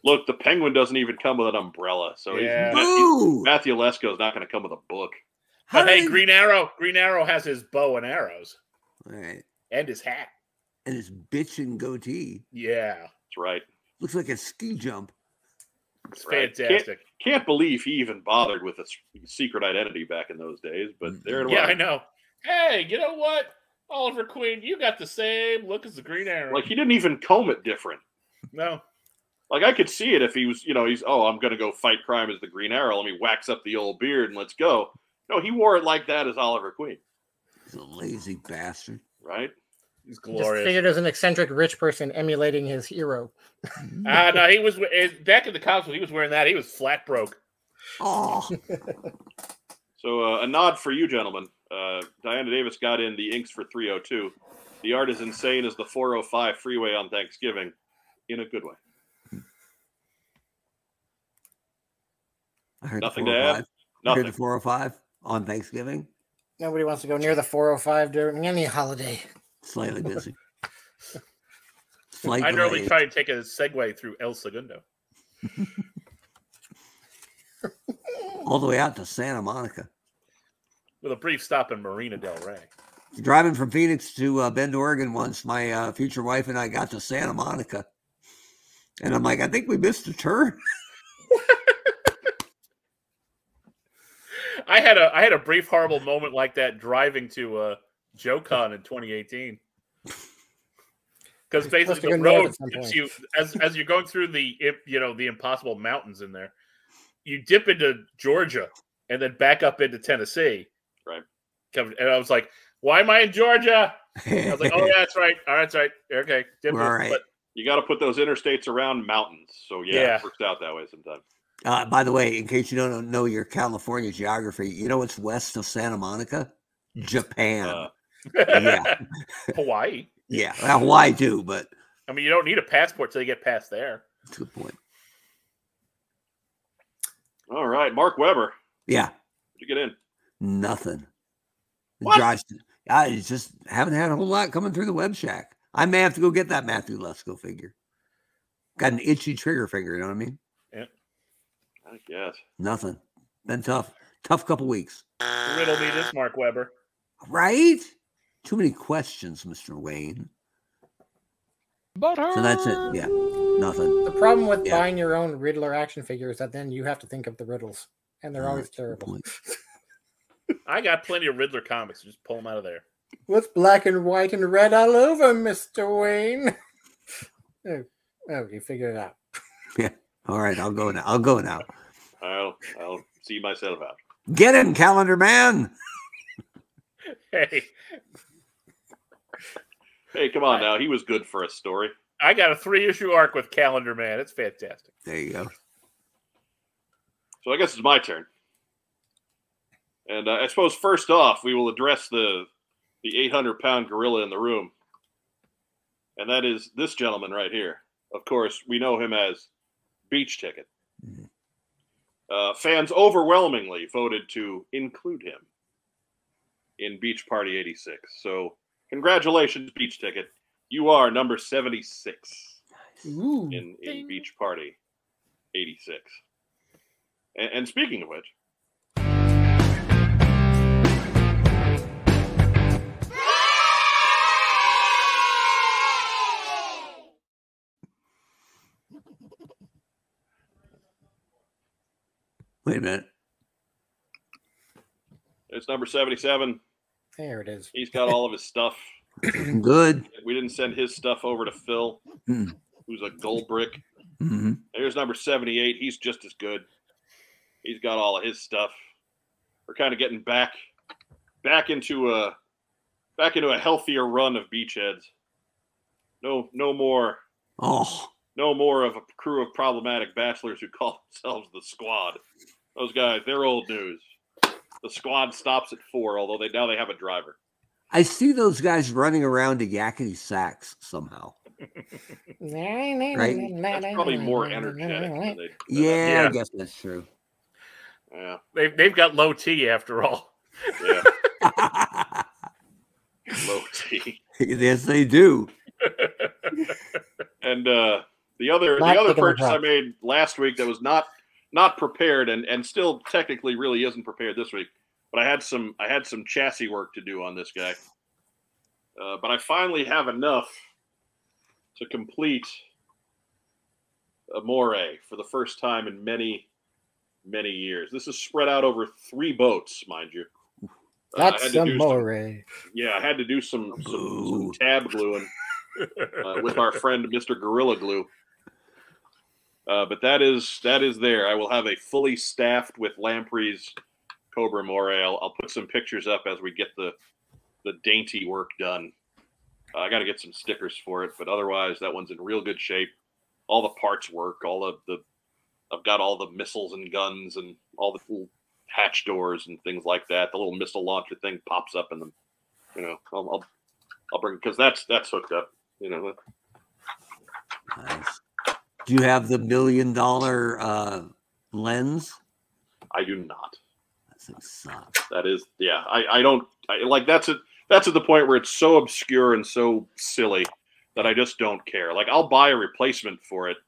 Speaker 1: Look, the penguin doesn't even come with an umbrella, so
Speaker 3: Yeah.
Speaker 1: he's, Matthew,
Speaker 2: Boo!
Speaker 1: Matthew Lesko's not going to come with a book.
Speaker 2: How
Speaker 3: But hey,
Speaker 2: did he-
Speaker 3: Green Arrow. Green Arrow has his bow and arrows
Speaker 2: All right.
Speaker 3: and his hat.
Speaker 2: And his bitchin' goatee
Speaker 3: Yeah,
Speaker 1: That's right.
Speaker 2: looks like a ski jump.
Speaker 3: it's
Speaker 1: Right.
Speaker 3: fantastic.
Speaker 1: Can't believe he even bothered with a s- secret identity back in those days, but
Speaker 2: Mm-hmm.
Speaker 1: there it
Speaker 3: Yeah, I
Speaker 1: was.
Speaker 3: know. Hey, you know what, Oliver Queen, you got the same look as the Green Arrow.
Speaker 1: Like he didn't even comb it different.
Speaker 3: no,
Speaker 1: Like I could see it if he was, you know, he's oh, I'm going to go fight crime as the Green Arrow. Let me wax up the old beard and let's go. No, he wore it like that as Oliver Queen,
Speaker 2: He's a lazy bastard.
Speaker 1: right?
Speaker 3: he's
Speaker 4: Just
Speaker 3: glorious.
Speaker 4: figured as an eccentric rich person emulating his hero.
Speaker 3: Ah, no, he was we- eh, back in the cops when he was wearing that. He was flat broke.
Speaker 2: Oh,
Speaker 1: So uh, a nod for you, gentlemen. Uh, Diana Davis got in the inks for 302. The art is insane as the 405 freeway on Thanksgiving, in a good way.
Speaker 2: I heard
Speaker 1: Nothing
Speaker 2: the
Speaker 1: to add?
Speaker 2: 405. I heard
Speaker 1: Nothing.
Speaker 2: the 405 on Thanksgiving.
Speaker 4: Nobody wants to go near the 405 during any holiday.
Speaker 2: Slightly busy. Slight
Speaker 3: I normally
Speaker 2: delays.
Speaker 3: try and take a segue through El Segundo.
Speaker 2: all the way out to Santa Monica.
Speaker 3: With a brief stop in Marina Del Rey.
Speaker 2: Driving from Phoenix to uh, Bend, Oregon once, my uh, future wife and I got to Santa Monica. And I'm like, I think we missed a turn.
Speaker 3: I had a I had a brief horrible moment like that driving to uh JoCon in 2018. Because
Speaker 4: You're supposed to
Speaker 3: basically the
Speaker 4: go north
Speaker 3: road
Speaker 4: at some
Speaker 3: dips
Speaker 4: point.
Speaker 3: you as as you're going through the im- you know the impossible mountains in there, you dip into Georgia and then back up into Tennessee.
Speaker 1: Right.
Speaker 3: Come- And I was like, why am I in Georgia? I was like, oh yeah, that's right. All right, that's right. Okay. Dip
Speaker 2: We're all right.
Speaker 3: it. But
Speaker 1: You got to put those interstates around mountains. So yeah,
Speaker 3: Yeah.
Speaker 1: it works out that way sometimes.
Speaker 2: Uh, by the way, in case you don't know your California geography, you know what's west of Santa Monica?
Speaker 3: Hmm.
Speaker 2: Japan.
Speaker 1: Uh,
Speaker 2: Yeah.
Speaker 3: Hawaii.
Speaker 2: yeah, well, Hawaii too, but
Speaker 3: I mean, you don't need a passport till you get past there.
Speaker 2: it's a good point.
Speaker 1: all right, Mark Weber,
Speaker 2: Yeah,
Speaker 1: did you get in?
Speaker 2: nothing.
Speaker 1: What?
Speaker 2: Josh, I just haven't had a whole lot coming through the web shack. I may have to go get that Matthew Lesko figure. Got an itchy trigger finger, you know what I mean?
Speaker 1: I guess.
Speaker 2: Nothing. Been tough. Tough couple weeks.
Speaker 3: Riddle me this, Mark Weber.
Speaker 2: Right? Too many questions, Mr. Wayne.
Speaker 10: But her.
Speaker 2: So that's it. Yeah. Nothing.
Speaker 4: The problem with
Speaker 2: Yeah.
Speaker 4: buying your own Riddler action figure is that then you have to think of the riddles, and they're
Speaker 2: All
Speaker 4: always
Speaker 2: right, Oh, Good
Speaker 4: terrible.
Speaker 2: point.
Speaker 3: I got plenty of Riddler comics. Just pull them out of there.
Speaker 4: What's black and white and red all over, Mister Wayne? oh, oh, you figured it out.
Speaker 2: All right, I'll go now. I'll go now.
Speaker 1: I'll I'll see myself out.
Speaker 2: Get him, calendar man.
Speaker 3: Hey,
Speaker 1: Hey, come on now. He was good for a story.
Speaker 3: I got a three issue arc with Calendar Man. It's fantastic.
Speaker 2: There you go.
Speaker 1: So I guess it's my turn. And uh, I suppose first off, we will address the the 800 pound gorilla in the room, and that is this gentleman right here. Of course, we know him as Beach Ticket.
Speaker 2: Mhm.
Speaker 1: Uh, fans overwhelmingly voted to include him in Beach Party 86. So, congratulations, Beach Ticket. You are number 76
Speaker 4: Ooh.
Speaker 1: in, in Beach Party 86. And, and speaking of which,
Speaker 2: Wait a minute.
Speaker 1: it's number 77.
Speaker 4: There it is.
Speaker 1: He's got all of his stuff.
Speaker 2: Good.
Speaker 1: We didn't send his stuff over to Phil,
Speaker 2: Mm.
Speaker 1: who's a gold brick.
Speaker 2: hmm
Speaker 1: There's number 78. He's just as good. He's got all of his stuff. We're kind of getting back back into a back into a healthier run of beachheads. No no more
Speaker 2: Oh,
Speaker 1: no more of a crew of problematic bachelors who call themselves the squad. Those guys, they're old news. The squad stops at four, although they now they have a driver.
Speaker 2: I see those guys running around to yakety sacks somehow.
Speaker 1: Uh,
Speaker 2: Right?
Speaker 1: That's probably more energetic. Than they,
Speaker 2: Yeah, I
Speaker 3: Yeah.
Speaker 2: guess that's true.
Speaker 1: yeah,
Speaker 3: They've, they've got low T after all.
Speaker 1: yeah. Low T.
Speaker 2: yes, they do.
Speaker 1: And uh, the other
Speaker 4: Not
Speaker 1: the other
Speaker 4: picking the
Speaker 1: purchase I
Speaker 4: props.
Speaker 1: made last week that was not not prepared and and still technically really isn't prepared this week, but I had some I had some chassis work to do on this guy. Uh, but I finally have enough to complete Amore for the first time in many many years. This is spread out over three boats, mind you. Uh, I had
Speaker 4: That's
Speaker 1: to
Speaker 4: some
Speaker 1: do
Speaker 4: more. Ray.
Speaker 1: yeah, I had to do some, some, some
Speaker 2: Boo.
Speaker 1: tab gluing uh, with our friend Mr. Gorilla Glue. Uh, but that is that is there. I will have a fully staffed with lampreys, Cobra Moray. I'll, I'll put some pictures up as we get the the dainty work done. Uh, I got to get some stickers for it, but otherwise that one's in real good shape. All the parts work. All of the I've got all the missiles and guns and all the little hatch doors and things like that. The little missile launcher thing pops up in the you know I'll I'll, I'll bring because that's that's hooked up. You know,
Speaker 2: Nice. Do you have the million dollar uh, lens?
Speaker 1: I do not.
Speaker 2: That thing sucks.
Speaker 1: That is, yeah, I, I don't I, like that's it. That's at the point where it's so obscure and so silly that I just don't care. Like I'll buy a replacement for it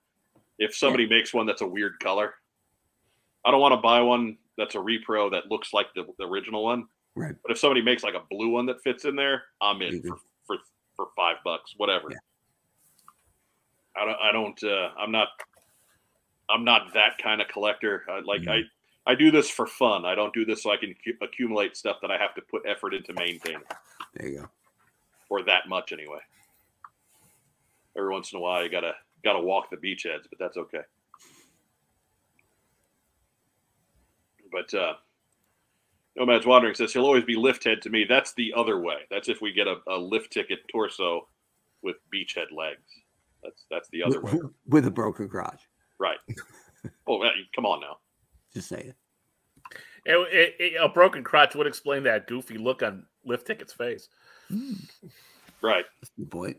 Speaker 1: if somebody makes one that's a weird color. I don't want to buy one that's a repro that looks like the, the original one.
Speaker 2: Right.
Speaker 1: But if somebody makes like a blue one that fits in there, I'm in
Speaker 2: Mhm.
Speaker 1: for, for for five bucks, whatever.
Speaker 2: Yeah.
Speaker 1: I don't. I don't. Uh, I'm not. I'm not that kind of collector. I, like I, I do this for fun. I don't do this so I can cu- accumulate stuff that I have to put effort into maintaining,
Speaker 2: There you go.
Speaker 1: or that much anyway. Every once in a while, you gotta gotta walk the beachheads, but that's okay. But uh, Nomad's Wandering says he'll always be lift head to me. That's the other way. That's if we get a, a lift ticket torso with beachhead legs. That's that's the other way.
Speaker 2: With, with a broken garage.
Speaker 1: Right. Oh, hey, come on now.
Speaker 2: Just say it.
Speaker 3: It- it- it- a broken crotch would explain that goofy look on Lift Ticket's face.
Speaker 1: Right,
Speaker 2: That's a good point.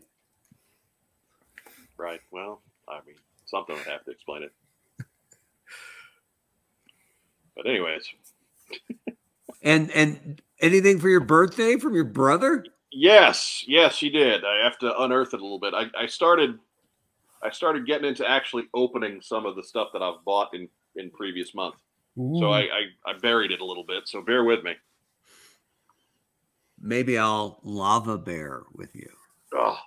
Speaker 1: right. Well, I mean, something would have to explain it. But anyways,
Speaker 2: And and anything for your birthday from your brother?
Speaker 1: yes, yes, he did. I have to unearth it a little bit. I, I started, I started getting into actually opening some of the stuff that I've bought in in previous months.
Speaker 4: Mm.
Speaker 1: So I, I I buried it a little bit. So bear with me.
Speaker 2: Maybe I'll lava bear with you.
Speaker 1: Oh,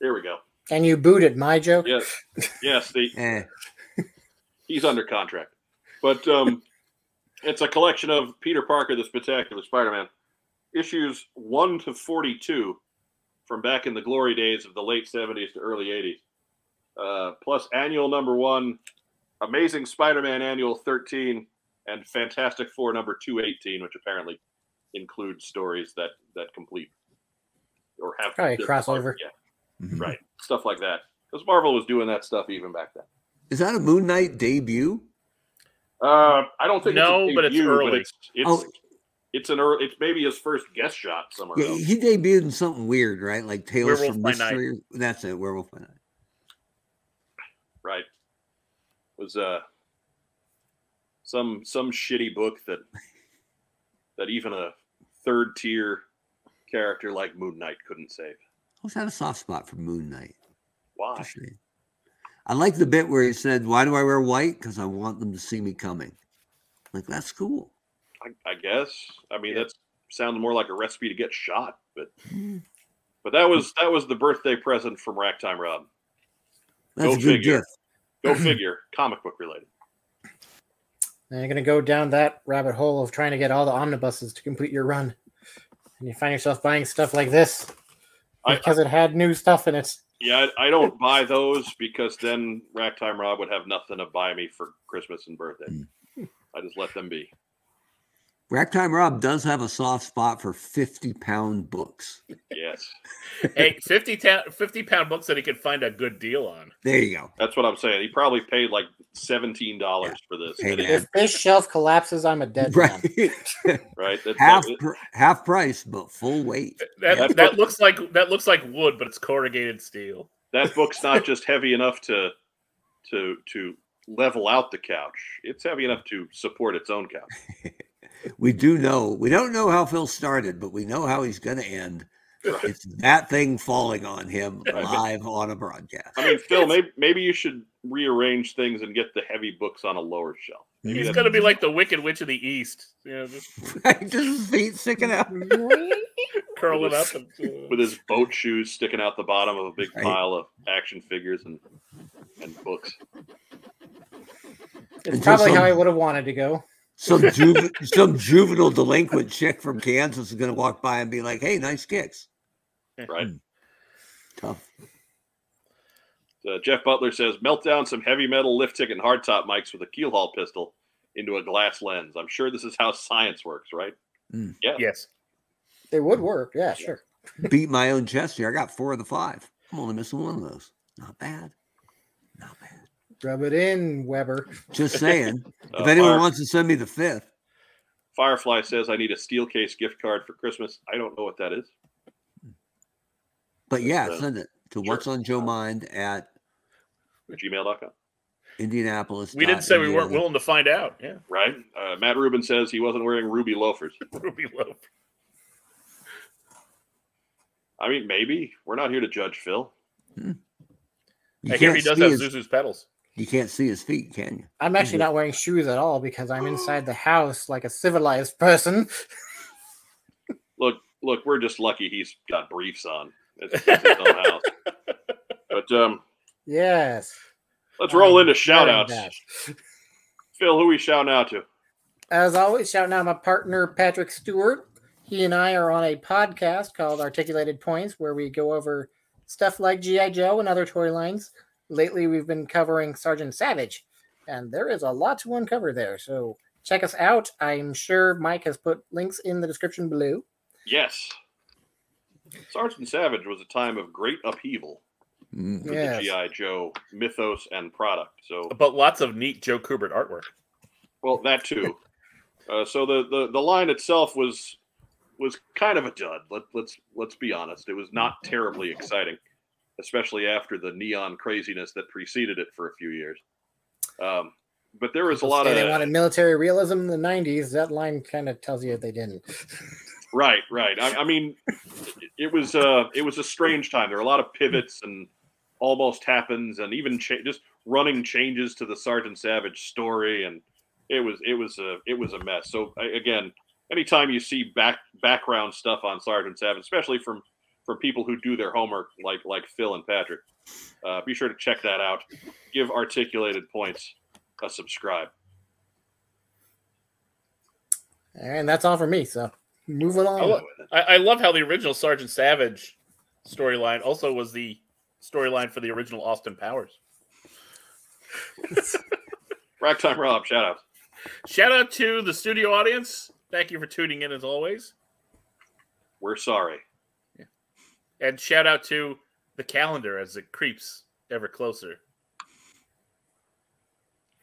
Speaker 1: here we go.
Speaker 4: And you booted my joke.
Speaker 1: Yes, yes. The
Speaker 2: Eh.
Speaker 1: he's under contract. But um, it's a collection of Peter Parker, the Spectacular Spider-Man, issues one to forty-two from back in the glory days of the late seventies to early eighties, uh, plus annual number one, Amazing Spider-Man annual thirteen, and Fantastic Four number two eighteen, which apparently includes stories that that complete or have
Speaker 4: Probably a
Speaker 1: just-
Speaker 4: crossover.
Speaker 1: yeah,
Speaker 2: Mhm.
Speaker 1: right, stuff like that. Because Marvel was doing that stuff even back then.
Speaker 2: Is that a Moon Knight debut?
Speaker 1: Uh, I don't think
Speaker 3: No,
Speaker 1: it's a
Speaker 3: but it's
Speaker 1: debut,
Speaker 3: early.
Speaker 1: It's it's,
Speaker 2: Oh.
Speaker 1: it's an early. It's maybe his first guest shot somewhere
Speaker 2: Yeah,
Speaker 1: else.
Speaker 2: he debuted in something weird, right? Like Tales
Speaker 3: Werewolf
Speaker 2: from
Speaker 3: by Night.
Speaker 2: Mystery. That's it, Werewolf by Night.
Speaker 1: Right? Was uh some some shitty book that that even a third tier character like Moon Knight couldn't save.
Speaker 2: I always had a soft spot for Moon Knight.
Speaker 1: Why?
Speaker 2: Just saying. I like the bit where he said, "Why do I wear white? Because I want them to see me coming." Like that's cool.
Speaker 1: I, I guess. I mean, that sounds more like a recipe to get shot, but
Speaker 2: Hmm.
Speaker 1: but that was that was the birthday present from Racktime Rob.
Speaker 2: That's
Speaker 1: Go
Speaker 2: a good
Speaker 1: figure.
Speaker 2: gift.
Speaker 1: Go figure. Comic book related.
Speaker 4: And you're going to go down that rabbit hole of trying to get all the omnibuses to complete your run. And you find yourself buying stuff like this
Speaker 1: I-
Speaker 4: because it had new stuff in it.
Speaker 1: Yeah, I, I don't buy those because then Racktime Rob would have nothing to buy me for Christmas and birthday.
Speaker 2: Mm.
Speaker 1: I just let them be.
Speaker 2: Racktime Rob does have a soft spot for fifty-pound books.
Speaker 1: Yes.
Speaker 3: hey, 50, ta- 50 pound books that he could find a good deal on.
Speaker 2: There you go.
Speaker 1: That's what I'm saying. He probably paid like seventeen dollars for this,
Speaker 2: Hey, man.
Speaker 4: If this shelf collapses, I'm a dead man.
Speaker 2: Right,
Speaker 1: right? That's-
Speaker 2: half
Speaker 1: that-
Speaker 2: pr- half price, but full weight.
Speaker 3: That,
Speaker 1: Yeah.
Speaker 3: that looks like that looks like wood, but it's corrugated steel.
Speaker 1: that book's not just heavy enough to to to level out the couch. It's heavy enough to support its own couch.
Speaker 2: We do know. We don't know how Phil started, but we know how he's going to end. It's that thing falling on him live on a broadcast.
Speaker 1: I mean, Phil, maybe maybe you should rearrange things and get the heavy books on a lower shelf. Maybe
Speaker 3: He's
Speaker 1: that's-
Speaker 3: gonna be like the Wicked Witch of the East, you know, just
Speaker 2: Just his feet sticking out.
Speaker 3: Mm-hmm. curling up. And, uh,
Speaker 1: with his boat shoes sticking out the bottom of a big
Speaker 2: Right.
Speaker 1: pile of action figures and and books.
Speaker 2: Until
Speaker 4: It's probably
Speaker 2: some-
Speaker 4: how I would have wanted to go.
Speaker 2: Some juve, some juvenile delinquent chick from Kansas is going to walk by and be like, "Hey, nice kicks."
Speaker 1: Right.
Speaker 2: Hmm. Tough.
Speaker 1: Uh, Jeff Butler says, "Melt down some heavy metal lift ticket and hardtop mics with a keelhaul pistol into a glass lens." I'm sure this is how science works, right?
Speaker 3: yes,
Speaker 4: They would work. Yeah, sure.
Speaker 2: Beat my own chest here. I got four of the five. I'm only missing one of those. Not bad. Not bad.
Speaker 4: Rub it in, Weber.
Speaker 2: Just saying.
Speaker 1: Uh,
Speaker 2: if anyone
Speaker 1: Fire-
Speaker 2: wants to send me the fifth,
Speaker 1: Firefly says, "I need a steel case gift card for Christmas." I don't know what that is.
Speaker 2: but yeah,
Speaker 1: uh,
Speaker 2: send it to
Speaker 1: sure.
Speaker 2: what's on Joe
Speaker 3: Uh,
Speaker 2: Mind at
Speaker 1: Gmail.com.
Speaker 2: Indianapolis.
Speaker 3: we didn't say we weren't willing to find out. Yeah,
Speaker 1: Right? Uh, Matt Rubin says he wasn't wearing ruby loafers.
Speaker 3: Ruby Loaf.
Speaker 1: I mean, maybe we're not here to judge Phil.
Speaker 2: You
Speaker 3: I hear he
Speaker 2: can't,
Speaker 3: does
Speaker 2: see
Speaker 3: have
Speaker 2: his,
Speaker 3: Zuzu's pedals.
Speaker 2: you can't see his feet, can you?
Speaker 4: I'm actually not wearing shoes at all because I'm inside the house like a civilized person.
Speaker 1: Look, look, we're just lucky he's got briefs on. It's, it's his own house. But um,
Speaker 4: Yes.
Speaker 1: let's roll
Speaker 4: I'm
Speaker 1: into shout
Speaker 4: wearing
Speaker 1: outs.
Speaker 4: that.
Speaker 1: Phil, who we shouting out to?
Speaker 4: As always, shouting out my partner, Patrick Stewart. He and I are on a podcast called Articulated Points where we go over stuff like G.I. Joe and other toy lines. Lately, we've been covering Sergeant Savage, and there is a lot to uncover there. So check us out. I'm sure Mike has put links in the description below.
Speaker 1: Yes. Sergeant Savage was a time of great upheaval
Speaker 2: Mm.
Speaker 1: for
Speaker 4: Yes.
Speaker 1: the G.I. Joe mythos and product. So,
Speaker 3: But lots of neat Joe Kubert artwork.
Speaker 1: well, that too. Uh, so the, the the line itself was was kind of a dud. Let, let's let's be honest. It was not terribly exciting, especially after the neon craziness that preceded it for a few years. Um, but there was a lot
Speaker 4: Say
Speaker 1: of
Speaker 4: they wanted military realism in the 90s. That line kind of tells you they didn't.
Speaker 1: Right, right. I, I mean, it was uh, it was a strange time. There were a lot of pivots and almost happens, and even cha- just running changes to the Sergeant Savage story, and it was it was a it was a mess. So I, again, anytime you see back background stuff on Sergeant Savage, especially from from people who do their homework like like Phil and Patrick, uh, be sure to check that out. Give articulated points a subscribe.
Speaker 4: And that's all for me. So moving on.
Speaker 3: I, lo- I, I love how the original Sergeant Savage storyline also was the storyline for the original Austin Powers.
Speaker 1: Ragtime Rob, shout out.
Speaker 3: Shout out to the studio audience. Thank you for tuning in as always.
Speaker 1: We're sorry.
Speaker 3: And shout out to the calendar as it creeps ever closer.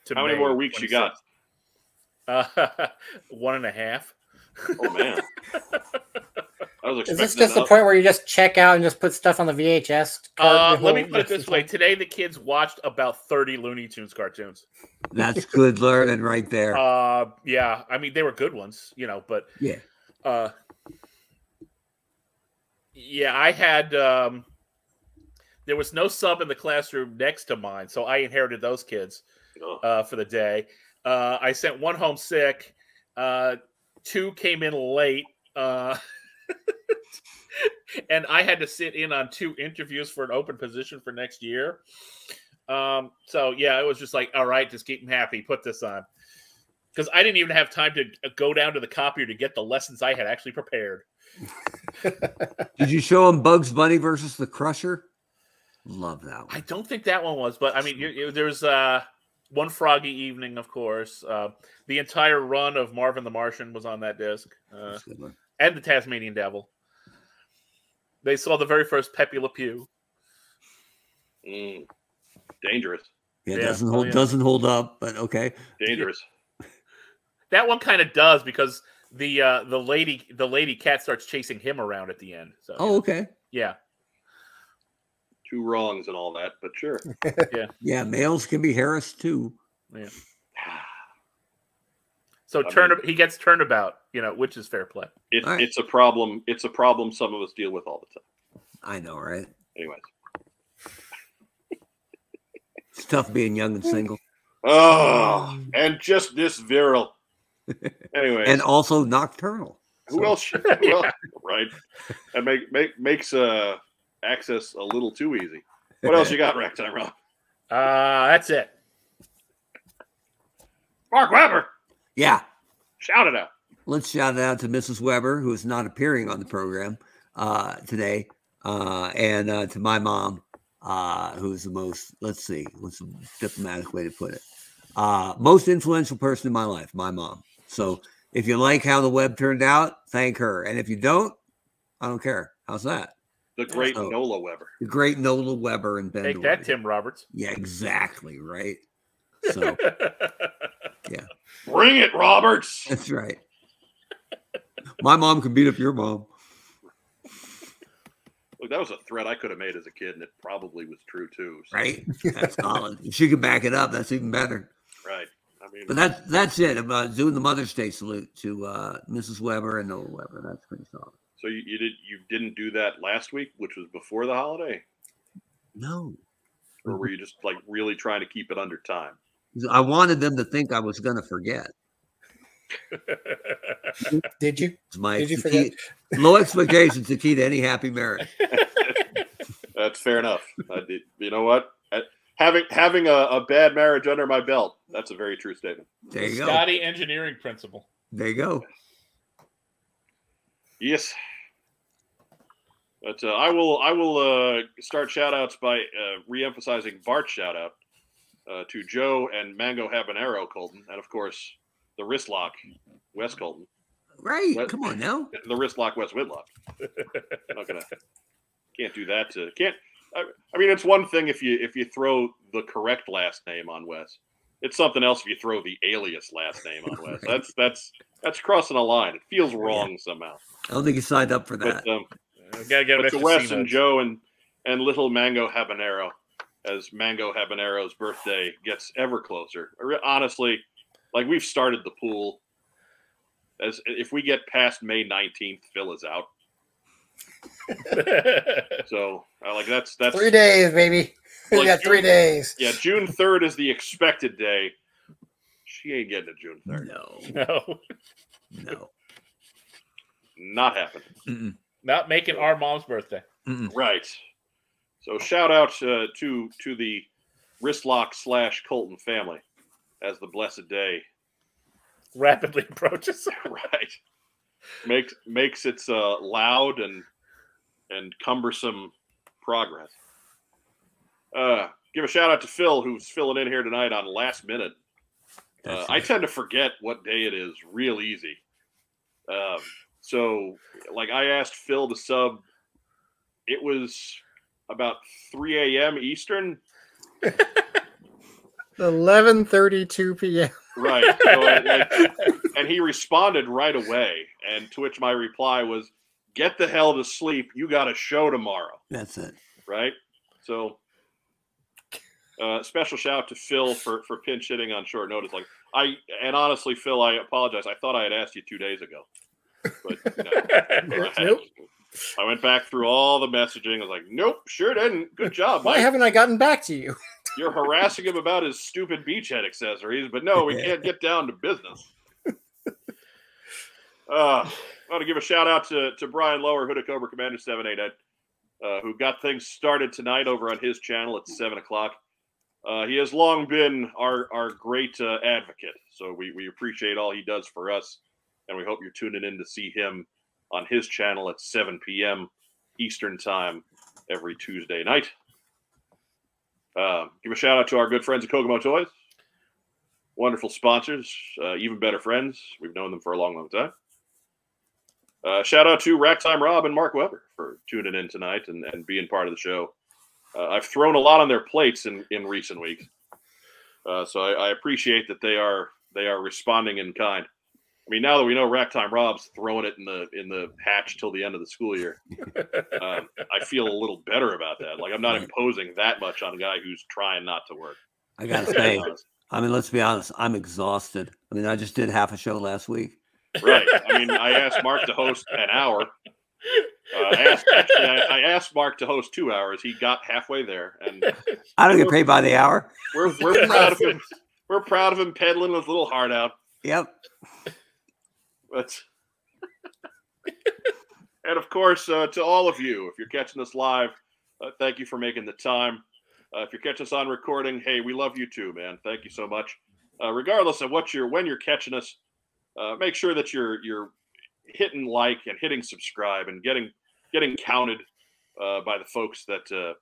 Speaker 3: to
Speaker 1: How many
Speaker 3: May
Speaker 1: more weeks you got?
Speaker 3: 26th. Uh, one and a half.
Speaker 1: Oh man, I was expecting.
Speaker 4: Is this just the
Speaker 1: that.
Speaker 4: point where you just check out and just put stuff on the VHS?
Speaker 3: Uh,
Speaker 4: card the
Speaker 3: let me
Speaker 4: whole-
Speaker 3: put it this way. Today, the kids watched about 30 Looney Tunes cartoons.
Speaker 2: That's good learning right there.
Speaker 3: Uh, yeah, I mean, they were good ones, you know, but
Speaker 2: yeah.
Speaker 3: uh, Yeah, I had. Um, there was no sub in the classroom next to mine, so I inherited those kids uh, for the day. Uh, I sent one home sick. Uh, two came in late, uh, and I had to sit in on two interviews for an open position for next year. Um, so yeah, it was just like, all right, just keep them happy. Put this on because I didn't even have time to uh, go down to the copier to get the lessons I had actually prepared.
Speaker 2: Did you show him Bugs Bunny versus the Crusher? Love that one.
Speaker 3: I don't think that one was, but I mean, you, you, there's uh, one Froggy Evening, of course. Uh, the entire run of Marvin the Martian was on that disc, uh,
Speaker 2: That's a good one.
Speaker 3: and the Tasmanian Devil. They saw the very first Pepe Le Pew.
Speaker 1: Mm. Dangerous.
Speaker 2: Yeah,
Speaker 3: yeah,
Speaker 2: doesn't
Speaker 3: oh,
Speaker 2: hold
Speaker 3: yeah.
Speaker 2: doesn't hold up, but okay.
Speaker 1: Dangerous.
Speaker 3: That one kind of does because the uh, the lady the lady cat starts chasing him around at the end. So
Speaker 2: Oh, okay.
Speaker 3: yeah,
Speaker 1: Two wrongs and all that, but sure.
Speaker 2: Yeah, males can be harassed too.
Speaker 3: so
Speaker 1: I
Speaker 3: turn
Speaker 1: mean-
Speaker 3: he gets turnabout, you know, which is fair play.
Speaker 1: It,
Speaker 2: All right.
Speaker 1: It's a problem. It's a problem some of us deal with all the time.
Speaker 2: I know, right?
Speaker 1: Anyways.
Speaker 2: It's tough being young
Speaker 3: Hmm.
Speaker 2: and single,
Speaker 1: Oh, and just this virile. Anyways.
Speaker 2: and also nocturnal.
Speaker 1: Who
Speaker 2: So-
Speaker 1: else? Should, who else- Right. That make, make makes uh access a little too easy. What else you got, Rex? I'm wrong.
Speaker 3: Uh, that's it.
Speaker 1: Mark Weber,
Speaker 2: Yeah,
Speaker 1: shout it out.
Speaker 2: let's shout it out to Mrs. Weber, who is not appearing on the program uh, today, uh, and uh, to my mom, uh, who is the most, let's see, what's the diplomatic way to put it, uh, most influential person in my life, my mom. So if you like how the web turned out, thank her. And if you don't, I don't care. How's that?
Speaker 1: The great
Speaker 2: Oh.
Speaker 1: Nola Weber.
Speaker 2: The great Nola Weber and Ben.
Speaker 3: Take
Speaker 2: Doherty.
Speaker 3: that, Tim Roberts.
Speaker 2: Yeah, exactly. Right. So
Speaker 1: Bring it, Roberts.
Speaker 2: that's right. My mom can beat up your mom.
Speaker 1: Look, that was a threat I could have made as a kid, and it probably was true too. so-
Speaker 2: right? That's solid. If she can back it up, that's even better.
Speaker 1: Right. I mean,
Speaker 2: But that's that's it. I'm uh, doing the Mother's Day salute to uh, Mrs. Weber and Noel Weber. That's pretty solid.
Speaker 1: so you, you did you didn't do that last week, which was before the holiday,
Speaker 2: No, Mm-hmm.
Speaker 1: or were you just like really trying to keep it under time?
Speaker 2: I wanted them to think I was going to forget.
Speaker 4: Did you?
Speaker 2: It's my
Speaker 4: Did you
Speaker 2: the
Speaker 4: forget?
Speaker 2: key- low expectations the key to any happy marriage.
Speaker 1: That's fair enough. I did, you know what? I- having having a, a bad marriage under my belt. That's a very true statement.
Speaker 2: There you go.
Speaker 3: Scotty engineering principle.
Speaker 2: There you go.
Speaker 1: Yes. But uh, I will I will uh, start shout outs by uh, re-emphasizing Bart's shout out uh, to Joe and Mango Habanero Colton and of course the wrist lock Wes Colton
Speaker 2: Right?
Speaker 1: What-
Speaker 2: Come on now.
Speaker 1: the wrist lock Wes Whitlock. I'm not gonna can't do that to can't I, I mean it's one thing if you if you throw the correct last name on Wes. It's something else if you throw the alias last name on Wes. That's that's that's crossing a line. It feels wrong somehow.
Speaker 2: I don't think you signed up for that.
Speaker 1: But um,
Speaker 3: I gotta get him
Speaker 1: but to
Speaker 3: extra
Speaker 1: Wes
Speaker 3: C-notes.
Speaker 1: and Joe and and little Mango Habanero, as Mango Habanero's birthday gets ever closer. I re- Honestly, like we've started the pool. As if we get past May nineteenth, Phil is out. So uh, like that's that's
Speaker 4: Three days, baby. we
Speaker 1: Like
Speaker 4: got three
Speaker 1: you-
Speaker 4: days.
Speaker 1: yeah. June third is the expected day. She ain't getting to June third.
Speaker 2: No,
Speaker 3: no,
Speaker 2: no.
Speaker 1: Not happening.
Speaker 2: Mm-mm,
Speaker 3: not making our mom's birthday.
Speaker 2: mm-mm.
Speaker 1: Right. So shout out uh, to to the wristlock slash Colton family as the blessed day
Speaker 3: Rapidly approaches.
Speaker 1: right makes makes its uh, loud and and cumbersome progress. Uh, give a shout out to Phil who's filling in here tonight on last minute. Uh,
Speaker 2: That's
Speaker 1: I
Speaker 2: it.
Speaker 1: tend to forget what day it is real easy. Um, so like I asked Phil to sub. It was about 3 a.m. Eastern,
Speaker 4: Eleven thirty-two p.m.
Speaker 1: right? So I, like, and he responded right away. And to which my reply was, "Get the hell to sleep. You got a show tomorrow."
Speaker 2: That's it.
Speaker 1: right? So, uh, special shout out to Phil for for pinch hitting on short notice. Like I and honestly, Phil, I apologize. I thought I had asked you two days ago, but you know, I had-
Speaker 4: Nope.
Speaker 1: I went back through all the messaging. I was like, nope, sure didn't. Good job.
Speaker 4: Why
Speaker 1: Mike.
Speaker 4: haven't I gotten back to you?
Speaker 1: You're harassing him about his stupid beachhead accessories, but no, we can't get down to business. Uh, I want to give a shout out to, to Brian Lower, Hood of Cobra Commander 788, uh, who got things started tonight over on his channel at 7 o'clock. Uh, he has long been our, our great uh, advocate, so we, we appreciate all he does for us, and we hope you're tuning in to see him on his channel at 7 p.m. Eastern Time every Tuesday night. Uh, give a shout out to our good friends at Kokomo Toys. Wonderful sponsors, uh, even better friends. We've known them for a long, long time. Uh, shout out to Rack Time Rob and Mark Weber for tuning in tonight and, and being part of the show. Uh, I've thrown a lot on their plates in, in recent weeks, uh, so I, I appreciate that they are they are responding in kind. I mean, now that we know Rack Time Rob's throwing it in the in the hatch till the end of the school year, um, I feel a little better about that. Like I'm not imposing that much on a guy who's trying not to work.
Speaker 2: I gotta say,
Speaker 1: Honest.
Speaker 2: I mean, let's be honest. I'm exhausted. I mean, I just did half a show last week.
Speaker 1: Right. I mean, I asked Mark to host an hour. Uh, I, asked, actually, I, I asked Mark to host two hours. He got halfway there, and
Speaker 2: I don't get paid by the hour.
Speaker 1: we're we're proud of him. We're proud of him peddling his little heart out.
Speaker 2: Yep.
Speaker 1: That's and of course, uh, to all of you, if you're catching us live, uh, thank you for making the time. Uh, if you catch us on recording, hey, we love you too, man. Thank you so much. Uh, regardless of what you're, when you're catching us, uh, make sure that you're you're hitting like and hitting subscribe and getting getting counted uh, by the folks that uh,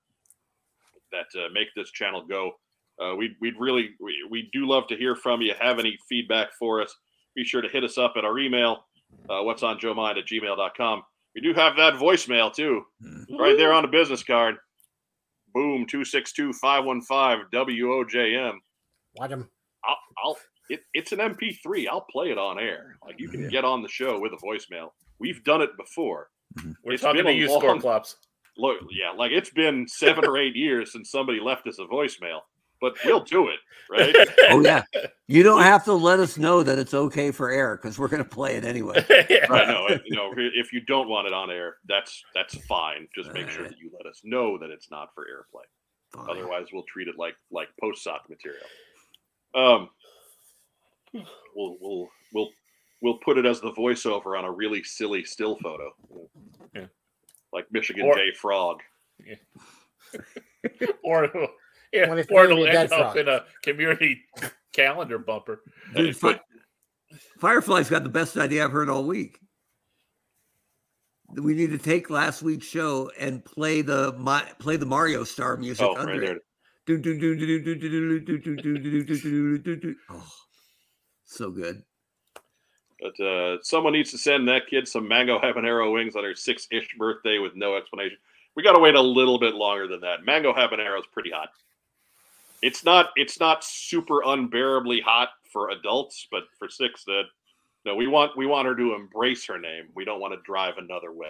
Speaker 1: that uh, make this channel go. Uh, we we'd really we, we do love to hear from you. Have any feedback for us? be sure to hit us up at our email, uh, what's on Joe Mind at gmail.com. We do have that voicemail too, right there on the business card. Boom, 262 515 WOJM.
Speaker 4: Watch him.
Speaker 1: I'll, I'll it, it's an MP3. I'll play it on air. Like you can get on the show with a voicemail. We've done it before.
Speaker 3: We're
Speaker 1: It's
Speaker 3: talking
Speaker 1: been
Speaker 3: to
Speaker 1: a
Speaker 3: you,
Speaker 1: long-
Speaker 3: Scoreclops.
Speaker 1: Look, yeah, like it's been seven or eight years since somebody left us a voicemail, but we'll do it, right?
Speaker 2: Oh yeah. You don't have to let us know that it's okay for air because we're gonna play it anyway.
Speaker 1: right no it- you know if you don't want it on air that's that's fine just make sure that you let us know that it's not for airplay
Speaker 2: Fine.
Speaker 1: otherwise we'll treat it like like post soc material um we'll we'll we'll we'll put it as the voiceover on a really silly still photo
Speaker 3: Yeah.
Speaker 1: like michigan
Speaker 3: Or-
Speaker 1: day frog
Speaker 3: or yeah,
Speaker 4: When it's
Speaker 3: or
Speaker 4: gonna be
Speaker 3: it'll
Speaker 4: a
Speaker 3: end
Speaker 4: dead
Speaker 3: up
Speaker 4: frog.
Speaker 3: in a community calendar bumper.
Speaker 2: Dude, Fi- Firefly's got the best idea I've heard all week. We need to take last week's show and play the my, play the Mario Star music
Speaker 1: oh
Speaker 2: under
Speaker 1: right there
Speaker 2: it. Do, do, do, do, do, do, do, do, do, do, do, do, do, do, do, do. Oh, so good.
Speaker 1: But uh, someone needs to send that kid some mango habanero wings on her six ish birthday with no explanation. We got to wait a little bit longer than that. Mango habanero is pretty hot. It's not. It's not super unbearably hot for adults, but for six, that no. We want. We want her to embrace her name. We don't want to drive another wedge.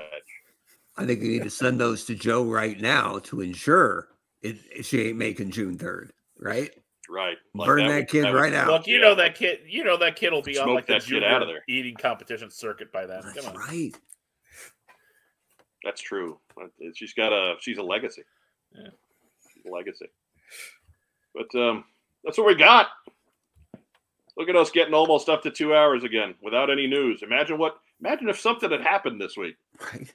Speaker 2: I think you need to send those to Joe right now to ensure it, she ain't making June third, right?
Speaker 1: Right.
Speaker 2: Burn that kid
Speaker 1: would-
Speaker 2: right out.
Speaker 3: Look, you know that kid. You know that kid will be on
Speaker 1: Smoke
Speaker 3: like the
Speaker 1: that shit
Speaker 3: junior
Speaker 1: out of there.
Speaker 3: eating competition circuit by then.
Speaker 2: That's
Speaker 3: Come on.
Speaker 2: right.
Speaker 1: That's true. But She's got a she's a legacy.
Speaker 3: Yeah.
Speaker 1: She's a legacy. But um, that's what we got. Look at us getting almost up to two hours again without any news. Imagine what imagine if something had happened this week.
Speaker 2: Right.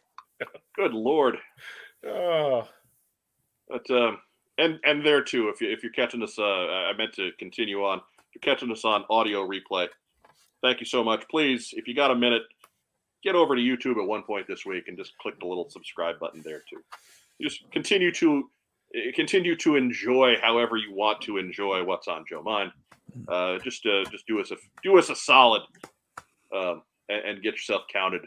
Speaker 1: Good lord.
Speaker 3: Oh,
Speaker 1: But um, and and there too, if you if you're catching us, uh, I I meant to continue on. If you're catching us on audio replay, thank you so much. Please, if you got a minute, get over to YouTube at one point this week and just click the little subscribe button there too. Just continue to eh, continue to enjoy however you want to enjoy what's on Joe Mine. Uh, just uh, just do us a do us a solid, um, and, and get yourself counted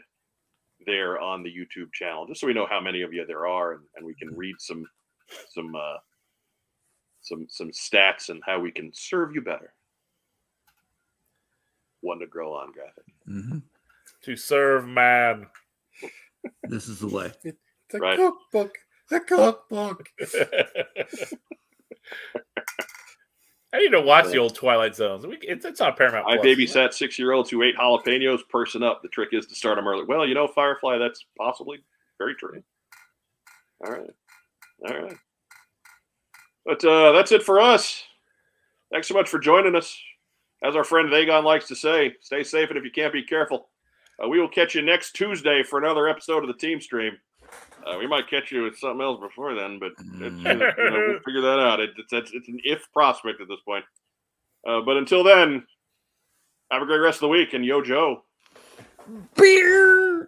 Speaker 1: there on the YouTube channel, just so we know how many of you there are, and, and we can read some some uh, some some stats and how we can serve you better. One to grow on graphic.
Speaker 2: hmm
Speaker 3: to serve man.
Speaker 2: This is the way.
Speaker 4: The
Speaker 1: Right.
Speaker 4: cookbook. The cookbook.
Speaker 3: I need to watch the old Twilight Zones. We, it's, it's on Paramount.
Speaker 1: I
Speaker 3: Plus.
Speaker 1: babysat six year olds who ate jalapenos. Person up. The trick is to start them early. Well, you know, Firefly, that's possibly Very true. All right. All right. But uh, that's it for us. Thanks so much for joining us. As our friend Vagon likes to say, stay safe and if you can't, be careful. Uh, we will catch you next Tuesday for another episode of the team stream. Uh, we might catch you with something else before then, but it's, you know, we'll figure that out. It, it's, it's, it's an if prospect at this point. Uh, but until then, have a great rest of the week and yo, Joe.
Speaker 2: Beer.